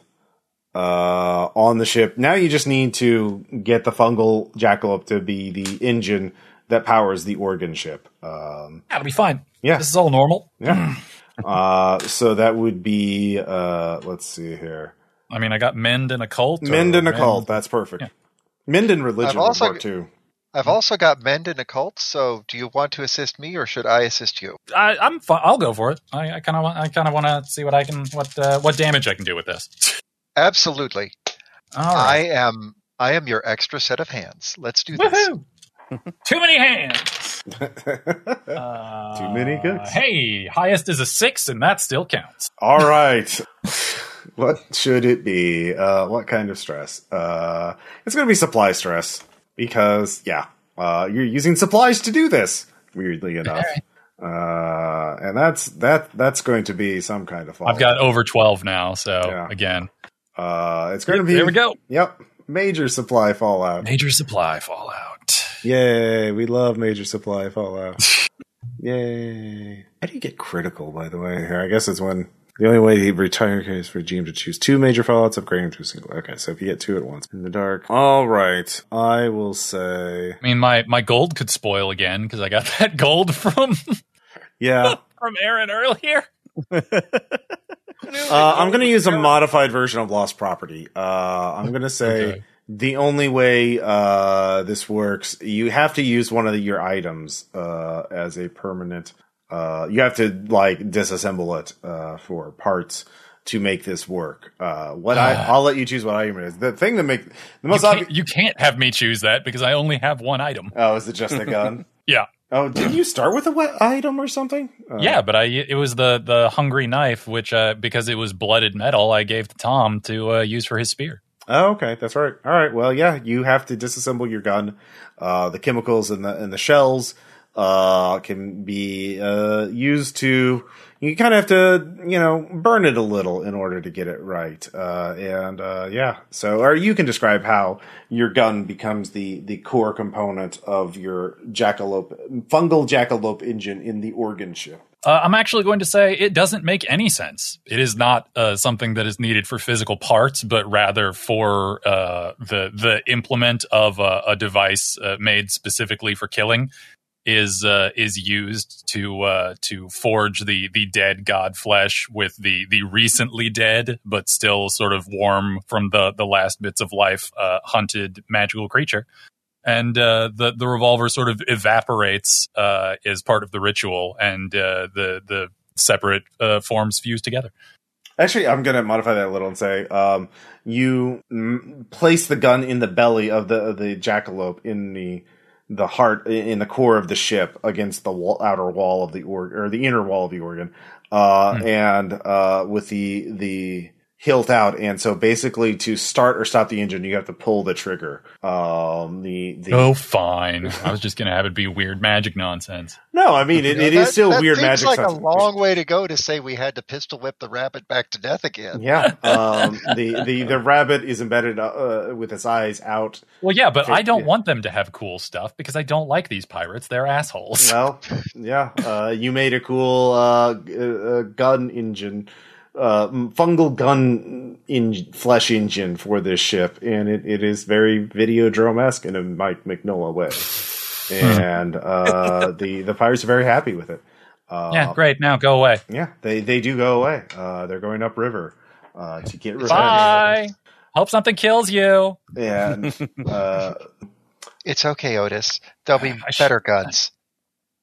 Speaker 1: uh, on the ship now you just need to get the fungal jackal up to be the engine that powers the organ ship. Um,
Speaker 3: That'll be fine.
Speaker 1: Yeah.
Speaker 3: this is all normal.
Speaker 1: yeah. uh, so that would be uh, let's see here,
Speaker 3: I mean, I got mend and occult. or
Speaker 1: Mend and a
Speaker 3: mend-
Speaker 1: cult. That's perfect.
Speaker 3: Yeah.
Speaker 1: Mend and religion
Speaker 5: I've also
Speaker 1: would work too.
Speaker 5: I've
Speaker 3: Hmm.
Speaker 5: also got mend and occult. So do you want to assist me, or should I assist you?
Speaker 3: I, I'm. Fi- I'll go for it. I kind of. I kind of want to see what I can. What uh, what damage I can do with this.
Speaker 5: Absolutely.
Speaker 3: All right.
Speaker 5: I am. I am your extra set of hands. Let's do this.
Speaker 3: Woohoo! Too many hands. Uh,
Speaker 1: Too many cooks.
Speaker 3: Hey, highest is a six, and that still counts.
Speaker 1: All right. what should it be? Uh, what kind of stress? Uh, it's going to be supply stress because, yeah, uh, you're using supplies to do this. Weirdly enough, uh, and that's that. That's going to be some kind of fault.
Speaker 3: I've got over twelve now, so
Speaker 1: Yeah.
Speaker 3: again,
Speaker 1: Uh, it's going to be.
Speaker 3: there we go.
Speaker 1: Yep, major supply fallout.
Speaker 3: Major supply fallout.
Speaker 1: Yay! We love major supply fallout. Yay! How do you get critical? By the way, here I guess it's when the only way to retire is for GM to choose two major fallouts, upgrading to a single. Okay, so if you get two at once in the dark. All right, I will say
Speaker 3: I mean, my my gold could spoil again because I got that gold from
Speaker 1: yeah.
Speaker 3: from Aaron earlier.
Speaker 1: Uh, I'm going to use a modified version of lost property. Uh, I'm going to say
Speaker 3: Okay.
Speaker 1: the only way uh, this works, you have to use one of your items uh, as a permanent. Uh, you have to like disassemble it uh, for parts to make this work. Uh, what I,
Speaker 3: Ah.
Speaker 1: I'll let you choose what item it is. The thing that make the
Speaker 3: You
Speaker 1: most obvious.
Speaker 3: can't, you can't have me choose that because I only have one item.
Speaker 1: Oh, is it just the gun?
Speaker 3: Yeah.
Speaker 1: Oh, did you start with a wet item or something? Uh,
Speaker 3: yeah, but I it was the the hungry knife, which uh, because it was blooded metal, I gave to Tom to uh, use for his spear.
Speaker 1: Oh, okay, that's right. All right, well, yeah, you have to disassemble your gun. Uh, the chemicals in the in the shells uh, can be uh, used to you kind of have to, you know, burn it a little in order to get it right. Uh, and uh, yeah, so or you can describe how your gun becomes the the core component of your jackalope fungal jackalope engine in the organ ship.
Speaker 3: Uh, I'm actually going to say it doesn't make any sense. It is not uh, something that is needed for physical parts, but rather for uh, the the implement of a, a device uh, made specifically for killing is uh, is used to uh, to forge the the dead god flesh with the the recently dead but still sort of warm from the the last bits of life uh, hunted magical creature and uh, the the revolver sort of evaporates uh, as part of the ritual, and uh, the the separate uh, forms fuse together.
Speaker 1: Actually, I'm going to modify that a little and say um, you mm, place the gun in the belly of the of the jackalope in the the heart in the core of the ship against the wall, outer wall of the org or the inner wall of the organ, uh,
Speaker 3: Hmm.
Speaker 1: and uh, with the the hilt out. And so, basically, to start or stop the engine, you have to pull the trigger. Um, the the
Speaker 3: Oh, fine. I was just gonna have it be weird magic nonsense.
Speaker 1: no, I mean it,
Speaker 5: You know,
Speaker 1: it is
Speaker 5: that-
Speaker 1: still
Speaker 5: that
Speaker 1: weird
Speaker 5: seems
Speaker 1: magic.
Speaker 5: like a
Speaker 1: stuff.
Speaker 5: long way to go to say we had to pistol whip the rabbit back to death again.
Speaker 1: Yeah, um, the, the the rabbit is embedded uh, with its eyes out.
Speaker 3: Well, yeah, but
Speaker 1: Okay,
Speaker 3: I don't
Speaker 1: yeah.
Speaker 3: want them to have cool stuff because I don't like these pirates. They're assholes.
Speaker 1: Well, yeah, uh, you made a cool uh, g- uh, gun engine, uh, m- fungal gun in- flesh engine for this ship, and it, it is very videodrome esque in a Mike McNullah way,
Speaker 3: Hmm.
Speaker 1: and uh, the the pirates are very happy with it. Uh,
Speaker 3: yeah, great. Now go away.
Speaker 1: yeah, they they do go away. Uh, they're going upriver uh, to get revenge.
Speaker 3: Bye. Hope something kills you.
Speaker 1: And uh,
Speaker 5: It's okay, Otis. There'll be
Speaker 3: I sh-
Speaker 5: better guns.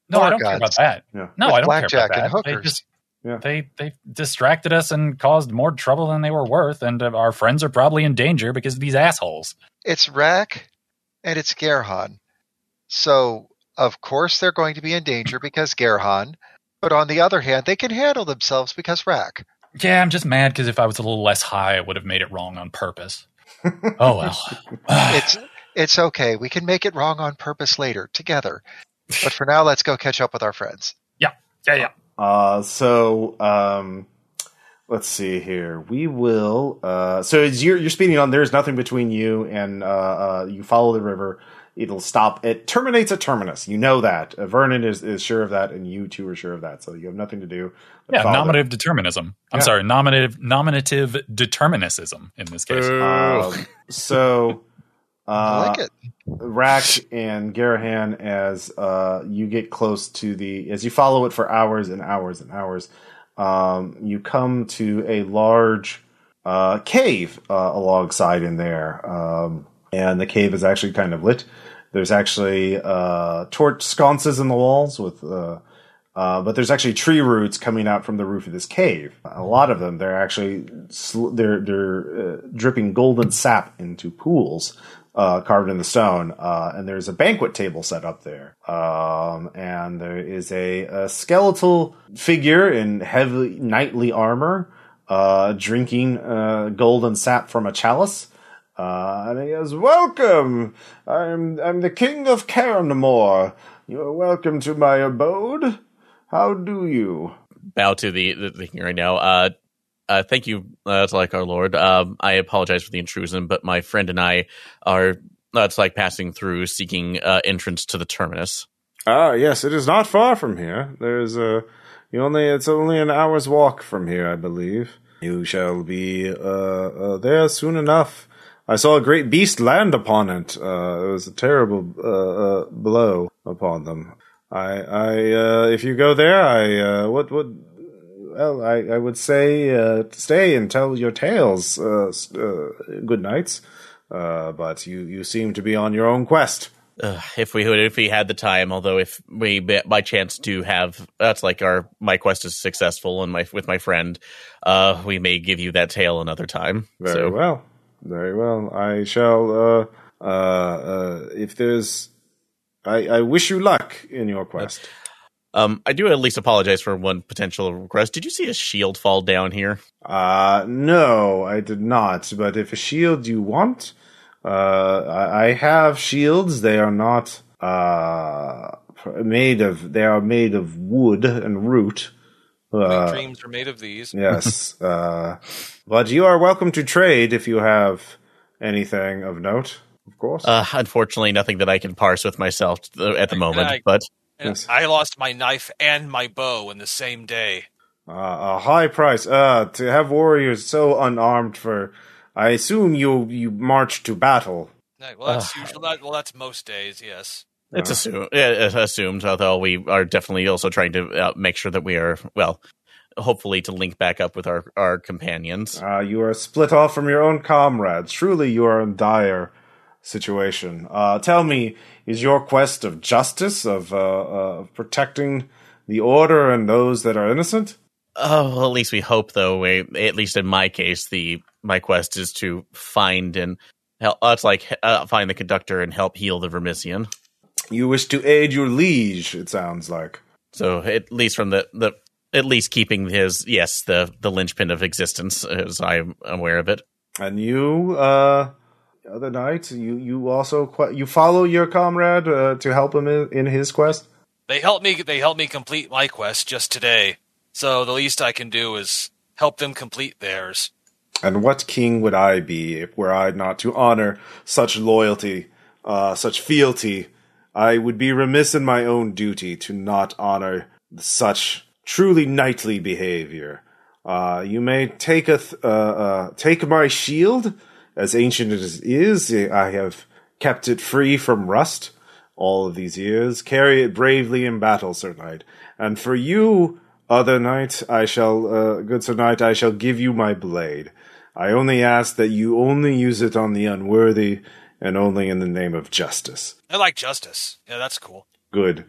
Speaker 3: No, I don't
Speaker 5: Dark
Speaker 3: care about
Speaker 5: gods.
Speaker 3: that.
Speaker 1: Yeah.
Speaker 3: No,
Speaker 5: With
Speaker 3: I don't care about
Speaker 5: blackjack
Speaker 3: that.
Speaker 5: and
Speaker 3: They
Speaker 5: hookers.
Speaker 3: just
Speaker 1: Yeah.
Speaker 3: they they distracted us and caused more trouble than they were worth, and uh, our friends are probably in danger because of these assholes.
Speaker 5: It's Rack and it's Gerhan. So, of course, they're going to be in danger because Gerhan. But on the other hand, they can handle themselves because Rack.
Speaker 3: Yeah, I'm just mad because if I was a little less high, I would have made it wrong on purpose. oh well.
Speaker 5: It's it's okay. We can make it wrong on purpose later together. But for now, let's go catch up with our friends.
Speaker 3: yeah, yeah.
Speaker 1: Uh, so um, let's see here. We will. Uh, so as you're, you're speeding on, there's nothing between you and uh, uh, you follow the river. It'll stop. It terminates at terminus. You know that. Uh, Vernon is, is sure of that, and you two are sure of that. So you have nothing to do. but
Speaker 3: Yeah,
Speaker 1: follow
Speaker 3: nominative determinism. I'm
Speaker 1: Yeah.
Speaker 3: sorry, nominative nominative determinism in this case.
Speaker 1: them. Um, so uh,
Speaker 5: I like it.
Speaker 1: Rack and Garahan as uh, you get close to the as you follow it for hours and hours and hours, um, you come to a large uh, cave uh, alongside in there, um, and the cave is actually kind of lit. There's actually uh, torch sconces in the walls with, uh, uh, but there's actually tree roots coming out from the roof of this cave. A lot of them, they're actually sl- they're they're uh, dripping golden sap into pools uh, carved in the stone. Uh, and there's a banquet table set up there. Um, and there is a, a skeletal figure in heavy knightly armor, uh, drinking uh, golden sap from a chalice. Uh, and he goes, "Welcome. I'm I'm the king of Cairnmore. You're welcome to my abode. How do you?"
Speaker 2: bow to the, the, the king right now. Uh, uh, thank you, uh, to like our lord. Um, I apologize for the intrusion, but my friend and I are uh, it's like passing through, seeking uh, entrance to the terminus.
Speaker 1: Ah, yes, it is not far from here. There's a you only it's only an hour's walk from here, I believe. You shall be uh, uh there soon enough. I saw a great beast land upon it. Uh, it was a terrible uh, uh, blow upon them. I, I, uh, if you go there, I, uh, what, what, well, I, I would say uh, stay and tell your tales. Uh, s- uh, good nights. Uh, but you, you seem to be on your own quest.
Speaker 2: Ugh, if we would, if we had the time, although if we b- by chance do have, that's like our my quest is successful, and my with my friend, uh, we may give you that tale another time.
Speaker 1: Very
Speaker 2: so
Speaker 1: well. Very well. I shall. Uh, uh, uh, if there's, I, I wish you luck in your quest.
Speaker 2: um, I do at least apologize for one potential request. Did you see a shield fall down here?
Speaker 1: Uh, no, I did not. But if a shield you want, uh, I, I have shields. They are not uh pr- made of. They are made of wood and root.
Speaker 4: My
Speaker 1: Uh,
Speaker 4: dreams are made of these.
Speaker 1: yes. uh, but you are welcome to trade if you have anything of note, of course.
Speaker 2: Uh, unfortunately, nothing that I can parse with myself t- at the moment.
Speaker 4: I-
Speaker 2: but
Speaker 4: And
Speaker 1: Yes.
Speaker 4: I lost my knife and my bow in the same day.
Speaker 1: Uh, a high price. Uh, to have warriors so unarmed for, I assume you you march to battle.
Speaker 4: No, Well, that's
Speaker 2: Ugh.
Speaker 4: usually that, well, that's most days. Yes.
Speaker 2: it's
Speaker 1: Uh,
Speaker 2: assumed, it's assumed. Although we are definitely also trying to uh, make sure that we are well, hopefully to link back up with our our companions.
Speaker 1: Uh, you are split off from your own comrades. Truly, you are in dire situation. Uh, tell me, is your quest of justice, of uh, uh, of protecting the order and those that are innocent?
Speaker 2: Oh, well, at least we hope, though. We, at least in my case, the my quest is to find and help. Uh, it's like uh, find the conductor and help heal the Vermisian.
Speaker 1: You wish to aid your liege. It sounds like.
Speaker 2: So at least from the the at least keeping his yes the the linchpin of existence as I'm aware of it.
Speaker 1: And you, uh, the other night, you you also que- you follow your comrade uh, to help him in, in his quest.
Speaker 4: They helped me. They helped me complete my quest just today. So the least I can do is help them complete theirs.
Speaker 1: And what king would I be if were I not to honor such loyalty, uh, such fealty? I would be remiss in my own duty to not honor such truly knightly behavior. Uh, you may take a th- uh, uh, take my shield, as ancient as it is. I have kept it free from rust all of these years. Carry it bravely in battle, Sir Knight. And for you, other knight, I shall, uh, good Sir Knight, I shall give you my blade. I only ask that you only use it on the unworthy and only in the name of justice.
Speaker 4: I like justice. Yeah, that's cool.
Speaker 1: Good.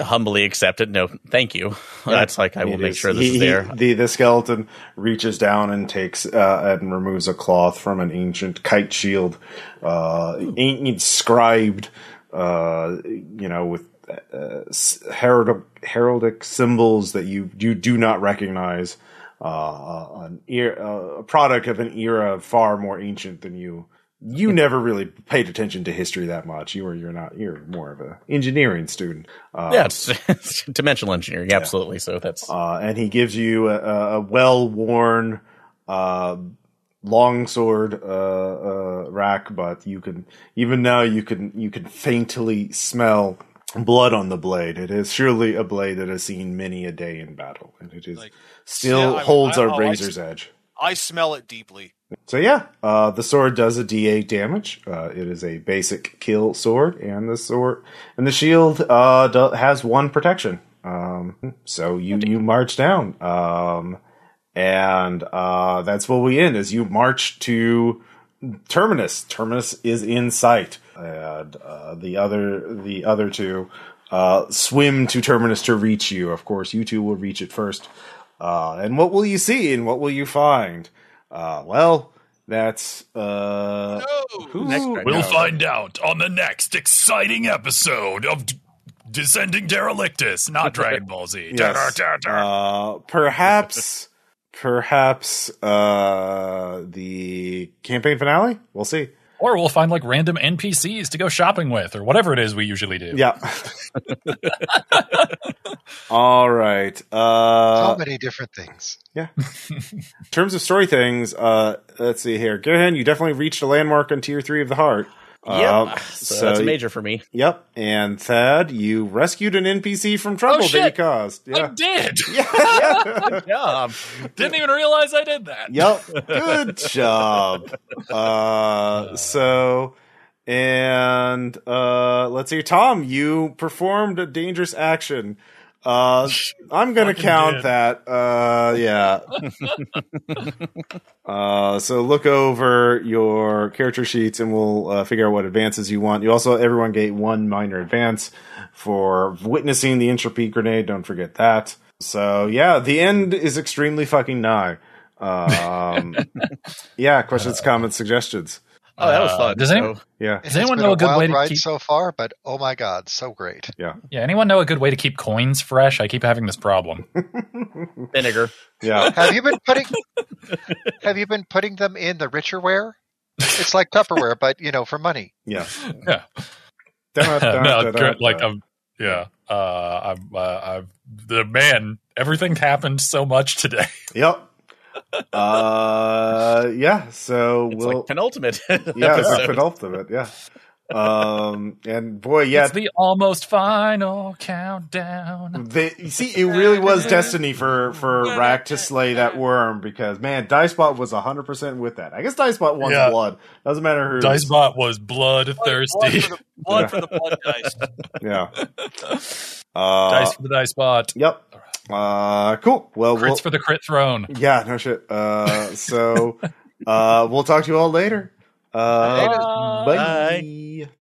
Speaker 2: Humbly accept it. No, thank you. That's like I will
Speaker 1: It
Speaker 2: make
Speaker 1: is-
Speaker 2: sure this
Speaker 1: he-
Speaker 2: is there.
Speaker 1: he- the, the skeleton reaches down and takes uh, and removes a cloth from an ancient kite shield, uh, in- inscribed, uh, you know, with uh, s- herald- heraldic symbols that you, you do not recognize. Uh, an ear, uh, a product of an era far more ancient than you. You never really paid attention to history that much. You were you're not you're more of a engineering student. Uh,
Speaker 2: yeah, it's, it's dimensional engineering. Absolutely. So that's
Speaker 1: uh, and he gives you a, a- a well-worn uh, longsword uh, uh, rack, but you can even now you can you can faintly smell blood on the blade. It is surely a blade that has seen many a day in battle, and it is
Speaker 4: Like, yeah, I
Speaker 1: still
Speaker 4: mean,
Speaker 1: holds
Speaker 4: I-
Speaker 1: our
Speaker 4: oh, I
Speaker 1: razor's
Speaker 4: see.
Speaker 1: edge.
Speaker 4: I smell it deeply.
Speaker 1: So yeah, uh, the sword does a D8 damage. Uh, it is a basic kill sword, and the sword and the shield uh, do, has one protection. Um, so you you march down, um, and uh, that's what we end. Is you march to terminus. Terminus is in sight, and uh, the other the other two uh, swim to terminus to reach you. Of course, you two will reach it first. Uh, and what will you see? And what will you find? Uh, well, that's uh,
Speaker 4: No.
Speaker 1: who-
Speaker 3: We'll
Speaker 1: no.
Speaker 3: find out on the next exciting episode of D- Descending Derelictus, not Dragon Ball Z.
Speaker 1: Yes.
Speaker 3: Da-da-da-da.
Speaker 1: Uh, perhaps, perhaps uh, the campaign finale. We'll see.
Speaker 3: or we'll find like random NPCs to go shopping with or whatever it is we usually do.
Speaker 1: Yeah. All right. Uh,
Speaker 5: so many different things.
Speaker 1: in terms of story things, uh, let's see here. Gohan, you definitely reached a landmark on tier three of the heart. Uh,
Speaker 2: yeah. So, that's
Speaker 1: so-
Speaker 2: major for me.
Speaker 1: Yep. And Thad, you rescued an NPC from trouble
Speaker 2: Oh,
Speaker 1: that you
Speaker 3: shit.
Speaker 1: caused.
Speaker 3: I
Speaker 1: Yeah.
Speaker 3: did.
Speaker 1: yeah.
Speaker 2: Yeah.
Speaker 3: Didn't even realize I did that.
Speaker 1: yep. Good job. Uh, so, and uh, let's see, Tom, you performed a dangerous action. Uh, I'm gonna
Speaker 3: Fucking
Speaker 1: count
Speaker 3: did.
Speaker 1: that. Uh, yeah. uh, so look over your character sheets, and we'll uh, figure out what advances you want. You also everyone get one minor advance for witnessing the entropy grenade. Don't forget that. So yeah, the end is extremely fucking nigh. Um, yeah, questions, comments, suggestions.
Speaker 2: Oh, that was
Speaker 3: Uh,
Speaker 2: fun.
Speaker 3: does anyone-
Speaker 2: So-
Speaker 1: Yeah,
Speaker 5: Does
Speaker 3: anyone know a good
Speaker 5: wild
Speaker 3: way to
Speaker 5: ride
Speaker 3: keep-
Speaker 5: so far? But oh my god, so great!
Speaker 3: Yeah, anyone know a good way to keep coins fresh? I keep having this problem.
Speaker 2: vinegar?
Speaker 1: yeah.
Speaker 5: Have you been putting? have you been putting them in the richerware? It's like Tupperware, but you know, for money.
Speaker 3: Yeah.
Speaker 1: Dun, dun,
Speaker 3: no,
Speaker 1: dun, dun,
Speaker 3: like
Speaker 1: dun.
Speaker 3: I'm, yeah, uh, I'm, uh, I've the man, everything's happened so much today.
Speaker 1: Yep. Uh, yeah. So
Speaker 2: It's
Speaker 1: we'll
Speaker 2: like penultimate
Speaker 1: yeah, it's the
Speaker 2: episode.
Speaker 1: penultimate. Yeah. Um, and boy, yeah,
Speaker 3: It's the almost final countdown.
Speaker 1: They, you see, it really was destiny for for Rack to slay that worm because man, Dicebot was hundred percent with that. I guess Dicebot wants
Speaker 3: Yeah.
Speaker 1: blood. Doesn't matter who.
Speaker 3: Dicebot was bloodthirsty.
Speaker 4: Blood for the, blood, for the blood dice.
Speaker 1: Yeah.
Speaker 3: Dice
Speaker 1: Uh,
Speaker 3: for the Dicebot.
Speaker 1: yep. Uh, cool. Well, we'll
Speaker 3: Crits for the crit throne.
Speaker 1: yeah, no shit. Uh, so uh, we'll talk to you all later. Uh,
Speaker 5: Later.
Speaker 1: Bye.